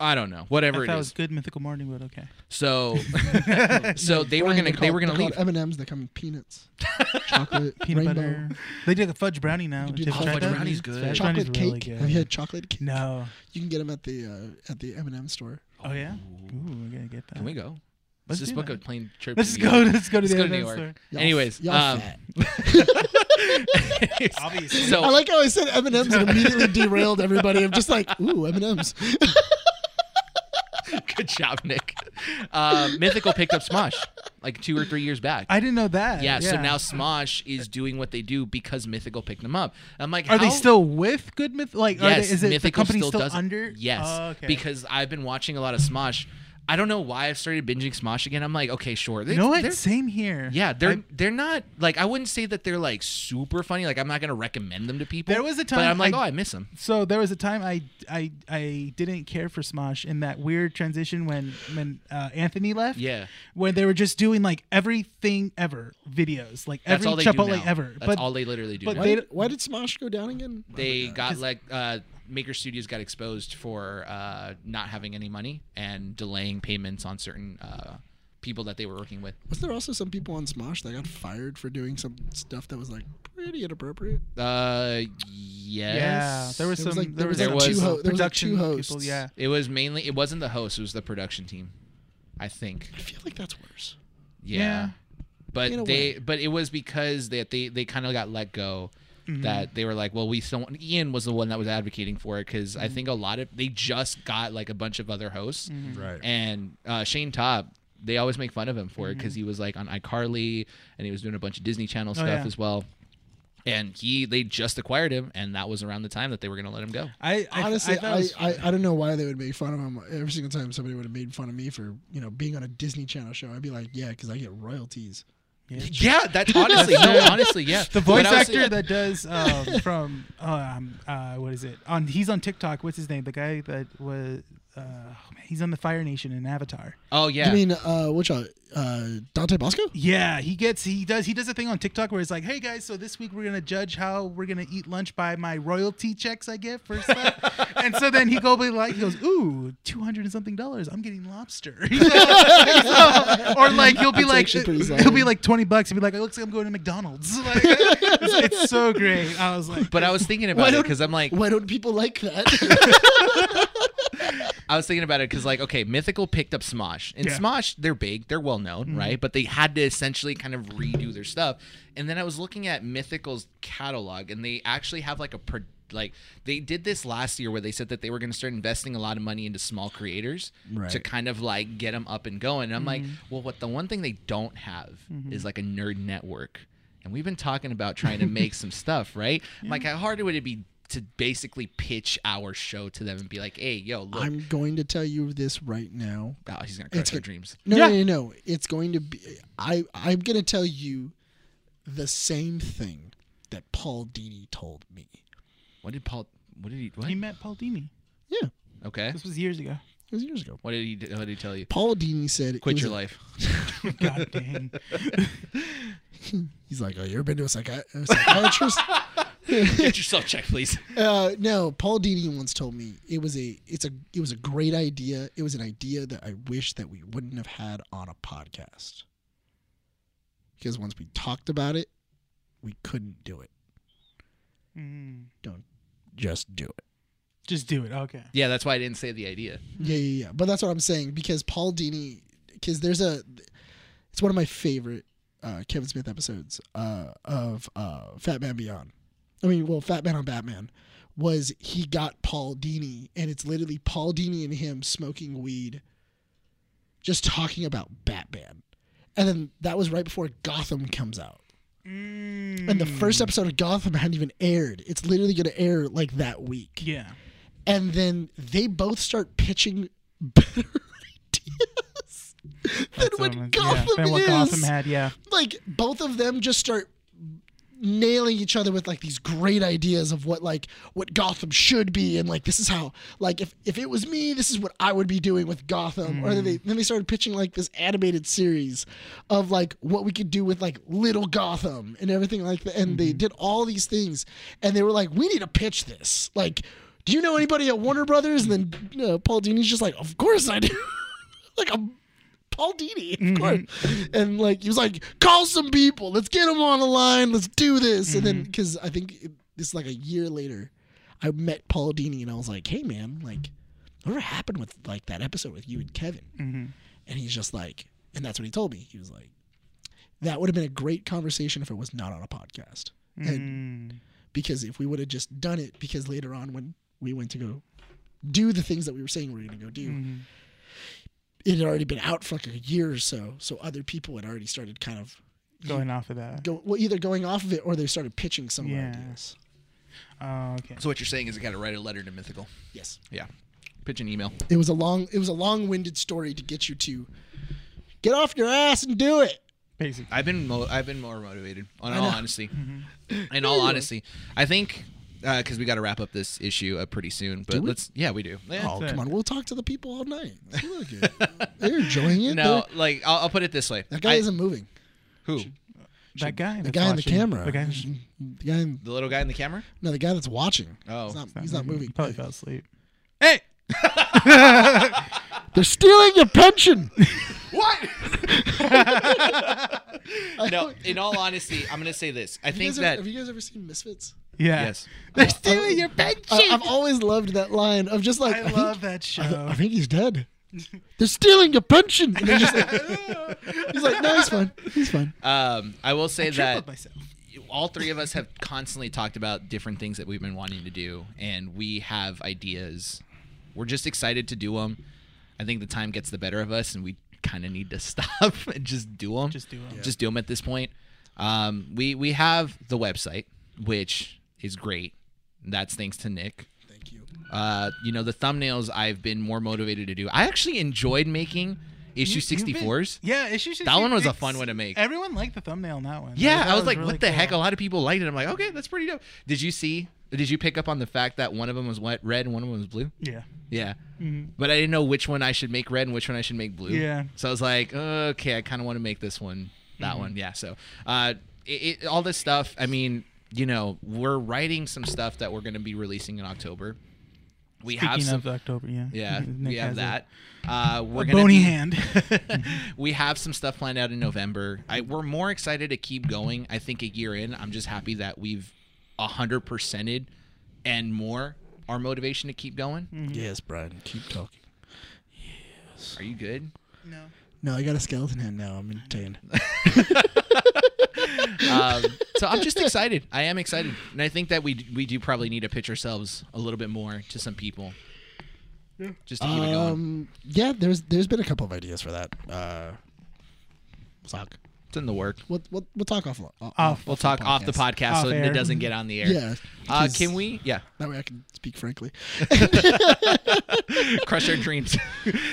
Speaker 3: I don't know.
Speaker 2: I
Speaker 3: Whatever
Speaker 2: thought
Speaker 3: it
Speaker 2: it was
Speaker 3: is.
Speaker 2: good mythical morning, but okay.
Speaker 3: So so they were
Speaker 1: Brian,
Speaker 3: going to
Speaker 1: they're
Speaker 3: they were
Speaker 1: called-
Speaker 3: going to
Speaker 1: they're
Speaker 3: leave.
Speaker 1: called M and M's. They come in peanuts, chocolate,
Speaker 2: Peanut
Speaker 1: rainbow,
Speaker 2: butter. They did a fudge brownie now.
Speaker 1: do
Speaker 2: Did you
Speaker 1: the
Speaker 2: try
Speaker 1: fudge
Speaker 2: that?
Speaker 3: brownie's good.
Speaker 2: Fudge brownie's
Speaker 1: chocolate cake.
Speaker 2: really good.
Speaker 1: Have you had chocolate cake?
Speaker 2: No.
Speaker 1: You can get them at the uh, at the M and M store.
Speaker 2: Oh yeah. Ooh, we're gonna get that.
Speaker 3: Can we go?
Speaker 2: Let's
Speaker 3: Let's just
Speaker 2: do
Speaker 3: book
Speaker 2: that.
Speaker 3: a plane trip.
Speaker 2: Let's
Speaker 3: to
Speaker 2: just go.
Speaker 3: New York.
Speaker 2: Let's go to
Speaker 3: Let's
Speaker 2: the
Speaker 3: go to
Speaker 2: other
Speaker 3: New York.
Speaker 2: store.
Speaker 1: Y'all-
Speaker 3: Anyways,
Speaker 1: y'all
Speaker 3: um,
Speaker 1: fat.
Speaker 2: Obviously.
Speaker 1: I
Speaker 3: so
Speaker 1: like how I said M and M's and immediately derailed everybody. I'm just like, ooh, M and M's.
Speaker 3: good job, Nick. Uh, Mythical picked up Smosh like two or three years back.
Speaker 2: I didn't know that.
Speaker 3: yeah, so now Smosh is doing what they do because Mythical picked them up. I'm like,
Speaker 2: are they
Speaker 3: how-
Speaker 2: still with Good Myth? Like, are
Speaker 3: Yes,
Speaker 2: they, is it the
Speaker 3: Mythical
Speaker 2: company still,
Speaker 3: does it.
Speaker 2: under?
Speaker 3: Yes,
Speaker 2: Oh, okay.
Speaker 3: because I've been watching a lot of Smosh. I don't know why I've started binging Smosh again. I'm like, okay, sure. They,
Speaker 2: you know
Speaker 3: they're-
Speaker 2: what? Same here.
Speaker 3: Yeah, they're
Speaker 2: I-
Speaker 3: they're not like I wouldn't say that they're like super funny. Like I'm not gonna recommend them to people.
Speaker 2: There was a
Speaker 3: but
Speaker 2: time
Speaker 3: I'm like,
Speaker 2: I-
Speaker 3: oh, I miss them.
Speaker 2: so there was a time I I I didn't care for Smosh in that weird transition when when uh, Anthony left.
Speaker 3: Yeah.
Speaker 2: When they were just doing like everything ever videos, like
Speaker 3: That's
Speaker 2: every
Speaker 3: all they do
Speaker 2: Chipotle
Speaker 3: now.
Speaker 2: ever.
Speaker 3: That's
Speaker 2: but
Speaker 3: all they literally do.
Speaker 2: but
Speaker 3: now.
Speaker 1: Why
Speaker 2: They-
Speaker 1: did, why did Smosh go down again? Oh
Speaker 3: they got like uh, Maker Studios got exposed for uh, not having any money and delaying payments on certain uh, people that they were working with.
Speaker 1: Was there also some people on Smosh that got fired for doing some stuff that was like pretty inappropriate?
Speaker 3: Uh, yes.
Speaker 2: yeah, there was
Speaker 1: There was,
Speaker 2: some
Speaker 1: like- there was,
Speaker 3: like,
Speaker 2: some
Speaker 3: two
Speaker 2: people-
Speaker 1: ho- there was, like,
Speaker 2: production
Speaker 1: two
Speaker 2: people.
Speaker 1: hosts.
Speaker 2: Yeah.
Speaker 3: It was mainly. It wasn't the host. It was the production team. I think.
Speaker 1: I feel like that's worse.
Speaker 3: Yeah.
Speaker 2: Yeah.
Speaker 3: But
Speaker 1: In a
Speaker 3: they.
Speaker 1: way.
Speaker 3: But it was because that they they kind of got let go. That they were like, well, we still. Want, Ian was the one that was advocating for it because I think a lot of they just got like a bunch of other hosts.
Speaker 4: Right.
Speaker 3: And uh, Shane Todd, they always make fun of him for it because he was like on iCarly and he was doing a bunch of Disney Channel stuff
Speaker 2: yeah.
Speaker 3: as well. And he, they just acquired him, and that was around the time that they were going to let him go.
Speaker 2: I, I
Speaker 1: Honestly,
Speaker 2: thought it
Speaker 1: I,
Speaker 2: was-
Speaker 1: I, I don't know why they would make fun of him. Every single time somebody would have made fun of me for you know being on a Disney Channel show, I'd be like, yeah, because I get royalties.
Speaker 3: Yeah, that's honestly, no, honestly, yeah.
Speaker 2: the voice
Speaker 3: But I was-
Speaker 2: actor that does um, from um, uh, what is it on? He's on TikTok. What's his name? The guy that was uh, man, he's on the Fire Nation in Avatar.
Speaker 3: oh yeah,
Speaker 1: You mean uh, which uh, uh, Dante Bosco?
Speaker 2: Yeah, he gets he does he does a thing on TikTok where he's like, "Hey guys, so this week we're gonna judge how we're gonna eat lunch by my royalty checks I get for stuff." and so then he go be like, he goes, "Ooh, two hundred and something dollars. I'm getting lobster." or like he'll be
Speaker 1: That's
Speaker 2: like,
Speaker 1: actually pretty
Speaker 2: he'll be
Speaker 1: solid.
Speaker 2: like twenty bucks. He'll be like, "It looks like I'm going to McDonald's." Like, it's, it's so great. I was like,
Speaker 3: but I was thinking about it
Speaker 1: don't-
Speaker 3: because I'm like,
Speaker 1: Why don't people like that?
Speaker 3: I was thinking about it because, like, okay, Mythical picked up Smosh, and
Speaker 2: Yeah.
Speaker 3: Smosh they're big, they're well known, right? But they had to essentially kind of redo their stuff. And then I was looking at Mythical's catalog, and they actually have like a pro- like they did this last year where they said that they were going to start investing a lot of money into small creators to
Speaker 4: Right.
Speaker 3: kind of like get them up and going. And I'm like, well, what the one thing they don't have is like a nerd network. And we've been talking about trying to make some stuff, right? I'm Like, how hard would it be? To basically pitch our show to them and be like, "Hey, yo, look,
Speaker 1: I'm going to tell you this right now.
Speaker 3: Oh, he's gonna crush
Speaker 1: It's
Speaker 3: your
Speaker 1: good.
Speaker 3: dreams.
Speaker 1: No,
Speaker 2: Yeah.
Speaker 1: no, no, no. It's going to be. I I'm going to tell you the same thing that Paul Dini told me.
Speaker 3: What did Paul? What did he? What?
Speaker 2: he met Paul Dini.
Speaker 1: Yeah,
Speaker 3: okay.
Speaker 2: This was years ago.
Speaker 1: it was years ago.
Speaker 3: What did he? What did he tell you?
Speaker 1: Paul Dini said, it
Speaker 3: Quit
Speaker 1: was
Speaker 3: your
Speaker 1: a-
Speaker 3: life.
Speaker 2: God dang.
Speaker 1: He's like, "Oh, you ever been to a, psychi- a psychiatrist?"
Speaker 3: Get yourself checked, please.
Speaker 1: uh, no, Paul Dini once told me it was a it's a it was a great idea. It was an idea that I wish that we wouldn't have had on a podcast. because once we talked about it,
Speaker 4: We couldn't do it.
Speaker 2: Mm.
Speaker 4: Just do it.
Speaker 2: Just do it. Okay.
Speaker 3: Yeah, that's why I didn't say the idea.
Speaker 1: yeah, yeah, yeah. But that's what I'm saying because Paul Dini, because there's a, it's one of my favorite uh, Kevin Smith episodes uh, of uh, Fat Man Beyond. I mean, well, Fat Man on Batman was he got Paul Dini, and it's literally Paul Dini and him smoking weed, just talking about Batman, and then that was right before Gotham comes out.
Speaker 2: Mm.
Speaker 1: And the first episode of Gotham hadn't even aired. It's literally going to air like that week
Speaker 2: Yeah.
Speaker 1: and then they both start pitching better ideas than
Speaker 2: That's
Speaker 1: what
Speaker 2: I'm-
Speaker 1: Gotham
Speaker 2: yeah, than what
Speaker 1: is.
Speaker 2: Gotham had. Yeah.
Speaker 1: Like both of them just start nailing each other with like these great ideas of what like what Gotham should be and like this is how like if if it was me this is what I would be doing with Gotham or then they then they started pitching like this animated series of like what we could do with like little Gotham and everything like that and they did all these things and they were like we need to pitch this like do you know anybody at Warner Brothers and then uh, Paul Dini's just like of course I do like I'm Paul Dini, of course. And like he was like, call some people, let's get them on the line, let's do this. And then because I think it, this is like a year later, I met Paul Dini and I was like, hey man, like whatever happened with like that episode with you and Kevin? And he's just like, and that's what he told me. He was like, that would have been a great conversation if it was not on a podcast. And
Speaker 2: Mm.
Speaker 1: because if we would have just done it, because later on when we went to go do the things that we were saying we were going to go do,
Speaker 2: Mhm.
Speaker 1: it had already been out for like a year or so. So other people had already started kind of
Speaker 2: Going off of that.
Speaker 1: go well, either going off of it or they started pitching some of our
Speaker 2: Yeah.
Speaker 1: ideas.
Speaker 2: Oh, okay.
Speaker 3: So what you're saying is I got to write a letter to Mythical.
Speaker 1: Yes,
Speaker 3: Yeah, pitch an email.
Speaker 1: it was a long it was a long winded story to get you to get off your ass and do it.
Speaker 2: Basically.
Speaker 3: I've been mo- I've been more motivated. In all
Speaker 1: know. Mm-hmm.
Speaker 3: honesty, in all honesty, I think because we got to wrap up this issue uh, pretty soon. But
Speaker 1: we?
Speaker 3: let's yeah, we do. Yeah.
Speaker 1: oh
Speaker 2: it.
Speaker 1: come on, we'll talk to the people all night. Look at- They're enjoying it.
Speaker 3: no,
Speaker 1: They're-
Speaker 3: like I'll, I'll put it this way.
Speaker 1: that guy
Speaker 3: I-
Speaker 1: isn't moving.
Speaker 3: who
Speaker 2: that guy.
Speaker 1: The guy in the camera.
Speaker 2: The guy.
Speaker 1: the guy. In,
Speaker 3: the little guy in the camera.
Speaker 1: no, the guy that's watching.
Speaker 3: Oh.
Speaker 1: he's not, he's not moving.
Speaker 2: Probably fell asleep.
Speaker 3: Hey,
Speaker 1: They're stealing your pension.
Speaker 3: what? no, in all honesty, I'm gonna say this. I
Speaker 1: You
Speaker 3: think
Speaker 1: guys ever-
Speaker 3: that
Speaker 1: have you guys ever seen Misfits?
Speaker 2: Yeah.
Speaker 3: yes.
Speaker 2: They're stealing your pension.
Speaker 1: I, I've always loved that line of just like
Speaker 2: I
Speaker 1: I think-
Speaker 2: love that show.
Speaker 1: I, th- I think he's dead. They're stealing your pension. And they're just like, he's like, no, he's fine. He's fine.
Speaker 3: Um, I will say
Speaker 2: Trip
Speaker 3: that
Speaker 2: up myself.
Speaker 3: all three of us have constantly talked about different things that we've been wanting to do, and we have ideas. We're just excited to do them. I think the time gets the better of us, and we kind of need to stop and just do them.
Speaker 2: Just do 'em. Yeah.
Speaker 3: Just do 'em at this point. Um, we we have the website, which is great. That's thanks to Nick.
Speaker 1: Thank you.
Speaker 3: Uh, you know the thumbnails I've been more motivated to do. I actually enjoyed making issue
Speaker 2: You- you've
Speaker 3: sixty
Speaker 2: been-
Speaker 3: fours.
Speaker 2: Yeah, issue 64.
Speaker 3: That one was a fun one to make.
Speaker 2: Everyone liked the thumbnail on that one.
Speaker 3: Yeah,
Speaker 2: That
Speaker 3: I was like,
Speaker 2: really
Speaker 3: what the heck? A
Speaker 2: cool.
Speaker 3: lot of people liked it. I'm like, okay, that's pretty dope. Did you see? Did you pick up on the fact that one of them was wet, red and one of them was blue?
Speaker 2: Yeah.
Speaker 3: Yeah.
Speaker 2: Mhm.
Speaker 3: But I didn't know which one I should make red and which one I should make blue.
Speaker 2: Yeah. Mm-hmm.
Speaker 3: So I was like, okay, I kind of want to make this one, that one. Yeah. So uh, it, it, all this stuff, I mean, you know, we're writing some stuff that we're going to be releasing in October. We have
Speaker 2: Speaking
Speaker 3: some.
Speaker 2: of October, yeah.
Speaker 3: Yeah,
Speaker 2: Nick
Speaker 3: we
Speaker 2: has
Speaker 3: have
Speaker 2: a-
Speaker 3: that. Uh, we're
Speaker 2: a
Speaker 3: gonna
Speaker 2: bony
Speaker 3: be-
Speaker 2: hand. Mm-hmm.
Speaker 3: we have some stuff planned out in November. I, we're more excited to keep going. I think a year in, I'm just happy that we've hundred percented and more our motivation to keep going.
Speaker 2: Mm.
Speaker 1: Mm.
Speaker 4: Yes, Brian. Keep talking.
Speaker 3: Are you good?
Speaker 2: No.
Speaker 1: No, I got a skeleton hand now. I'm entertained.
Speaker 3: Um, so I'm just excited. I am excited, and I think that we we do probably need to pitch ourselves a little bit more to some people, just to keep it going.
Speaker 1: Um, yeah, there's there's been a couple of ideas for that. Uh, we'll talk.
Speaker 3: It's in the work.
Speaker 1: We'll, we'll, we'll talk off. off,
Speaker 2: Off.
Speaker 3: We'll talk off the podcast
Speaker 2: Off
Speaker 3: so
Speaker 2: air.
Speaker 3: it doesn't get on the air.
Speaker 1: Yeah.
Speaker 3: Uh,
Speaker 1: 'cause
Speaker 3: can we? Yeah.
Speaker 1: That way I can speak frankly.
Speaker 3: crush our dreams.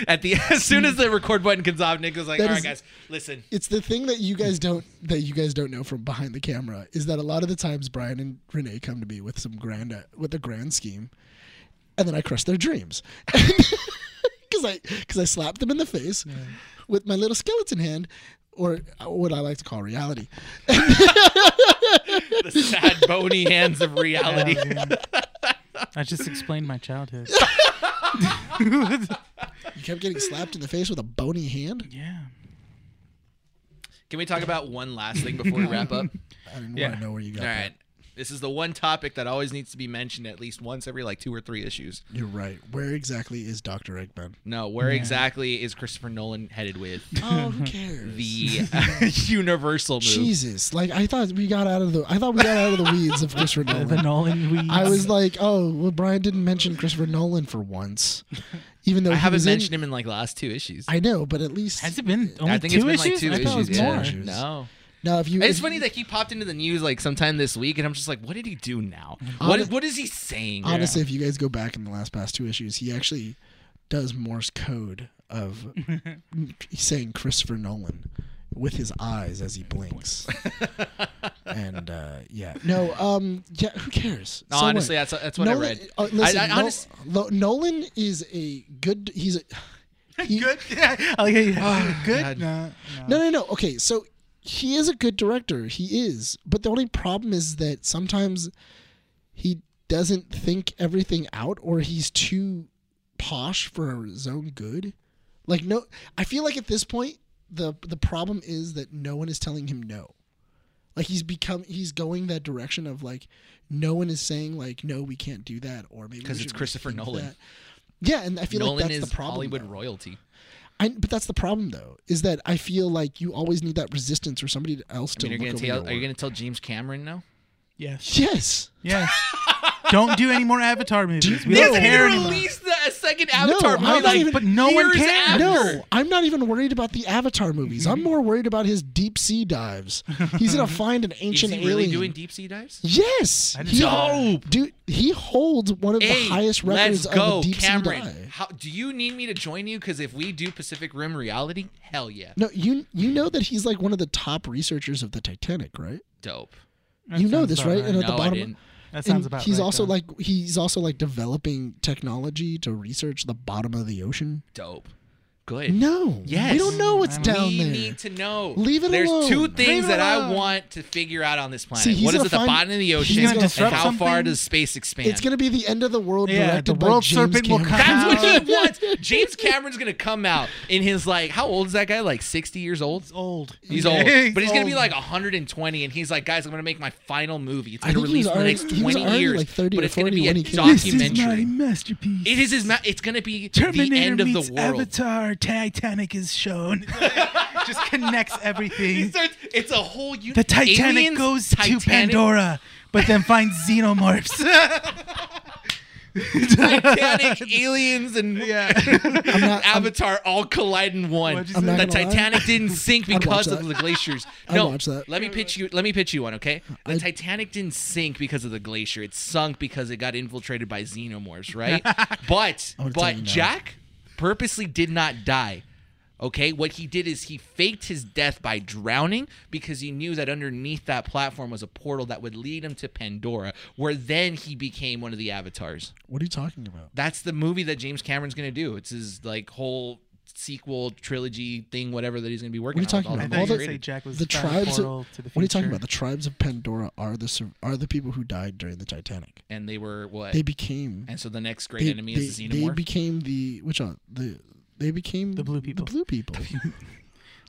Speaker 3: At the as soon as the record button comes off, Nick was like,
Speaker 1: That
Speaker 3: "All right,
Speaker 1: is-
Speaker 3: guys, listen."
Speaker 1: It's the thing that you guys don't that you guys don't know from behind the camera is that a lot of the times Brian and Renee come to me with some grand uh, with a grand scheme, and then I crush their dreams because I because I slap them in the face with my little skeleton hand. Or uh, what I like to call reality.
Speaker 3: The sad bony hands of reality.
Speaker 2: Yeah, yeah. I just explained my childhood.
Speaker 1: You kept getting slapped in the face with a bony hand.
Speaker 2: yeah.
Speaker 3: Can we talk about one last thing before we wrap up?
Speaker 4: I didn't
Speaker 2: Yeah.
Speaker 4: want to know where you got
Speaker 3: All
Speaker 4: that.
Speaker 3: right. This is the one topic that always needs to be mentioned at least once every like two or three issues.
Speaker 4: You're right. Where exactly is Dr. Eggman?
Speaker 3: No, where
Speaker 2: Yeah.
Speaker 3: exactly is Christopher Nolan headed with
Speaker 4: Oh, who cares?
Speaker 3: the uh, Universal move?
Speaker 1: Jesus, like I thought we got out of the I thought we got out of the weeds of Christopher
Speaker 2: Uh, the
Speaker 1: Nolan.
Speaker 2: Nolan we
Speaker 1: I was like, oh, well, Brian didn't mention Christopher Nolan for once, even though
Speaker 3: I
Speaker 1: he
Speaker 3: haven't
Speaker 1: was in-
Speaker 3: mentioned him in like the last two issues.
Speaker 1: I know, but at least
Speaker 2: Has it been only
Speaker 3: I think
Speaker 2: two
Speaker 3: it's been
Speaker 2: issues?
Speaker 3: like two
Speaker 2: I
Speaker 3: issues.
Speaker 2: thought it was
Speaker 3: yeah.
Speaker 2: more.
Speaker 4: Issues.
Speaker 3: No.
Speaker 1: no. If you,
Speaker 3: It's
Speaker 1: if-
Speaker 3: funny that he popped into the news like sometime this week, and I'm just like, what did he do now? What
Speaker 1: Honest-
Speaker 3: is, what is he saying?
Speaker 1: honestly, if you guys go back in the last past two issues, he actually does Morse code of saying Christopher Nolan with his eyes as he blinks.
Speaker 4: And uh, yeah,
Speaker 1: No, um, yeah, who cares?
Speaker 3: No,
Speaker 1: So what?
Speaker 3: honestly, that's that's what I read.
Speaker 1: uh, listen,
Speaker 3: I, I
Speaker 1: Nol-
Speaker 3: honest-
Speaker 1: Lo- Nolan is a good. He's a he-
Speaker 2: good. Yeah. I like how you-
Speaker 3: Oh, God.
Speaker 2: good. No,
Speaker 1: No, no, no. Okay, so he is a good director. He is, but the only problem is that sometimes he doesn't think everything out, or he's too posh for his own good. Like no, I feel like at this point the the problem is that no one is telling him no. Like he's become he's going that direction of like no one is saying like no we can't do that or maybe we
Speaker 3: 'Cause it's
Speaker 1: should
Speaker 3: Christopher
Speaker 1: rethink
Speaker 3: Nolan.
Speaker 1: that. Yeah, and I feel
Speaker 3: Nolan
Speaker 1: like that's
Speaker 3: is
Speaker 1: the problem.
Speaker 3: Hollywood
Speaker 1: though.
Speaker 3: royalty.
Speaker 1: I, but that's the problem, though, is that I feel like you always need that resistance for somebody else
Speaker 3: I
Speaker 1: to
Speaker 3: mean, you're
Speaker 1: look
Speaker 3: gonna
Speaker 1: over
Speaker 3: tell,
Speaker 1: your
Speaker 3: are you
Speaker 1: work.
Speaker 3: going to tell James Cameron no?
Speaker 2: Yes.
Speaker 1: Yes.
Speaker 2: Yes. Don't do any more Avatar movies. We
Speaker 1: They
Speaker 2: don't
Speaker 1: haven't
Speaker 2: care
Speaker 1: even
Speaker 2: anymore.
Speaker 3: the, a second
Speaker 1: Avatar movie, I'm not like, even-
Speaker 2: but no one years cares. after.
Speaker 1: No, I'm not even worried about the Avatar movies.
Speaker 3: Mhm.
Speaker 1: I'm more worried about his deep sea dives. He's gonna find an
Speaker 3: Is he
Speaker 1: ancient
Speaker 3: really
Speaker 1: alien.
Speaker 3: doing deep sea dives?
Speaker 1: yes.
Speaker 2: I didn't
Speaker 1: He,
Speaker 2: know
Speaker 1: Dude, he holds one of
Speaker 3: Hey,
Speaker 1: the highest records
Speaker 3: let's go,
Speaker 1: of a deep
Speaker 3: Cameron.
Speaker 1: sea dive.
Speaker 3: How, do you need me to join you? Because if we do Pacific Rim reality, hell yeah,
Speaker 1: No, you you know that he's like one of the top researchers of the Titanic, right?
Speaker 3: dope.
Speaker 2: That
Speaker 1: you know
Speaker 2: sounds
Speaker 1: this,
Speaker 2: about
Speaker 1: right?
Speaker 2: right.
Speaker 1: And at
Speaker 3: No,
Speaker 1: the
Speaker 3: I
Speaker 1: bottom,
Speaker 3: didn't.
Speaker 2: That sounds
Speaker 1: and
Speaker 2: about
Speaker 1: he's
Speaker 2: right,
Speaker 1: also
Speaker 2: though.
Speaker 1: like he's also like developing technology to research the bottom of the ocean.
Speaker 3: Dope. Good.
Speaker 1: No.
Speaker 3: Yes.
Speaker 1: We don't know what's
Speaker 2: We
Speaker 1: down
Speaker 3: we
Speaker 1: there.
Speaker 3: need to know.
Speaker 1: Leave it
Speaker 3: There's
Speaker 1: alone.
Speaker 3: two
Speaker 1: Leave
Speaker 3: things
Speaker 2: it
Speaker 3: that I
Speaker 2: alone.
Speaker 3: want to figure out on this planet.
Speaker 1: See, he's
Speaker 3: what is
Speaker 1: gonna
Speaker 3: at the
Speaker 1: find-
Speaker 3: bottom of the
Speaker 1: he's
Speaker 3: ocean,
Speaker 1: gonna
Speaker 3: and
Speaker 2: disrupt
Speaker 3: how far
Speaker 2: something?
Speaker 3: does space expand?
Speaker 1: it's gonna be the end of the world
Speaker 2: Yeah,
Speaker 1: directed
Speaker 2: the
Speaker 1: by
Speaker 2: world
Speaker 1: James
Speaker 2: serpent will
Speaker 1: Cameron.
Speaker 2: come
Speaker 3: That's what
Speaker 2: out.
Speaker 3: he wants. James Cameron's gonna come out in his like, how old is that guy? Like 60 years old.
Speaker 2: He's old.
Speaker 3: He's old, but he's gonna be like 120, and he's like, guys, I'm gonna make my final movie. It's
Speaker 1: I
Speaker 3: gonna
Speaker 1: think he was
Speaker 3: release in the
Speaker 1: already-
Speaker 3: next
Speaker 1: he was
Speaker 3: 20
Speaker 1: already
Speaker 3: years,
Speaker 1: like 30
Speaker 3: but
Speaker 1: or
Speaker 3: it's gonna be
Speaker 1: 40
Speaker 3: a
Speaker 1: when he came out.
Speaker 2: This is my
Speaker 3: documentary.
Speaker 2: masterpiece.
Speaker 3: It is his. Ma- it's gonna be
Speaker 2: Terminator
Speaker 3: the end of
Speaker 2: meets
Speaker 3: the world.
Speaker 2: Avatar. Titanic is shown. Just connects
Speaker 3: He
Speaker 2: everything.
Speaker 3: starts. It's a whole. Uni-
Speaker 2: The Titanic
Speaker 3: Aliens,
Speaker 2: goes
Speaker 3: Titanic-
Speaker 2: to Pandora, but then finds xenomorphs.
Speaker 3: Titanic, aliens, and
Speaker 1: I'm not, I'm-
Speaker 3: Avatar all collide in one.
Speaker 2: What'd you I'm say?
Speaker 1: not
Speaker 3: The
Speaker 1: gonna lie.
Speaker 3: Titanic didn't sink
Speaker 1: I'd watch
Speaker 3: because of
Speaker 1: that.
Speaker 3: the glaciers.
Speaker 1: I'd
Speaker 3: No,
Speaker 1: watch that.
Speaker 3: let me pitch you. Let me pitch you one, okay? The
Speaker 1: I'd-
Speaker 3: Titanic didn't sink because of the glacier. It sunk because it got infiltrated by xenomorphs, right? but
Speaker 4: gonna tell you
Speaker 3: but
Speaker 4: no.
Speaker 3: Jack purposely did not die. Okay, what he did is he faked his death by drowning because he knew that underneath that platform was a portal that would lead him to Pandora, where then he became one of the avatars.
Speaker 4: What are you talking about?
Speaker 3: That's the movie that James Cameron's gonna do. It's his like whole sequel trilogy thing, whatever that he's gonna be working
Speaker 1: What are you
Speaker 3: on.
Speaker 1: talking
Speaker 2: I
Speaker 3: with
Speaker 1: All
Speaker 2: thought you
Speaker 3: all
Speaker 1: the-
Speaker 2: were gonna
Speaker 3: the
Speaker 2: say
Speaker 3: creative-
Speaker 2: Jack was
Speaker 1: the
Speaker 2: found
Speaker 1: tribes of-
Speaker 2: portal to the
Speaker 1: What are you talking
Speaker 2: future.
Speaker 1: about? The tribes of Pandora are the sur- are the people who died during the Titanic.
Speaker 3: and they were what?
Speaker 1: They became
Speaker 3: and so the next great
Speaker 1: they,
Speaker 3: enemy
Speaker 1: they,
Speaker 3: is the
Speaker 1: they
Speaker 3: xenomorph.
Speaker 1: became the which one? the they became
Speaker 2: The blue people. Oh
Speaker 1: The blue people.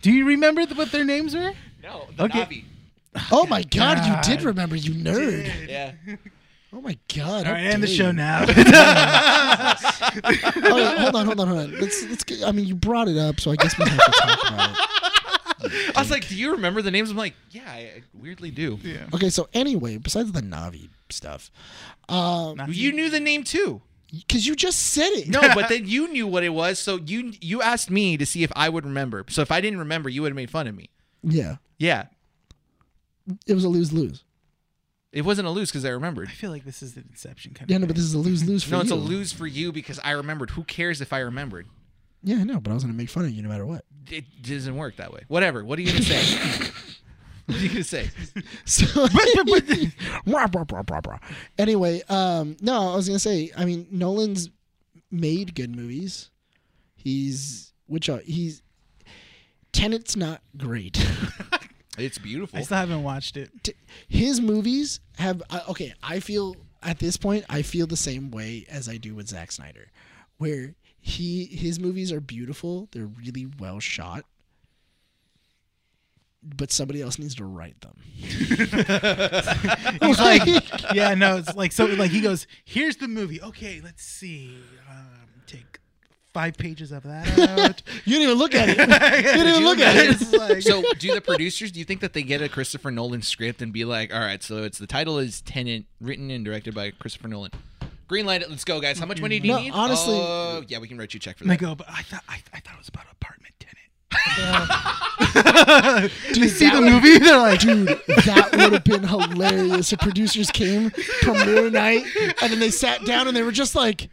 Speaker 2: Do you remember th- what their names were?
Speaker 3: no, the
Speaker 2: Okay.
Speaker 3: Navi.
Speaker 1: oh my god,
Speaker 2: God.
Speaker 1: you did remember, you nerd.
Speaker 3: Yeah.
Speaker 1: Oh my god.
Speaker 2: All
Speaker 1: how
Speaker 2: right, end the
Speaker 1: dare
Speaker 2: show
Speaker 1: you.
Speaker 2: now.
Speaker 1: All right, hold on, hold on, hold on. Let's let's get, I mean, you brought it up, so I guess we have to talk about it.
Speaker 3: I was like, do you remember the names? I'm like, yeah, I I weirdly do.
Speaker 2: yeah.
Speaker 1: Okay, so anyway, besides the Navi stuff,
Speaker 3: You knew the name too.
Speaker 1: because you just said it.
Speaker 3: No, but then you knew what it was, so you you asked me to see if I would remember. So if I didn't remember, you would have made fun of me.
Speaker 1: Yeah,
Speaker 3: Yeah.
Speaker 1: it was a lose lose.
Speaker 3: It wasn't a lose because I remembered.
Speaker 2: I feel like this is an Inception kind
Speaker 1: Yeah,
Speaker 2: of.
Speaker 1: no, but this is a lose lose for
Speaker 3: No,
Speaker 1: you.
Speaker 3: it's a lose for you because I remembered. Who cares if I remembered?
Speaker 1: Yeah, I know, but I was gonna make fun of you no matter what.
Speaker 3: it doesn't work that way. Whatever. What are you gonna say? what are you gonna say?
Speaker 1: So Rah, rah, rah, rah, rah. anyway, um, no, I was gonna say. I mean, Nolan's made good movies. He's which are he's Tenet's not great.
Speaker 3: It's beautiful.
Speaker 2: I still haven't watched it.
Speaker 1: t- his movies have uh, okay. I feel at this point, I feel the same way as I do with Zack Snyder, where he his movies are beautiful. They're really well shot, but somebody else needs to write them.
Speaker 2: He's like, yeah, no, it's like so. Like he goes, here's the movie. Okay, let's see. Um, take five pages of that out.
Speaker 1: You didn't even look at it. You didn't even look at it.
Speaker 2: It's like-
Speaker 3: so do the producers do you think that they get a christopher nolan script and be like all right so it's the title is tenant written and directed by christopher nolan green light it let's go guys how much money do you
Speaker 1: No,
Speaker 3: need
Speaker 1: honestly-
Speaker 3: oh, yeah we can write you a check for
Speaker 2: And I
Speaker 3: that
Speaker 2: go, but I thought I, I thought it was about apartment tenant.
Speaker 1: Dude,
Speaker 2: See
Speaker 1: that
Speaker 2: the
Speaker 1: would-
Speaker 2: movie? They're like,
Speaker 1: Dude, that would have been hilarious if producers came premiere night and then they sat down and they were just like,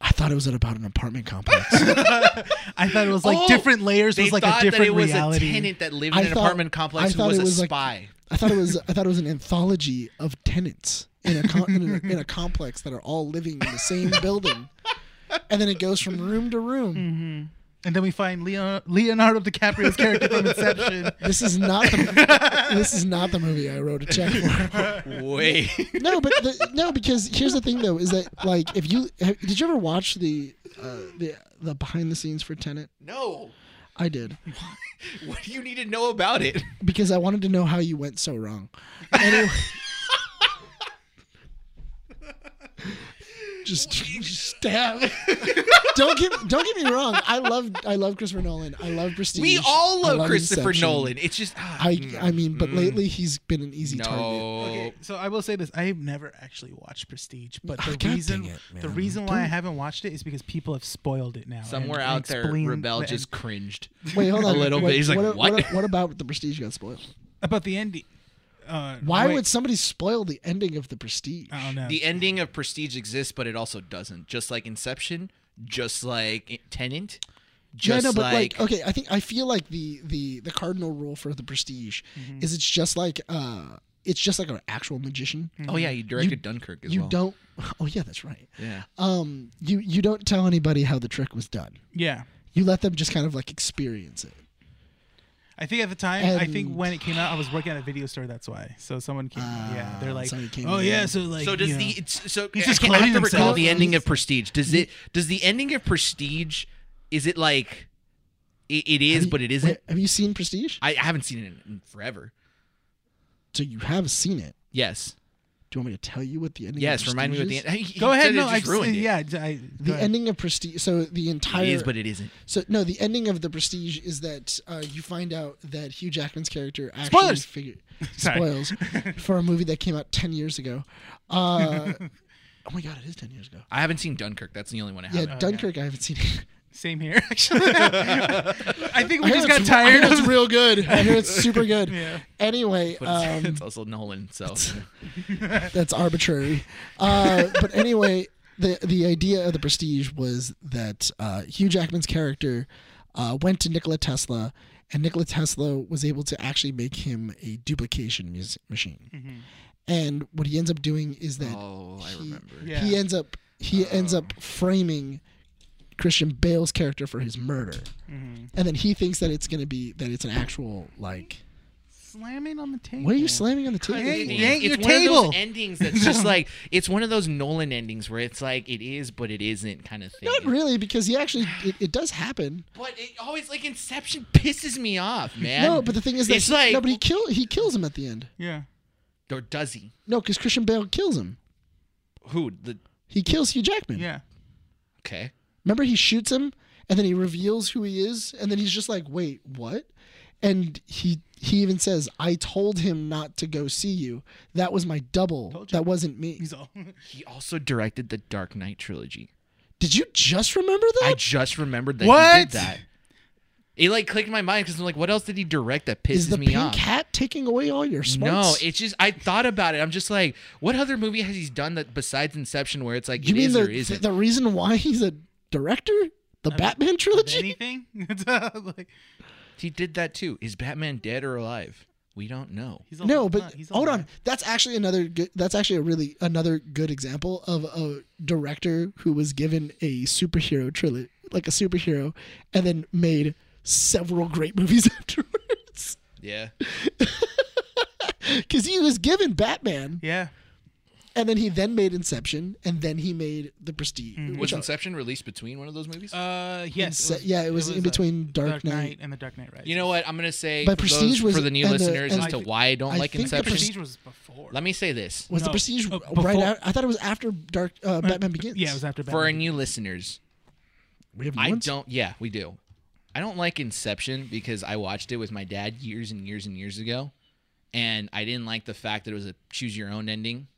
Speaker 1: I thought it was about an apartment complex.
Speaker 2: I thought it was like
Speaker 3: Oh,
Speaker 2: different layers. It
Speaker 3: they
Speaker 2: was like a
Speaker 3: thought
Speaker 2: different
Speaker 3: that it was
Speaker 2: reality.
Speaker 3: a tenant that lived
Speaker 1: I
Speaker 3: in an
Speaker 1: thought-
Speaker 3: apartment complex
Speaker 1: I
Speaker 3: who
Speaker 1: thought
Speaker 3: was
Speaker 1: it
Speaker 3: a
Speaker 1: was like-
Speaker 3: spy
Speaker 1: I thought it was I thought it was an anthology of tenants in a, com- in, a in a complex that are all living in the same building, and then it goes from room to room.
Speaker 2: And then we find Leon, Leonardo DiCaprio's character from Inception.
Speaker 1: This is not the this is not the movie I wrote a check for.
Speaker 3: wait
Speaker 1: No, but the, no, because here's the thing though is that like if you have, did you ever watch the uh, the the behind the scenes for Tenant?
Speaker 3: no
Speaker 1: I did
Speaker 3: what do you need to know about it
Speaker 1: because I wanted to know how you went so wrong. Anyway. Just, just stab. don't get don't get me wrong. I love I love Christopher Nolan. I love Prestige.
Speaker 3: we all
Speaker 1: I
Speaker 3: love, christopher
Speaker 1: Inception.
Speaker 3: nolan it's just ah,
Speaker 1: I
Speaker 3: mm,
Speaker 1: I mean, but
Speaker 3: mm,
Speaker 1: lately he's been an easy
Speaker 3: no
Speaker 1: target.
Speaker 2: Okay, so I will say this: I have never actually watched Prestige, but
Speaker 3: Oh,
Speaker 1: Ah,
Speaker 2: the
Speaker 1: God
Speaker 2: reason
Speaker 4: dang it,
Speaker 2: the
Speaker 4: man.
Speaker 2: reason why I haven't watched it is because people have spoiled it now. and
Speaker 3: somewhere
Speaker 2: I
Speaker 3: out there
Speaker 2: explained
Speaker 3: rebel
Speaker 2: the-
Speaker 3: just cringed
Speaker 1: Wait, hold
Speaker 3: A
Speaker 1: on.
Speaker 3: little bit. He's like,
Speaker 1: what?
Speaker 3: "What?"
Speaker 1: what about the Prestige got spoiled?
Speaker 2: about the ending. Uh,
Speaker 1: Why
Speaker 2: wait,
Speaker 1: would somebody spoil the ending of the Prestige?
Speaker 2: I don't know.
Speaker 3: the ending of Prestige exists, but it also doesn't. Just like Inception, just like Tenant,
Speaker 1: Yeah,
Speaker 3: just
Speaker 1: no, but
Speaker 3: like,
Speaker 1: like, okay, I think I feel like the the the cardinal rule for the Prestige
Speaker 3: Mm-hmm.
Speaker 1: is it's just like uh it's just like an actual magician.
Speaker 3: oh yeah, you directed Dunkirk as
Speaker 1: You
Speaker 3: well.
Speaker 1: don't. Oh yeah, that's right.
Speaker 3: yeah,
Speaker 1: Um, you you don't tell anybody how the trick was done.
Speaker 2: yeah.
Speaker 1: You let them just kind of like experience it.
Speaker 2: I think at the time, I think
Speaker 1: And-
Speaker 2: when it came out, I was working at a video store. That's why. So someone came. yeah, they're
Speaker 1: Ah,
Speaker 2: like,
Speaker 1: so you came
Speaker 2: oh
Speaker 1: in.
Speaker 2: yeah, so like.
Speaker 3: so does
Speaker 2: you know,
Speaker 3: the it's, so
Speaker 2: He's
Speaker 3: I-
Speaker 2: just
Speaker 3: I have to
Speaker 2: cloning
Speaker 3: recall
Speaker 2: himself.
Speaker 3: the ending of Prestige. Does it does the ending of Prestige? Is it like it, it
Speaker 1: Have
Speaker 3: is,
Speaker 1: you-
Speaker 3: but it
Speaker 1: wait,
Speaker 3: isn't?
Speaker 1: have you seen Prestige?
Speaker 3: I, I haven't seen it in, in forever.
Speaker 1: So you have seen it.
Speaker 3: Yes,
Speaker 1: Do you want me to tell you what the ending? of
Speaker 3: yes.
Speaker 1: Prestige
Speaker 3: Remind me what the
Speaker 1: is?
Speaker 3: end. he- he
Speaker 2: Go ahead.
Speaker 3: said it
Speaker 2: No,
Speaker 3: just
Speaker 2: I just,
Speaker 3: ruined it.
Speaker 2: yeah. I,
Speaker 1: The ending of Prestige. So the entire.
Speaker 3: It is, but it isn't.
Speaker 1: So no, the ending of the Prestige is that uh, you find out that Hugh Jackman's character actually
Speaker 2: Spoilers!
Speaker 1: figured
Speaker 2: Sorry.
Speaker 1: spoils for a movie that came out ten years ago. Uh, oh my god, it is ten years ago.
Speaker 3: I haven't seen Dunkirk. That's the only one I
Speaker 1: Yeah,
Speaker 3: haven't.
Speaker 1: Dunkirk. I haven't seen. it.
Speaker 2: Same here, actually. I think we
Speaker 1: I hear
Speaker 2: just
Speaker 1: it's-
Speaker 2: got
Speaker 1: I
Speaker 2: tired
Speaker 1: hear It's
Speaker 2: of.
Speaker 1: real good. I hear it's super good.
Speaker 2: Yeah.
Speaker 1: Anyway,
Speaker 3: But it's,
Speaker 1: um,
Speaker 3: it's also Nolan, so
Speaker 1: that's arbitrary. Uh, but anyway, the the idea of the Prestige was that uh, Hugh Jackman's character uh, went to Nikola Tesla, and Nikola Tesla was able to actually make him a duplication mus- machine.
Speaker 2: Mm-hmm.
Speaker 1: And what he ends up doing is that
Speaker 3: oh, I
Speaker 1: he-
Speaker 3: remember.
Speaker 2: Yeah.
Speaker 1: he ends up he ends up framing Christian Bale's character for his murder,
Speaker 2: Mm-hmm.
Speaker 1: and then he thinks that it's gonna be that it's an actual like.
Speaker 2: Slamming on the table.
Speaker 1: What are you slamming on the table?
Speaker 2: Hey,
Speaker 1: for?
Speaker 2: yeah. yank
Speaker 3: it's
Speaker 2: your
Speaker 3: one of
Speaker 2: table.
Speaker 3: those endings that's just like it's one of those Nolan endings where it's like it is but it isn't kind of thing.
Speaker 1: Not really, because he actually it, it does happen.
Speaker 3: But it always like Inception pisses me off, man.
Speaker 1: No, but the thing is that
Speaker 3: it's
Speaker 1: he,
Speaker 3: like
Speaker 1: no, but he kill he kills him at the end.
Speaker 2: Yeah.
Speaker 3: or does he?
Speaker 1: No, because Christian Bale kills him.
Speaker 3: Who the
Speaker 1: He kills Hugh Jackman.
Speaker 2: Yeah.
Speaker 3: okay?
Speaker 1: Remember, he shoots him, and then he reveals who he is, and then he's just like, "Wait, what?" And he he even says, "I told him not to go see you. That was my double.
Speaker 2: Told you.
Speaker 1: That wasn't me."
Speaker 2: He's all.
Speaker 3: He also directed the Dark Knight trilogy.
Speaker 1: Did you just remember that?
Speaker 3: I just remembered that he
Speaker 2: What?
Speaker 3: did that. It like clicked in my mind because I'm like, what else did he direct that pisses
Speaker 1: is the
Speaker 3: me
Speaker 1: pink
Speaker 3: off?
Speaker 1: hat taking away all your smarts?
Speaker 3: No, it's just I thought about it. I'm just like, what other movie has he done that besides Inception where it's like
Speaker 1: you
Speaker 3: it
Speaker 1: mean
Speaker 3: is
Speaker 1: the
Speaker 3: or isn't?
Speaker 1: the reason why he's a director? The Batman trilogy.
Speaker 2: Anything? It's, uh, like,
Speaker 3: He did that too. Is Batman dead or alive? We don't know.
Speaker 2: he's all
Speaker 1: No,
Speaker 2: like,
Speaker 1: but
Speaker 2: "Huh, he's all
Speaker 1: hold on.
Speaker 2: right."
Speaker 1: That's actually another. Good, that's actually a really another good example of a director who was given a superhero trilogy, like a superhero, and then made several great movies afterwards.
Speaker 3: Yeah.
Speaker 1: Because he was given Batman,
Speaker 2: Yeah.
Speaker 1: and then he then made Inception, and then he made The Prestige.
Speaker 2: Mm.
Speaker 3: Which Inception released between one of those movies?
Speaker 2: Uh, yes.
Speaker 1: Inse- yeah, it was in
Speaker 2: uh,
Speaker 1: between Dark
Speaker 2: Dark Knight.
Speaker 1: Knight.
Speaker 2: and the Dark Knight Rises.
Speaker 3: you know what? I'm gonna say
Speaker 1: But
Speaker 3: for, those-
Speaker 1: Prestige was-
Speaker 3: for the new
Speaker 1: and the-
Speaker 3: listeners
Speaker 1: and
Speaker 3: as
Speaker 2: I
Speaker 3: to
Speaker 2: thi-
Speaker 3: why I don't
Speaker 1: I
Speaker 3: like
Speaker 1: think the
Speaker 3: Inception.
Speaker 2: Prestige was before.
Speaker 3: Let me say this
Speaker 1: Was
Speaker 2: No,
Speaker 1: the Prestige
Speaker 2: uh,
Speaker 1: right?
Speaker 2: before-
Speaker 1: Out, I thought it was after Dark uh, Batman Begins.
Speaker 2: Yeah, it was after
Speaker 3: for our
Speaker 2: Batman.
Speaker 3: new listeners.
Speaker 1: We have new
Speaker 3: I
Speaker 1: ones?
Speaker 3: don't. Yeah, we do. I don't like Inception because I watched it with my dad years and years and years ago, and I didn't like the fact that it was a choose your own ending.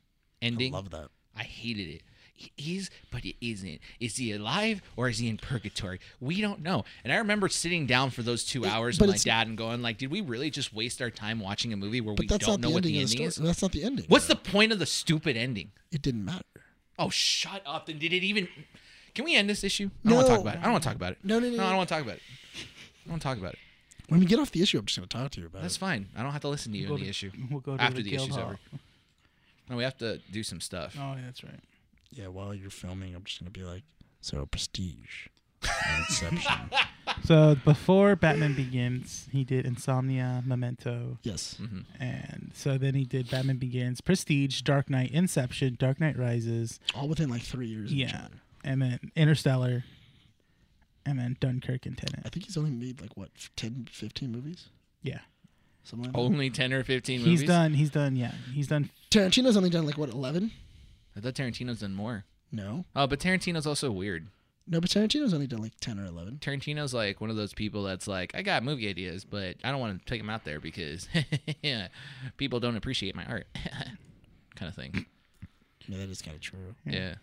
Speaker 3: Ending.
Speaker 4: Love that.
Speaker 3: I hated it. He is, but he isn't. Is he alive or is he in purgatory? We don't know. And I remember sitting down for those two hours
Speaker 1: but
Speaker 3: with my
Speaker 1: it's-
Speaker 3: dad and going, like, did we really just waste our time watching a movie where we
Speaker 1: But that's
Speaker 3: don't
Speaker 1: not
Speaker 3: know
Speaker 1: the
Speaker 3: what
Speaker 1: ending
Speaker 3: the
Speaker 1: of the
Speaker 3: ending
Speaker 1: story.
Speaker 3: is?
Speaker 1: That's not the ending.
Speaker 3: What's the point of the stupid ending?
Speaker 1: It didn't matter.
Speaker 3: Oh, shut up! Then did it even? Can we end this issue? I don't want to
Speaker 1: No.
Speaker 3: talk about it. I don't want to talk about it.
Speaker 1: No, no, no,
Speaker 3: No, I
Speaker 1: no.
Speaker 3: don't want to talk about it. I don't want to talk about it.
Speaker 1: When we get off the issue, I'm just gonna talk to you about
Speaker 3: That's
Speaker 1: it.
Speaker 3: fine. I don't have to listen to you
Speaker 2: Uh, We'll
Speaker 3: in
Speaker 2: go
Speaker 3: the
Speaker 2: to-
Speaker 3: issue.
Speaker 2: we'll go to
Speaker 3: after
Speaker 2: the
Speaker 3: the
Speaker 2: guild
Speaker 3: issue's
Speaker 2: hall.
Speaker 3: over. No, we have to do some stuff.
Speaker 2: Oh, yeah, that's right.
Speaker 4: Yeah, while you're filming, I'm just gonna be like, so Prestige, and Inception.
Speaker 2: So before Batman Begins, he did Insomnia, Memento,
Speaker 1: Yes.
Speaker 3: Mm-hmm.
Speaker 2: and so then he did Batman Begins, Prestige, Dark Knight, Inception, Dark Knight Rises,
Speaker 1: All within like three years. of each
Speaker 2: yeah,
Speaker 1: other.
Speaker 2: and then Interstellar, and then Dunkirk and Tenet.
Speaker 1: I think he's only made like what 10, 15 movies.
Speaker 2: Yeah,
Speaker 1: Something like that.
Speaker 3: Only ten or fifteen movies.
Speaker 2: he's done. He's done. Yeah, he's done.
Speaker 1: Tarantino's only done like what eleven?
Speaker 3: I thought Tarantino's done more.
Speaker 1: No,
Speaker 3: Oh, but Tarantino's also weird.
Speaker 1: no, but Tarantino's only done like ten or eleven.
Speaker 3: Tarantino's like one of those people that's like, I got movie ideas, but I don't want to take them out there because people don't appreciate my art, kind of thing.
Speaker 4: yeah, that is kind of true.
Speaker 3: Yeah.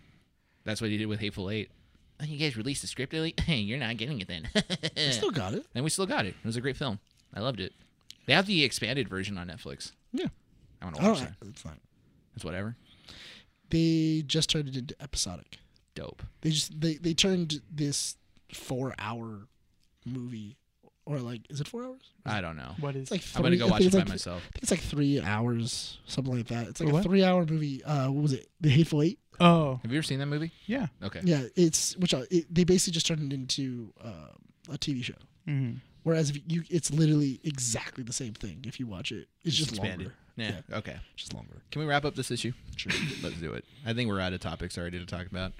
Speaker 3: that's what he did with Hateful Eight. "Oh, You guys released the script early. You're not getting it then.
Speaker 1: He Still got it.
Speaker 3: and we still got it. It was a great film. I loved it. They have the expanded version on Netflix.
Speaker 1: Yeah.
Speaker 3: I
Speaker 4: Oh,
Speaker 3: want to
Speaker 1: I
Speaker 3: watch
Speaker 1: don't.
Speaker 3: that.
Speaker 4: It's not.
Speaker 3: It's whatever.
Speaker 1: They just turned it into episodic.
Speaker 3: Dope.
Speaker 1: They just they they turned this four hour movie, or like is it four hours?
Speaker 3: I don't know.
Speaker 2: What
Speaker 1: It's
Speaker 2: is?
Speaker 1: like
Speaker 3: I'm
Speaker 1: three,
Speaker 3: gonna go
Speaker 1: I think
Speaker 3: watch it
Speaker 1: it's
Speaker 3: by
Speaker 1: like,
Speaker 3: myself.
Speaker 1: I think it's like three hours, something like that. It's like
Speaker 2: What?
Speaker 1: a three hour movie. Uh, what was it? The Hateful Eight.
Speaker 2: oh,
Speaker 3: Have you ever seen that movie?
Speaker 2: yeah.
Speaker 3: Okay.
Speaker 1: Yeah, it's which I, it, they basically just turned it into um a TV show.
Speaker 2: hmm
Speaker 1: Whereas if you, it's literally exactly the same thing. If you watch it, it's just,
Speaker 3: expanded.
Speaker 1: longer.
Speaker 3: Yeah. Okay.
Speaker 1: just longer.
Speaker 3: Can we wrap up this issue? Sure. Let's do it. I think we're out of topics already to talk about.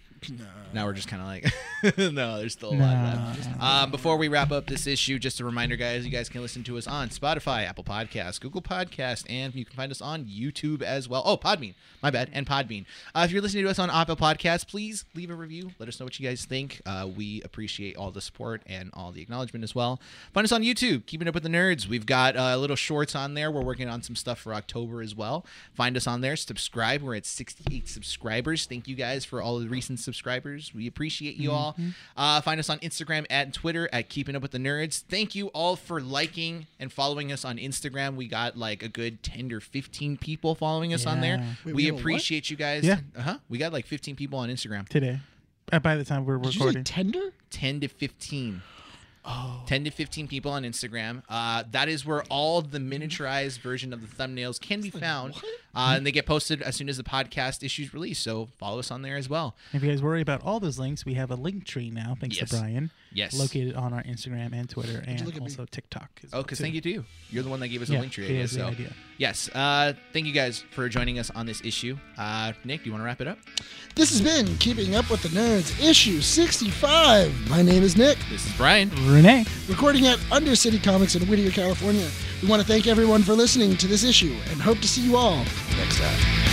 Speaker 3: Now we're just kind of like, no, there's still a
Speaker 2: Nah.
Speaker 3: lot left. Um, before we wrap up this issue, just a reminder, guys, you guys can listen to us on Spotify, Apple Podcasts, Google Podcasts, and you can find us on YouTube as well. Oh, Podbean. My bad. And Podbean. Uh, if you're listening to us on Apple Podcasts, please leave a review. Let us know what you guys think. Uh, we appreciate all the support and all the acknowledgement as well. Find us on YouTube, Keeping Up with the Nerds. We've got uh, little shorts on there. We're working on some stuff for October as well. Find us on there. Subscribe. We're at 68 subscribers. Thank you guys for all the recent subscribers. We appreciate you all.
Speaker 2: Mm-hmm.
Speaker 3: Uh, find us on Instagram at Twitter at Keeping Up with the Nerds. Thank you all for liking and following us on Instagram. We got like a good 10 or 15 people following us on
Speaker 2: Yeah.
Speaker 3: there.
Speaker 1: Wait, we
Speaker 3: we
Speaker 1: have a what?
Speaker 3: appreciate you guys.
Speaker 2: Yeah.
Speaker 3: Uh-huh. We got like 15 people on Instagram.
Speaker 2: Today, uh, by the time we're
Speaker 1: Did you say
Speaker 2: recording,
Speaker 1: tender?
Speaker 3: 10 to 15. 10 to 15 people on Instagram. Uh, that is where all the miniaturized version of the thumbnails can be found. Uh, and they get posted as soon as the podcast issues released. So follow us on there as well.
Speaker 2: if you guys worry about all those links, we have a link tree now. Thanks
Speaker 3: Yes.
Speaker 2: to Brian.
Speaker 3: Yes.
Speaker 2: Located on our Instagram and Twitter,
Speaker 1: look
Speaker 2: and
Speaker 1: at me?
Speaker 2: also TikTok. as
Speaker 3: Oh,
Speaker 2: well,
Speaker 3: because
Speaker 2: too.
Speaker 3: thank you to you. You're the one that gave us the
Speaker 2: Yeah,
Speaker 3: link tree
Speaker 2: he
Speaker 3: idea.
Speaker 2: has the
Speaker 3: So,
Speaker 2: idea.
Speaker 3: yes. Uh, thank you guys for joining us on this issue. Uh, Nick, do you want to wrap it up?
Speaker 1: This has been Keeping Up with the Nerds, issue 65. My name is Nick,
Speaker 3: This is Brian.
Speaker 2: Renee.
Speaker 1: recording at Undercity Comics in Whittier, California. We want to thank everyone for listening to this issue and hope to see you all next time.